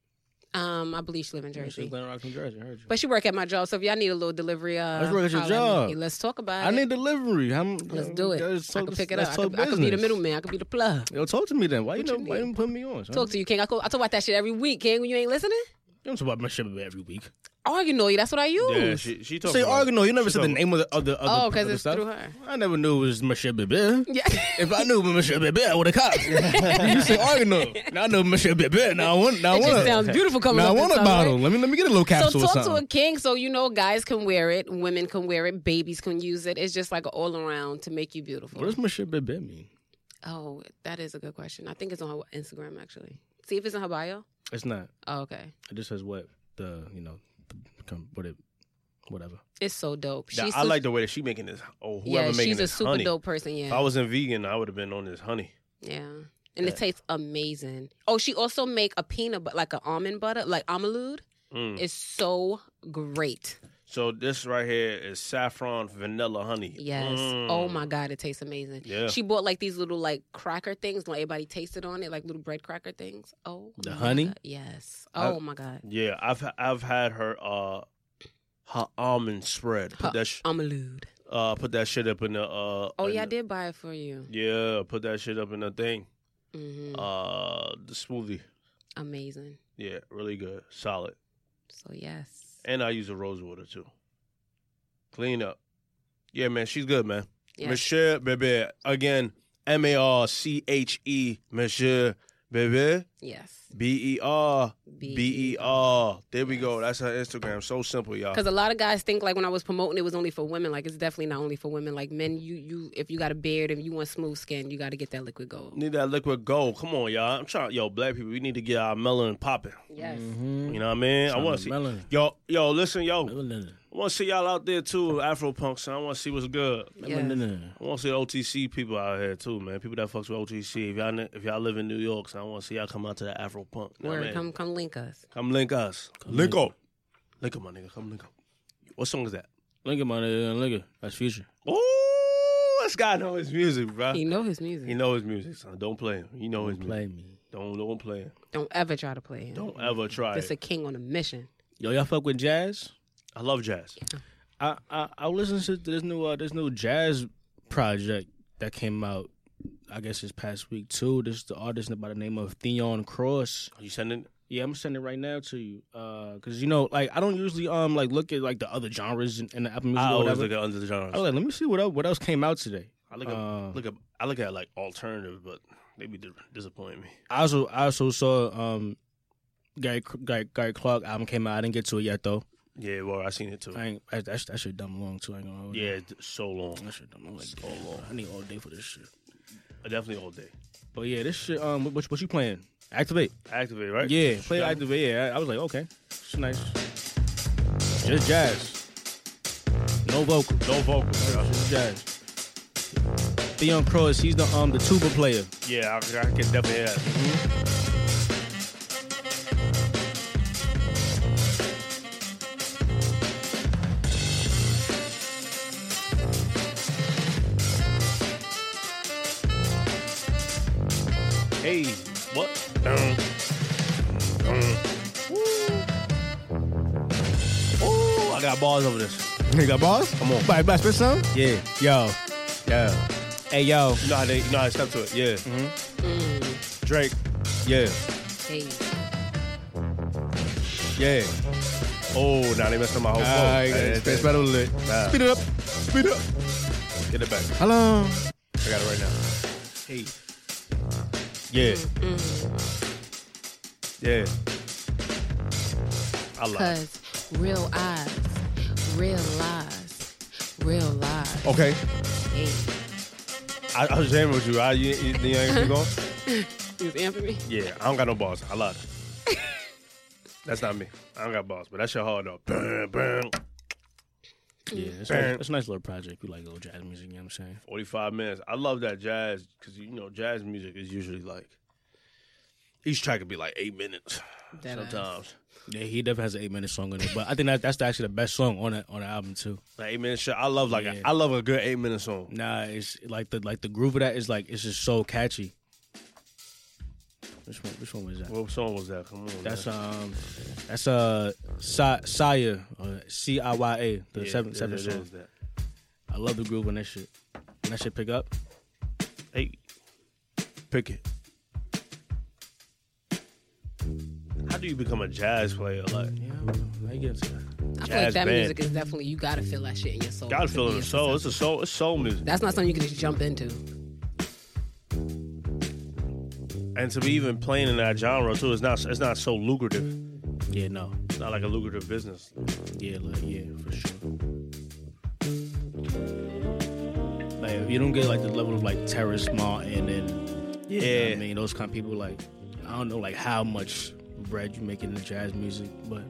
D: Um, I believe she lives in Jersey.
F: She's Glen Rock, New Jersey. I heard you.
D: But she work at my job, so if y'all need a little delivery, uh,
F: Let's work at your
D: holla at me.
F: job.
D: Let's talk about
F: I
D: it.
F: need delivery. I'm,
D: Let's do it.
F: Let's
D: I
F: talk-
D: can pick it
F: let's
D: up. I
F: talk
D: could, I could be the
F: business.
D: middleman. I could be the plug.
F: Yo, talk to me then. Why you
D: you
F: don't? Why you
D: need?
F: don't put me on? son?
D: Talk to you, King. I, go, I talk about that shit every week, King. When you ain't listening,
F: You don't talk about my shit every week.
D: Arganola, that's what I use.
H: Yeah, she she talks
F: Say
H: about-
F: Argonaut. You never
H: she
F: said the
H: talk-
F: name of the other.
D: oh,
F: because
D: because it's
F: stuff.
D: through her.
F: I never knew it was Michelle Bebe.
D: Yeah.
F: If I knew it was Michelle Bebe, I would have copped. you say Argonaut. Now I know Michelle Bebe. Now I want. Now I
D: It
F: want.
D: just sounds beautiful coming
F: Now I
D: up
F: want
D: this
F: a
D: summer.
F: bottle. Let me let me get a little
D: so
F: capsule. or
D: talk to a
F: something.
D: king so you know guys can wear it, women can wear it, babies can use it. It's just like an all around to make you beautiful.
F: What does Michelle Bebe mean?
D: Oh, that is a good question. I think it's on her Instagram actually. See if it's in her bio.
F: It's not.
D: Oh, okay.
F: It just says what the you know, the, com- what it, whatever.
D: It's so dope.
H: Nah,
D: She's
H: I
D: su-
H: like the way that she making this. Oh, whoever
D: yeah,
H: making
D: she's a
H: this
D: super
H: honey.
D: dope person. Yeah,
H: If I was in vegan, I would have been on this honey.
D: yeah. And it tastes amazing. Oh, she also make a peanut butter, like an almond butter, like amalude.
H: Mm.
D: It's so great.
H: So this right here is saffron vanilla honey.
D: Yes.
H: Mm.
D: Oh my God, it tastes amazing.
H: Yeah.
D: She bought like these little like cracker things. Like everybody tasted on it, like little bread cracker things. Oh.
F: The
D: my
F: honey?
D: God, Yes. Oh
H: I-
D: my God.
H: Yeah, I've I've had her uh her almond spread. Put
D: Her
H: that sh-
D: Amalude.
H: uh put that shit up in the uh
D: Oh
H: in
D: yeah, I
H: the-
D: did buy it for you.
H: Yeah, put that shit up in the thing.
D: hmm
H: Uh the smoothie.
D: amazing.
H: Yeah, really good. Solid.
D: So yes.
H: And I use a rose water too. Clean up. Yeah, man, she's good, man.
D: Yes.
H: Monsieur Bebe. Again, M A R C H E Monsieur Bebe.
D: Yes.
H: B E R B E R. There we go.
D: Yes.
H: That's her Instagram. So simple, y'all.
D: Because a lot of guys think like when I was promoting, it was only for women. Like it's definitely not only for women. Like men, you you if you got a beard and you want smooth skin, you got to get that liquid gold.
H: Need that liquid gold. Come on, y'all. I'm trying. Yo, black people, we need to get our melanin popping.
D: Yes.
H: You know what I mean? I want to see.
F: Melanin.
H: Yo, yo, listen, yo.
F: Melanin.
H: I want to see y'all out there too, Afro punks. I want to see what's good.
D: Yes.
F: Melanin.
H: I want to see OTC people out here too, man. People that fucks with OTC. If y'all if y'all live in New York, so I want to see y'all come out to the Afro punk. You know what I
D: Word,
H: mean?
D: come come link us.
H: Come link us. link up. Link up, my nigga. Come link up. What song is that?
F: Look at my nigga. Look at that's future.
H: Oh, this guy know his music, bro.
D: He know his music.
H: He know his music, son. Don't play him. He know his music.
F: Play me.
H: Don't don't play him.
D: Don't ever try to play him.
H: Don't ever try
D: This
H: it.
D: a king on a mission.
F: Yo, y'all fuck with jazz?
H: I love jazz.
F: I I, I listened to this new uh, this new jazz project that came out. I guess this past week too. This is the artist by the name of Theon Cross.
H: Are you sending?
F: Yeah, I'm sending it right now to you. Uh, cause you know, like I don't usually um like look at like the other genres in, in the Apple Music
H: I
F: or
H: always
F: whatever.
H: look at under the genres.
F: I was like, let me see what else, what else came out today.
H: I look at
F: Uh,
H: look at I look at like alternative, but they be di- disappointing me.
F: I also I also saw um Gary Gary, Gary Clark album came out. I didn't get to it yet though.
H: Yeah, well, I seen it too.
F: I ain't I, that, that shit dumb long too. I ain't gonna hold you.
H: Yeah, it's so long.
F: That shit dumb. I'm like, damn, bro, I need all day for this shit.
H: Definitely all day.
F: But yeah, this shit. Um, what, what, what you playing? Activate.
H: Activate, right?
F: Yeah, play activate. Yeah, I, I was like, okay, it's nice. Just jazz. No vocal.
H: No vocals, bro.
F: Just jazz. Theon Cross, he's the um the tuba player.
H: Yeah, I, I can definitely hear that. Hey, what? Dun, dun. Woo. Ooh, I got balls over this.
F: You got balls? Come on. Bye, bye, spit some? Yeah. Yo.
H: Yeah.
F: Hey, yo.
H: You know how they, you know how they step to it. Yeah. Drake.
F: Yeah.
D: Hey,
F: Yeah.
H: Oh, now they messed up my whole flow.
F: Alright,
H: Yeah, yeah,
F: spit-
H: yeah.
F: spit a little bit.
H: Nah.
F: Speed it up. Speed it up.
H: Get it back.
F: Hello.
H: I got it right now.
F: Hey.
H: Yeah.
F: Mm-hmm.
H: Yeah. I lied.
D: cause real eyes, real lies, real lies.
H: Okay.
D: Hey,
H: I, I was jamming with you. I, you, you, you ain't keep going?
D: It was Anthony.
H: Yeah, I don't got no balls. I lied. that's not me. I don't got balls, but that shit hard though. Bam, bam.
F: Yeah, it's, nice, it's a nice little project. We like little jazz music, you know what I'm saying?
H: 45 minutes. I love that jazz because, you know, jazz music is usually like, each track could be like eight minutes
D: Dead ass.
H: sometimes.
F: Yeah, he definitely has an eight minute song in it, but I think that, that's actually the best song on that on the album too.
H: Like eight minute shit. I love like
F: Yeah.
H: a, I love a good eight minute song.
F: Nah, it's like the like the groove of that is like it's just so catchy. Which one? Which one was that?
H: What song was that? Come on.
F: That's
H: man.
F: um, that's uh, Sa- Saya, uh, C I Y A, the
H: Yeah,
F: seven
H: it
F: seven
H: is, it
F: song.
H: is that.
F: I love the groove on that shit. When that shit pick up,
H: Hey, pick it. How do you become a jazz player? Like,
F: yeah, I don't know. I get into that.
D: I feel like
H: Jazz
D: that
H: band.
D: music is definitely you gotta feel that shit in your soul.
H: God
D: to
H: feel
D: be
H: in
D: a
H: the soul. It's
D: success.
H: a soul. It's soul music.
D: That's not something you can just jump into.
H: And to be even playing in that genre too, it's not. It's not so lucrative.
F: Yeah, no,
H: It's not like a lucrative business.
F: yeah, like yeah, for sure. Like if you don't get like the level of like Terrace Martin and yeah, I mean those kind of people like I don't know like how much bread you make in the jazz music, but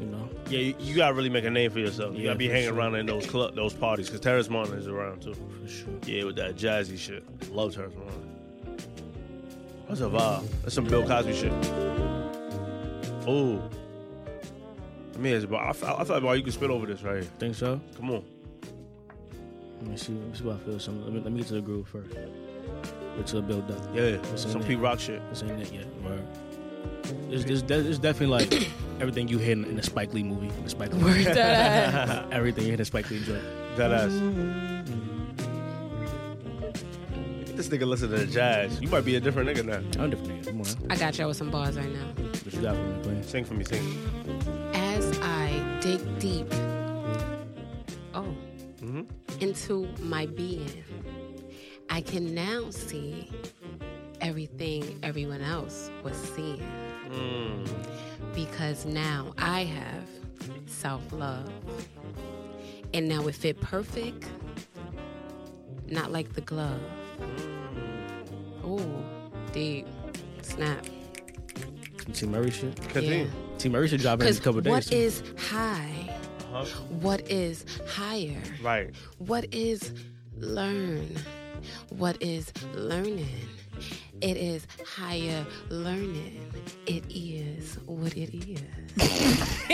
F: you know,
H: Yeah, you, you gotta really make a name for yourself. You
F: Yeah,
H: gotta be
F: for
H: hanging
F: sure.
H: around in those club, those parties, because Terrence Martin is around too.
F: for sure.
H: Yeah, with that jazzy shit. Love Terrence Martin. That's a vibe. That's some Bill Cosby shit. Ooh. I mean, it's about, I, feel- I thought about you could spit over this right here.
F: Think so?
H: Come on.
F: Let me see. Let me see what I feel. Some, let, me, let me get to the groove first. Wait till it build up.
H: Yeah,
F: This ain't
H: some
F: it.
H: P Rock shit.
F: This ain't it yet. Word. It's, it's, de- it's definitely like everything you hear in, in a Spike Lee movie. In a Spike Lee movie. everything you hear in a Spike Lee joint.
H: That ass. This nigga listen to the jazz. You might be a different nigga now.
F: I'm a different nigga. Come on.
D: I got y'all with some bars right now.
F: What you got for me, Queen?
H: Sing for me, sing.
D: As I dig deep, oh, into my being, I can now see everything everyone else was seeing. Because now I have self love. And now it fit perfect, not like the glove. Ooh, deep. Snap.
F: Some T. Murray shit.
D: Yeah.
H: Continue.
F: T. Murray should drop in a
D: Because
F: couple
D: what is
F: days.
D: high? What is higher?
H: Right.
D: What is learn? What is learning? It is higher learning. It is what it is.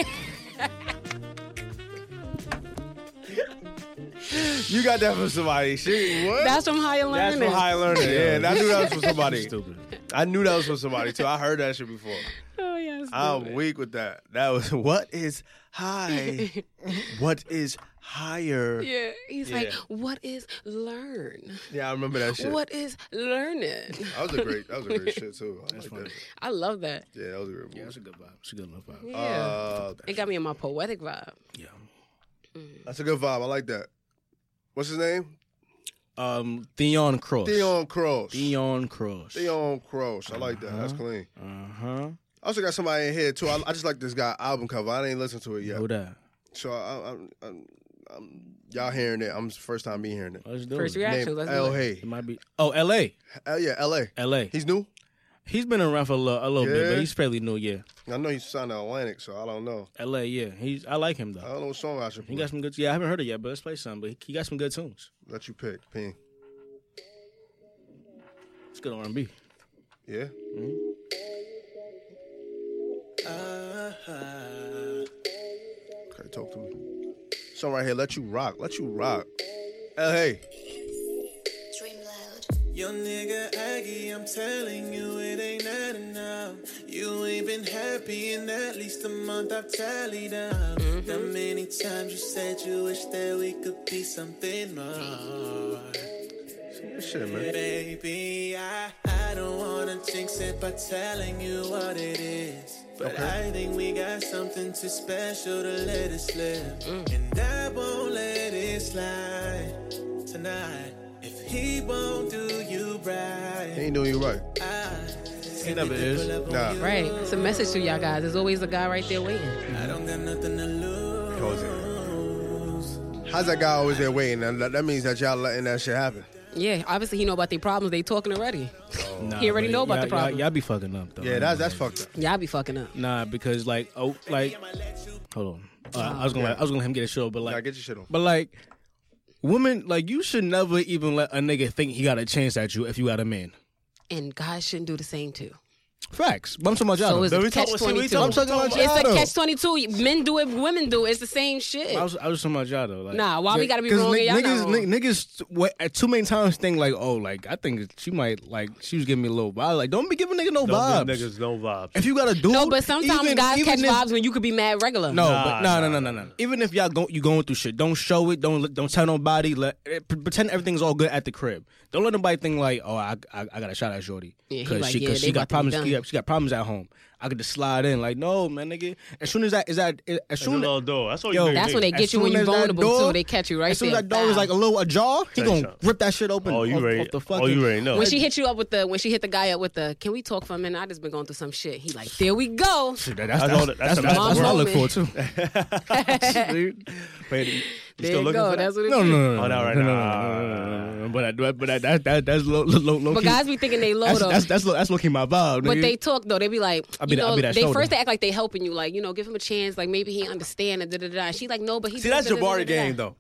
E: You got that from somebody. She, what?
D: That's from higher
E: That's
D: learning.
E: from High Learner. Yeah, I knew that was from somebody.
F: Stupid.
E: I knew that was from somebody too. I heard that shit before.
D: Oh yes.
E: I'm weak with that. That was what is high? what is higher? Yeah,
D: Yeah. He's like,
H: Yeah.
D: what is learn?
E: I remember that shit. Oh.
D: What is learning?
E: That was a great. That was a great shit too. I like
F: funny.
E: that.
D: I love that.
E: Yeah, that was a great movie.
F: Yeah, that's a good vibe. It's a good love vibe.
D: Yeah.
E: Uh,
D: it got me in my poetic vibe.
F: Yeah.
E: that's a good vibe. I like that. What's his name?
F: Um, Theon Cross.
E: Theon Cross.
F: Theon Cross.
E: Theon Cross. I like that. That's clean.
F: Uh huh.
E: I also got somebody in here too. I, I just like this guy album cover. I didn't listen to it yet,
F: Who that?
E: so I, I, I'm, I'm, I'm y'all hearing it. I'm first time me hearing it.
F: Let's do
D: First
F: it.
D: reaction.
E: Name
D: Let's
E: L
D: do it.
E: Hay.
F: It might be. Oh, L.A.
E: Uh, yeah, L.A.
F: L.A.
E: He's new.
F: He's been around for a little, a little bit,
E: Yeah.
F: but he's fairly new. Yeah,
E: I know he's signed to Atlantic, so I don't know.
F: L.A. Yeah, he's. I like him
E: I
F: though.
E: don't know what song I should
F: He
E: play.
F: got some good. Yeah, I haven't heard it yet, but let's play some. But he, he got some good tunes.
E: Let you pick, Ping.
F: It's good R and B.
E: Yeah. Okay, talk to me. Song right here. Let you rock. Let you rock. L.A.
M: Dream loud.
L: Your nigga Aggie, I'm telling you it ain't that enough. You ain't been happy in at least a month I've tallied up.
D: Mm-hmm.
L: How many times you said you wish that we could be something more?
E: Shit, man.
L: Baby, I, I don't wanna jinx it by telling you what it is. But I think we got something too special to let it slip.
D: Mm.
L: And I won't let it slide tonight. If he won't do you
E: He
L: right,
E: ain't doing you right.
L: he never is.
E: Nah.
D: Right. It's a message to y'all guys. There's always a guy right there waiting.
L: I don't got nothing to lose.
E: How's that guy always there waiting? Now, That that means that y'all letting that shit happen.
D: Yeah, obviously he know about their problems. They talking already.
F: Nah,
D: He already
F: but
D: know about
F: y'all-
D: the problem.
F: Y'all, y'all be fucking up though.
E: Yeah, that's that's fucked up.
D: Y'all be fucking up.
F: Nah, because like oh like, hold on. Uh, I was gonna I was gonna let him get a show, but
E: Nah,
F: like
E: get your shit on.
F: But like, women, like you should never even let a nigga think he got a chance at you if you got a man.
D: And guys shouldn't do the same too.
F: Facts. But I'm talking about y'all.
D: So it's
F: though.
D: a catch twenty two.
F: I'm talking about
D: It's
F: y'all.
D: a
F: though.
D: catch twenty two. Men do it, women do it. It's the same shit.
F: I was, I was talking about y'all though. Like,
D: Nah, why we gotta be
F: 'cause
D: wrong and
F: Ni-
D: y'all not
F: niggas,
D: wrong?
F: ni- niggas, what, at too many times think like, oh, like I think she might like she was giving me a little vibe. Like, don't be giving nigga no
H: Don't give
F: vibes.
H: niggas no vibes.
F: If you got a dude,
D: no, but sometimes
F: even-
D: guys
F: even
D: catch
F: if-
D: vibes when you could be mad regular.
F: No,
H: Nah,
F: but no, no,
H: nah,
F: no, no, no. Even if y'all go, you going through shit, don't show it. Don't look, don't tell nobody. Let, eh, pre- pretend everything's all good at the crib. Don't let nobody think like, oh, I, I, I got a shot at Shorty
D: Yeah, he
F: because
D: like,
F: she,
D: yeah,
F: cause
D: they
F: she
D: about
F: got
D: to be
F: problems.
D: done.
F: She got, she got problems at home. I could just slide in like, no, man, nigga. As soon as that is that, eh, as
H: It's a
F: soon
H: little door. That's all you
F: Yo,
H: niggas
D: That's when they
H: need.
F: as
D: get you when
F: soon
D: you're
F: as that
D: vulnerable
F: door-
D: too. They catch you right
F: as soon as
D: there.
F: that door is
D: Bow.
F: like a little ajar, he
H: Take
F: gonna
H: shots.
F: rip that shit open.
H: Oh, you
F: off,
H: ready?
F: off the fucking.
H: oh, you ready? No.
D: when she hit you up with the when she hit the guy up with the can we talk for a minute? I just been going through some shit. He like, there we go.
F: Shit, that- That's,
H: That's
F: that's,
H: all that- that's
F: that's,
H: the
F: that's
D: best
F: what I look forward
D: moment.
F: to. Dude. Wait, you
D: There
F: still
D: you
F: looking
D: go.
F: for that?
D: That's what it
F: No,
D: is.
F: no, no,
H: Oh,
F: no,
H: no, right
F: no, no,
H: now.
F: no, no, no, no, no, no. But I- but but that, that, that that's low, low, low
D: But
F: key.
D: guys be thinking they low
F: that's,
D: though.
F: that's that's low, that's low key my vibe.
D: But
F: nigga.
D: they talk though. They be like,
F: I be
D: you
F: that- I
D: know,
F: be that
D: they
F: shoulder.
D: first they act like they helping you, like you know, give him a chance, like maybe he understand and da da da. She like, no, but he
E: See, that's Jabari
D: Jabari
E: game though.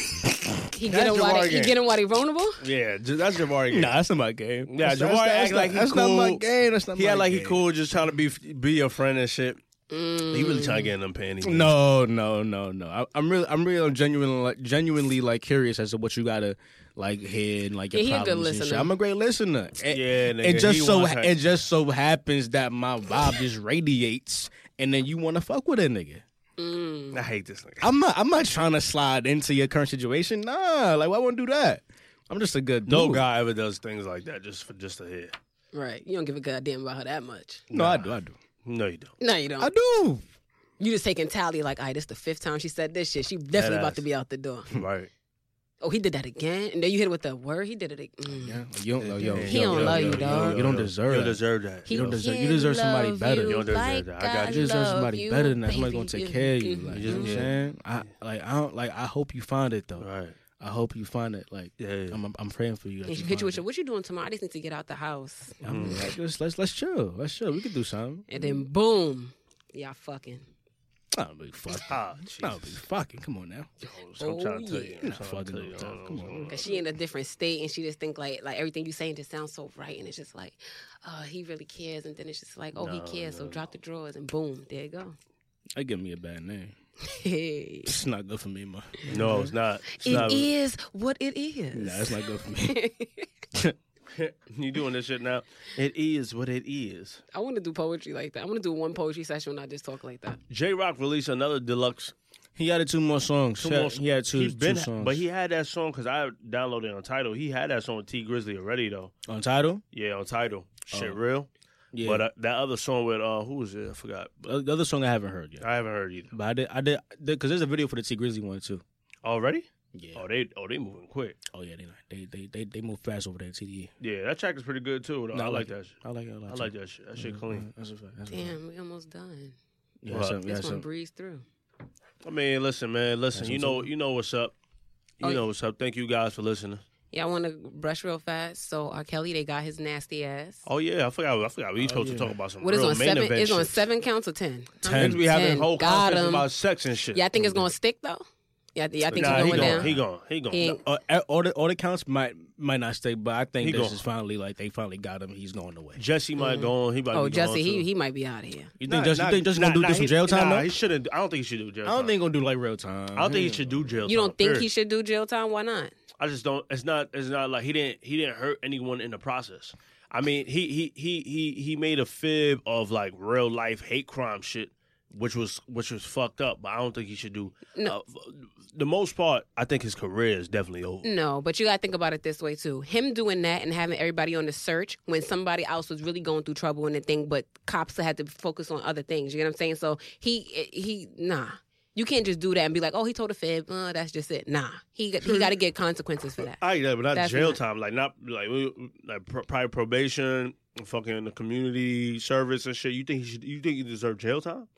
D: He get him
E: That's
D: while
E: Jabari
D: they, he
E: game.
D: get him while they vulnerable.
E: Yeah, ju- that's Jabari game.
F: nah, that's not my game.
H: Yeah,
F: that's,
H: Jabari
F: that's,
H: act
F: that's,
H: like he
F: that's not my
H: cool.
F: game. That's not
H: He
F: my
H: act like
F: game.
H: he cool, just trying to be be your friend and shit.
D: Mm.
H: He really trying to get in them panties.
F: No, no, no, no. I, I'm really, I'm really genuinely, like, genuinely like curious as to what you gotta like hear and like your
D: Yeah, he a good
F: problems and shit.
D: listener.
F: I'm a great listener. It,
H: Yeah, nigga,
F: it just
H: he
F: so
H: wants her-
F: it just so happens that my vibe just radiates, and then you want to fuck with a nigga.
H: I hate this nigga.
F: I'm not, I'm not trying to slide into your current situation. Nah, like why wouldn't do that? I'm just a good
H: No
F: dude.
H: guy ever does things like that just for just to hear.
D: Right. You don't give a goddamn about her that much.
F: No, I do, I do,
H: No, you don't.
D: No, you don't.
F: I do.
D: you just taking tally like, all right, this the fifth time she said this shit. She definitely about
H: ass.
D: to be out the door.
H: Right.
D: Oh, he did that again, and then you hit it with the word. He did it. ag- Mm.
F: Yeah, you don't, yo, yo,
D: He
F: yo,
D: don't
F: yo,
D: love
F: yo,
D: you,
F: yo,
D: dog.
F: You don't deserve.
H: You
F: that.
H: deserve that.
D: He
F: You don't deserve. You
D: can't
F: deserve somebody
D: love
F: better.
D: You
H: You don't deserve
D: like
H: that. I got
D: I
H: you.
F: you deserve
D: love
F: somebody
D: you,
F: better than that. Somebody
D: baby.
F: gonna take
D: Yeah.
F: care of you.
D: Mhm.
F: Like, you know what I'm saying? I like I don't like I hope you find it though.
H: Right.
F: I hope you find it. Like
H: Yeah, yeah.
F: I'm I'm praying for you. that
D: And she
F: you
D: hit you
F: find
D: with
F: it.
D: your, what you doing tomorrow? I just need to get out the house.
F: I'm like, let's, let's let's chill. Let's chill. We can do something.
D: And then boom, y'all fucking.
F: I'll be fucking.
H: Ah,
F: I'll be fucking. Come on now.
D: Oh,
H: I'm trying to tell
D: yeah.
H: you.
F: You're not fucking. all the time. Come on.
D: Cause she in a different state and she just think like like everything you saying just sounds so right and it's just like, uh, he really cares and then it's just like, oh he cares, so drop the drawers and boom, there you go.
F: That give me a bad name.
D: Hey.
F: It's not good for me, ma.
H: No, it's not. It's
D: It is
H: not.
D: what it is.
F: Nah, it's not good for me.
H: You doing this shit now? It is what it is.
D: I want to do poetry like that. I want to do one poetry session and not just talk like that.
H: J Rock released another deluxe.
F: he added two more songs. Two
H: more-
F: he had two,
H: He's been,
F: two songs.
H: but he had that song because I downloaded it on title. He had that song with T Grizzly already though.
F: on title.
H: Yeah, on title. Shit, real.
F: Oh. Yeah.
H: But uh, that other song with uh, who was it? I forgot. But
F: the other song I haven't heard yet.
H: I haven't heard either.
F: But I did. I did because there's a video for the T Grizzly one too.
H: Already?
F: Yeah.
H: Oh, they oh they moving quick.
F: Oh yeah, they not- they they they, they move fast over there. TDE.
H: Yeah, that track is pretty good too. Though. Oh, I, like that. Shit.
F: I like it. Mm-hmm.
H: I like that shit. That shit clean.
F: That's a fact. That's a fact.
D: Damn, we almost done.
F: Yeah, that's a-
D: This
F: that's
D: one
F: a-
D: breeze through.
H: I mean, listen, man, listen. You know, you know what's up. You
D: Oh,
H: know what's up. Thank you guys for listening.
D: Yeah, I want to brush real fast. So R. Kelly, they got his nasty ass.
H: Oh yeah, I forgot. I forgot. We supposed to talk about some
D: What is
H: real
D: on
H: main
D: seven?
H: event
D: It's on
H: shit.
D: seven counts or ten? How
F: Ten.
D: many?
H: We having whole
D: Got
H: conversation
D: him.
H: about sex and shit.
D: Y'all think it's gonna stick though? Y'all, y'all think
H: nah,
D: it's going
H: he gone.
D: down?
H: He gone. He gone.
D: He ain't-
F: Uh, all the all the counts might might not stay, but I think
H: He
F: this
H: gone.
F: is finally like they finally got him. He's going away.
H: Jesse might go on. He might.
D: oh,
H: be
D: Jesse,
H: gone,
D: he
H: too.
D: he might be out of here.
F: You think Jesse, you think Jesse gonna do, do some
H: he-
F: jail time?
H: Nah,
F: though?
H: he shouldn't. I don't think he should do jail
F: I
H: time.
F: don't think he gonna do like real time.
H: I don't think he should do jail.
D: Mm. You don't
H: time,
D: think he
H: period.
D: should do jail time? Why not?
H: I just don't. It's not. It's not like he didn't. He didn't hurt anyone in the process. I mean, he he he he he made a fib of like real life hate crime shit, which was which was fucked up. But I don't think he should do. No. the most part, I think his career is definitely over.
D: No, but you gotta think about it this way too. Him doing that and having everybody on the search when somebody else was really going through trouble and the thing, but cops had to focus on other things. You know what I'm saying? So he he nah. You can't just do that and be like, oh, he told a fib. Uh, that's just it. Nah, he got-
H: Hmm.
D: he got to get consequences for that.
H: I yeah, but not
D: That's
H: jail
D: not-
H: time. Like not like we- like pro- probably probation, fucking the community service and shit. You think he should? You think he deserve jail time?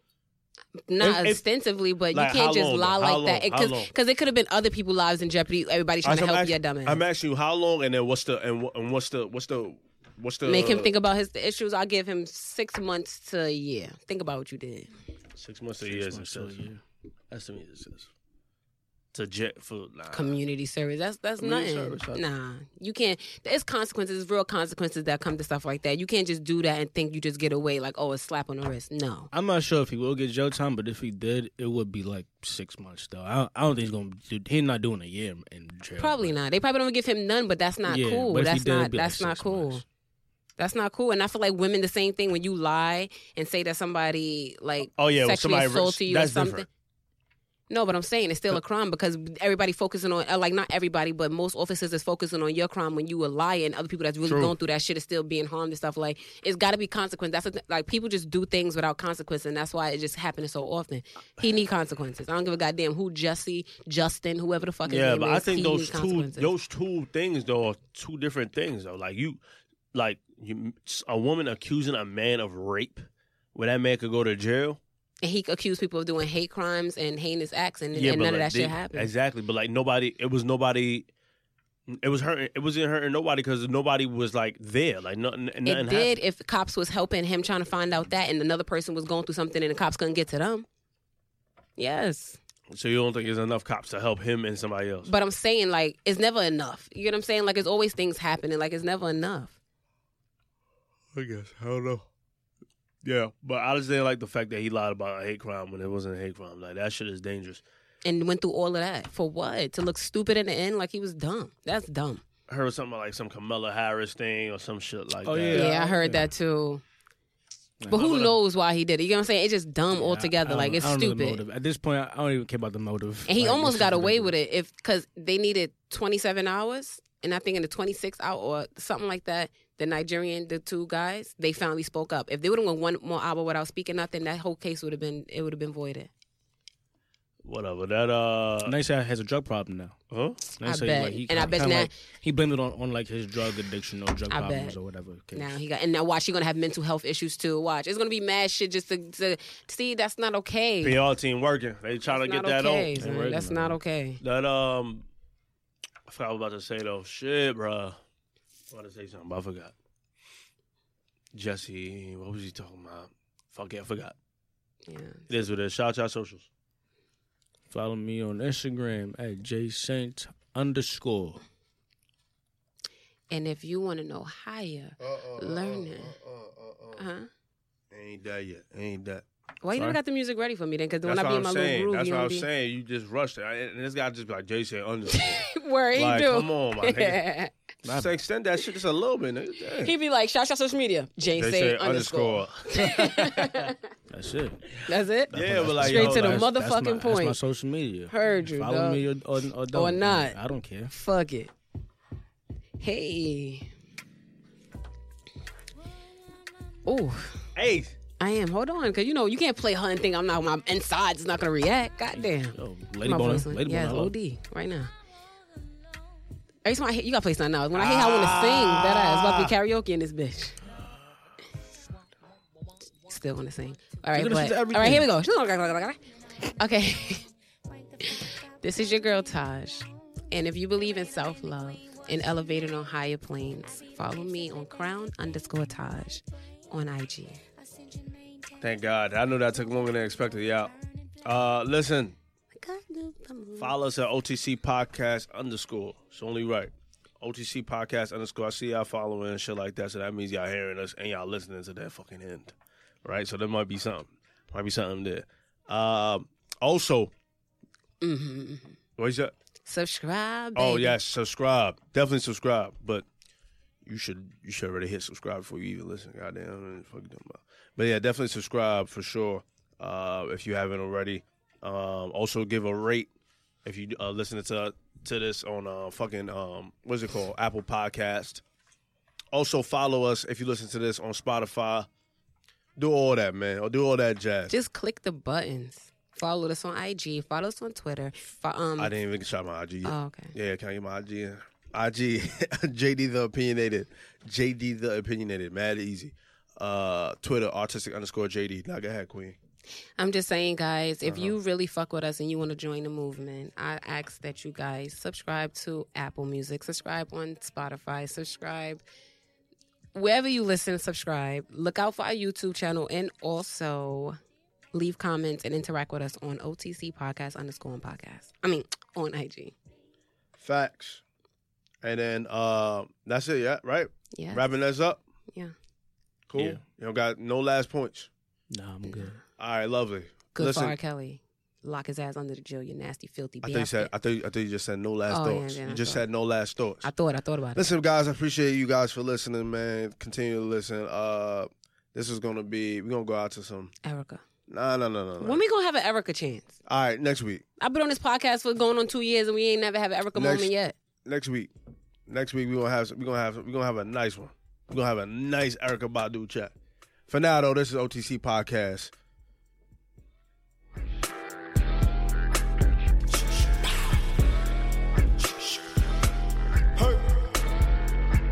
D: not
H: If- if-
D: extensively, but
H: like,
D: you can't
H: how
D: just
H: long,
D: lie
H: though?
D: like
H: How
D: that
H: long? How long?
D: because it could have been other people's lives in jeopardy. Everybody's trying
H: Alright, so
D: to help
H: I'm
D: your
H: ask-
D: dumb ass.
H: I'm asking you how long, and then what's the and, wha- and what's the what's the what's the
D: Make him think about his issues. I'll give him six months to a year. Think about what you did.
H: six months to
F: Six
H: years.
F: months to a year.
H: That's to me. This is to jet food. Nah.
D: Community service. That's that's
H: Community
D: nothing.
H: service, huh?
D: Nah, you can't. There's consequences. Real consequences that come to stuff like that. You can't just do that and think you just get away like oh a slap on the wrist. No.
F: I'm not sure if he will get jail time, but if he did, it would be like six months though. I don't, I don't think he's gonna. Do, he's not doing a year in jail.
D: Probably not. They probably don't give him none, but that's not
F: Yeah,
D: cool.
F: but if he
D: that's
F: did, it'd
D: not
F: be like
D: that's not
F: six
D: cool.
F: months.
D: That's not cool. And I feel like women the same thing when you lie and say that somebody like
H: Oh, yeah, well,
D: sexually
H: somebody-
D: assaulted you
H: that's
D: or something.
H: different.
D: No, but I'm saying it's still a crime because everybody focusing on uh, like not everybody, but most officers is focusing on your crime when you a liar and other people that's really
H: True.
D: going through that shit is still being harmed and stuff. Like it's got to be consequence. That's the th- like people just do things without consequence, and that's why it just happens so often. He need consequences. I don't give a goddamn who Jesse, Justin, whoever the fuck. His
H: Yeah,
D: name
H: but I
D: is, he
H: think those
D: need
H: two
D: consequences.
H: those two things though are two different things though. Like you, like you, a woman accusing a man of rape, where that man could go to jail.
D: and he accused people of doing hate crimes and heinous acts, and, and
H: but,
D: none of
H: like,
D: that shit
H: they-
D: happened.
H: Exactly, but like nobody, it was nobody. It was hurting. It wasn't hurting nobody because nobody was like there. Like nothing. nothing
D: It
H: happened.
D: did if cops was helping him trying to find out that, and another person was going through something, and the cops couldn't get to them. Yes,
H: So you don't think there's enough cops to help him and somebody else?
D: but I'm saying like it's never enough. You know what I'm saying? Like it's always things happening. Like it's never enough.
H: I guess I don't know. Yeah, but I just didn't like the fact that he lied about a hate crime when it wasn't a hate crime. Like that shit is dangerous.
D: And went through all of that for what? To look stupid in the end, like he was dumb. That's dumb.
H: I heard something about, like some Camilla Harris thing or some shit like
F: Oh,
H: that.
F: Yeah,
D: Yeah,
F: I-
D: I heard
F: yeah.
D: that too. But who
F: would've-
D: knows why he did it? You know what I'm saying? It's just dumb um, altogether.
F: I- I
D: like
F: don't-
D: it's
F: I don't know the
D: stupid.
F: motive. At this point, I I don't even care about the motive.
D: And he
F: Like,
D: almost
F: this
D: got
F: is
D: away
F: ridiculous.
D: with it if because they needed 27 hours, and I think in the 26th hour or something like that, the Nigerian, the two guys, they finally spoke up. If they would have went one more hour without speaking nothing, that whole case would have been it would have been voided.
H: Whatever. That uh.
F: Nice guy has a drug problem now.
H: Huh?
F: Nice
D: I
F: guy,
D: bet.
F: like, he
D: And I bet
F: kinda
D: now-
F: like- he blamed it on, on like his drug addiction or drug
D: I
F: problems
D: bet.
F: or whatever. Okay.
D: Now he got and now watch he gonna have mental health issues too. Watch it's gonna be mad shit just to, to see that's not okay.
H: PR team working. They trying to
D: That's not
H: get that
D: okay,
H: on.
D: son.
F: working
D: That's
F: on
D: not
F: it.
D: okay.
H: That um. I forgot what I was about to say though. Shit, bruh. I wanted to say something, but I forgot. Jesse, what was he talking about? Fuck it, I forgot.
D: Yeah.
H: It is what it is. Shout out to our socials.
F: Follow me on Instagram at jsaint underscore.
D: And if you want to know higher
F: Uh,
D: learning, huh?
E: Ain't that yet? Ain't that?
D: Why you never
H: Sorry?
D: got the music ready for me then? Because when
H: That's
D: I
H: what
D: be in
H: I'm
D: my
H: saying.
D: little groove,
H: That's
D: you
H: what
D: don't
H: I'm
D: be
H: saying. You just rushed it, I- and this guy just be like Jason Underscore.
D: where he
H: like,
D: do.
H: come on, my nigga. Just extend that shit just a little bit. Nigga. Damn.
D: he be like, shout out social media. Jay
H: They
D: say
H: say
D: underscore.
F: That's it.
D: That's it.
H: Yeah, but like
D: Straight
H: yo,
D: to the
H: like,
D: motherfucking
F: That's my, that's my
D: point.
F: social media.
D: Heard you,
F: Follow
D: dog.
F: me or, or, or, don't.
D: Or not.
F: I don't care.
D: Fuck it. Hey. Oh,
H: Hey,
D: I am. Hold on, cause you know you can't play her and think I'm not. My insides not gonna react. Goddamn.
F: Yo, Lady
D: my
F: Bona.
D: voice went-
F: Lady
D: yes,
F: Bona. hello.
D: OD right now. Every time I hit, you gotta play something else. When I hit, I want to
F: Ah.
D: sing. That ass about to be karaoke in this bitch. Still want to sing. All right,
F: gonna
D: but,
F: sing to
D: all right, here we go. Okay, this is your girl Taj, and if you believe in self love and elevating on higher planes, follow me on Crown underscore Taj on IG.
H: thank God. I knew that took longer than expected. Yeah. Uh, listen,
D: Mm-hmm.
H: follow us at OTC Podcast underscore. It's only right. OTC Podcast underscore. I see y'all following and shit like that, so that means y'all hearing us and y'all listening to that fucking end, right? So there might be something, might be something there. Um, also,
D: Mm-hmm.
H: what's that?
D: Subscribe.
H: Oh
D: baby.
H: yes, subscribe. Definitely subscribe. But you should you should already hit subscribe before you even listen. Goddamn, I don't know what the fuck you talking about. But yeah, definitely subscribe for sure. Uh, if you haven't already, um, also give a rate if you uh, listening to to this on uh, fucking um, what's it called Apple Podcast. Also follow us if you listen to this on Spotify. Do all that, man. Or do all that jazz.
D: Just click the buttons. Follow us on IG. Follow us on Twitter. Fo- um,
H: I didn't even shot my IG. Yet.
D: Oh, okay.
H: Yeah, can I get my IG in? IG, JD the opinionated, JD the opinionated, mad easy. Uh, Twitter, artistic underscore JD. Now go ahead, Queen.
D: I'm just saying, guys, if
H: Uh-huh.
D: you really fuck with us and you want to join the movement, I ask that you guys subscribe to Apple Music, subscribe on Spotify, subscribe wherever you listen, subscribe. Look out for our YouTube channel and also leave comments and interact with us on OTC podcast underscore on podcast. I mean, on IG.
E: Facts. And then uh, that's it, yeah, right?
D: Yeah.
E: Wrapping us up.
D: Yeah.
E: Cool.
H: Yeah.
E: You don't got no last points.
H: Nah, I'm good.
E: All right, lovely.
D: Good
E: Listen,
D: for R. Kelly. Lock his ass under the jail, you nasty, filthy
E: I
D: bitch.
E: thought you said I thought you, I thought you just said no last
D: Oh, yeah,
E: thoughts.
D: yeah,
E: you
D: I
E: just
D: thought-
E: said no last thoughts.
D: I thought, I thought about it.
E: Listen, guys, I appreciate you guys for listening, man. Continue to listen. Uh, this is gonna be we're gonna go out to some.
D: Erica.
E: Nah, no, no, no, no.
D: When we gonna have an Erica chance?
E: All right, next week.
D: I've been on this podcast for going on two years and we ain't never have an Erica
E: Next-
D: moment yet.
E: Next week. Next week we gonna have we gonna have we gonna have a nice one. We are gonna have a nice Erica Badu chat. For now though, this is OTC podcast.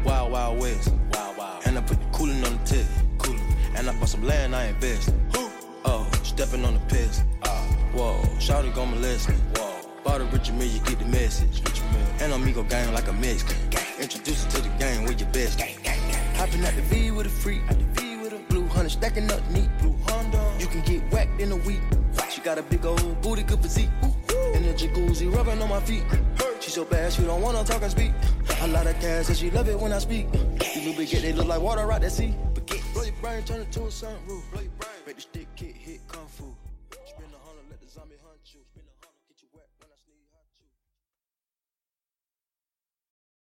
I: Wild Wild West. Wild Wild. And I put the cooling on the tip. Cooling. And I bought some land I invest. Oh, stepping on the piss. Uh, Whoa, Shawty gon' molest me. Whoa. Bought a richer me, you get the message. And I'm ego gang like a Mexican. Introduce it to the gang with your best. Hopping out the V with a freak. Out the V with a blue hunter, stacking up neat. Blue Honda. You can get whacked in a week. She got a big old booty, good physique. And a jacuzzi rubbing on my feet. She so bad, she don't wanna talk and speak. A lot of cash, and she love it when I speak. You little bit get they look like water out that sea. Blow your brain, turn it to a sunroof. Blow your brain, make the stick kick hit kung fu.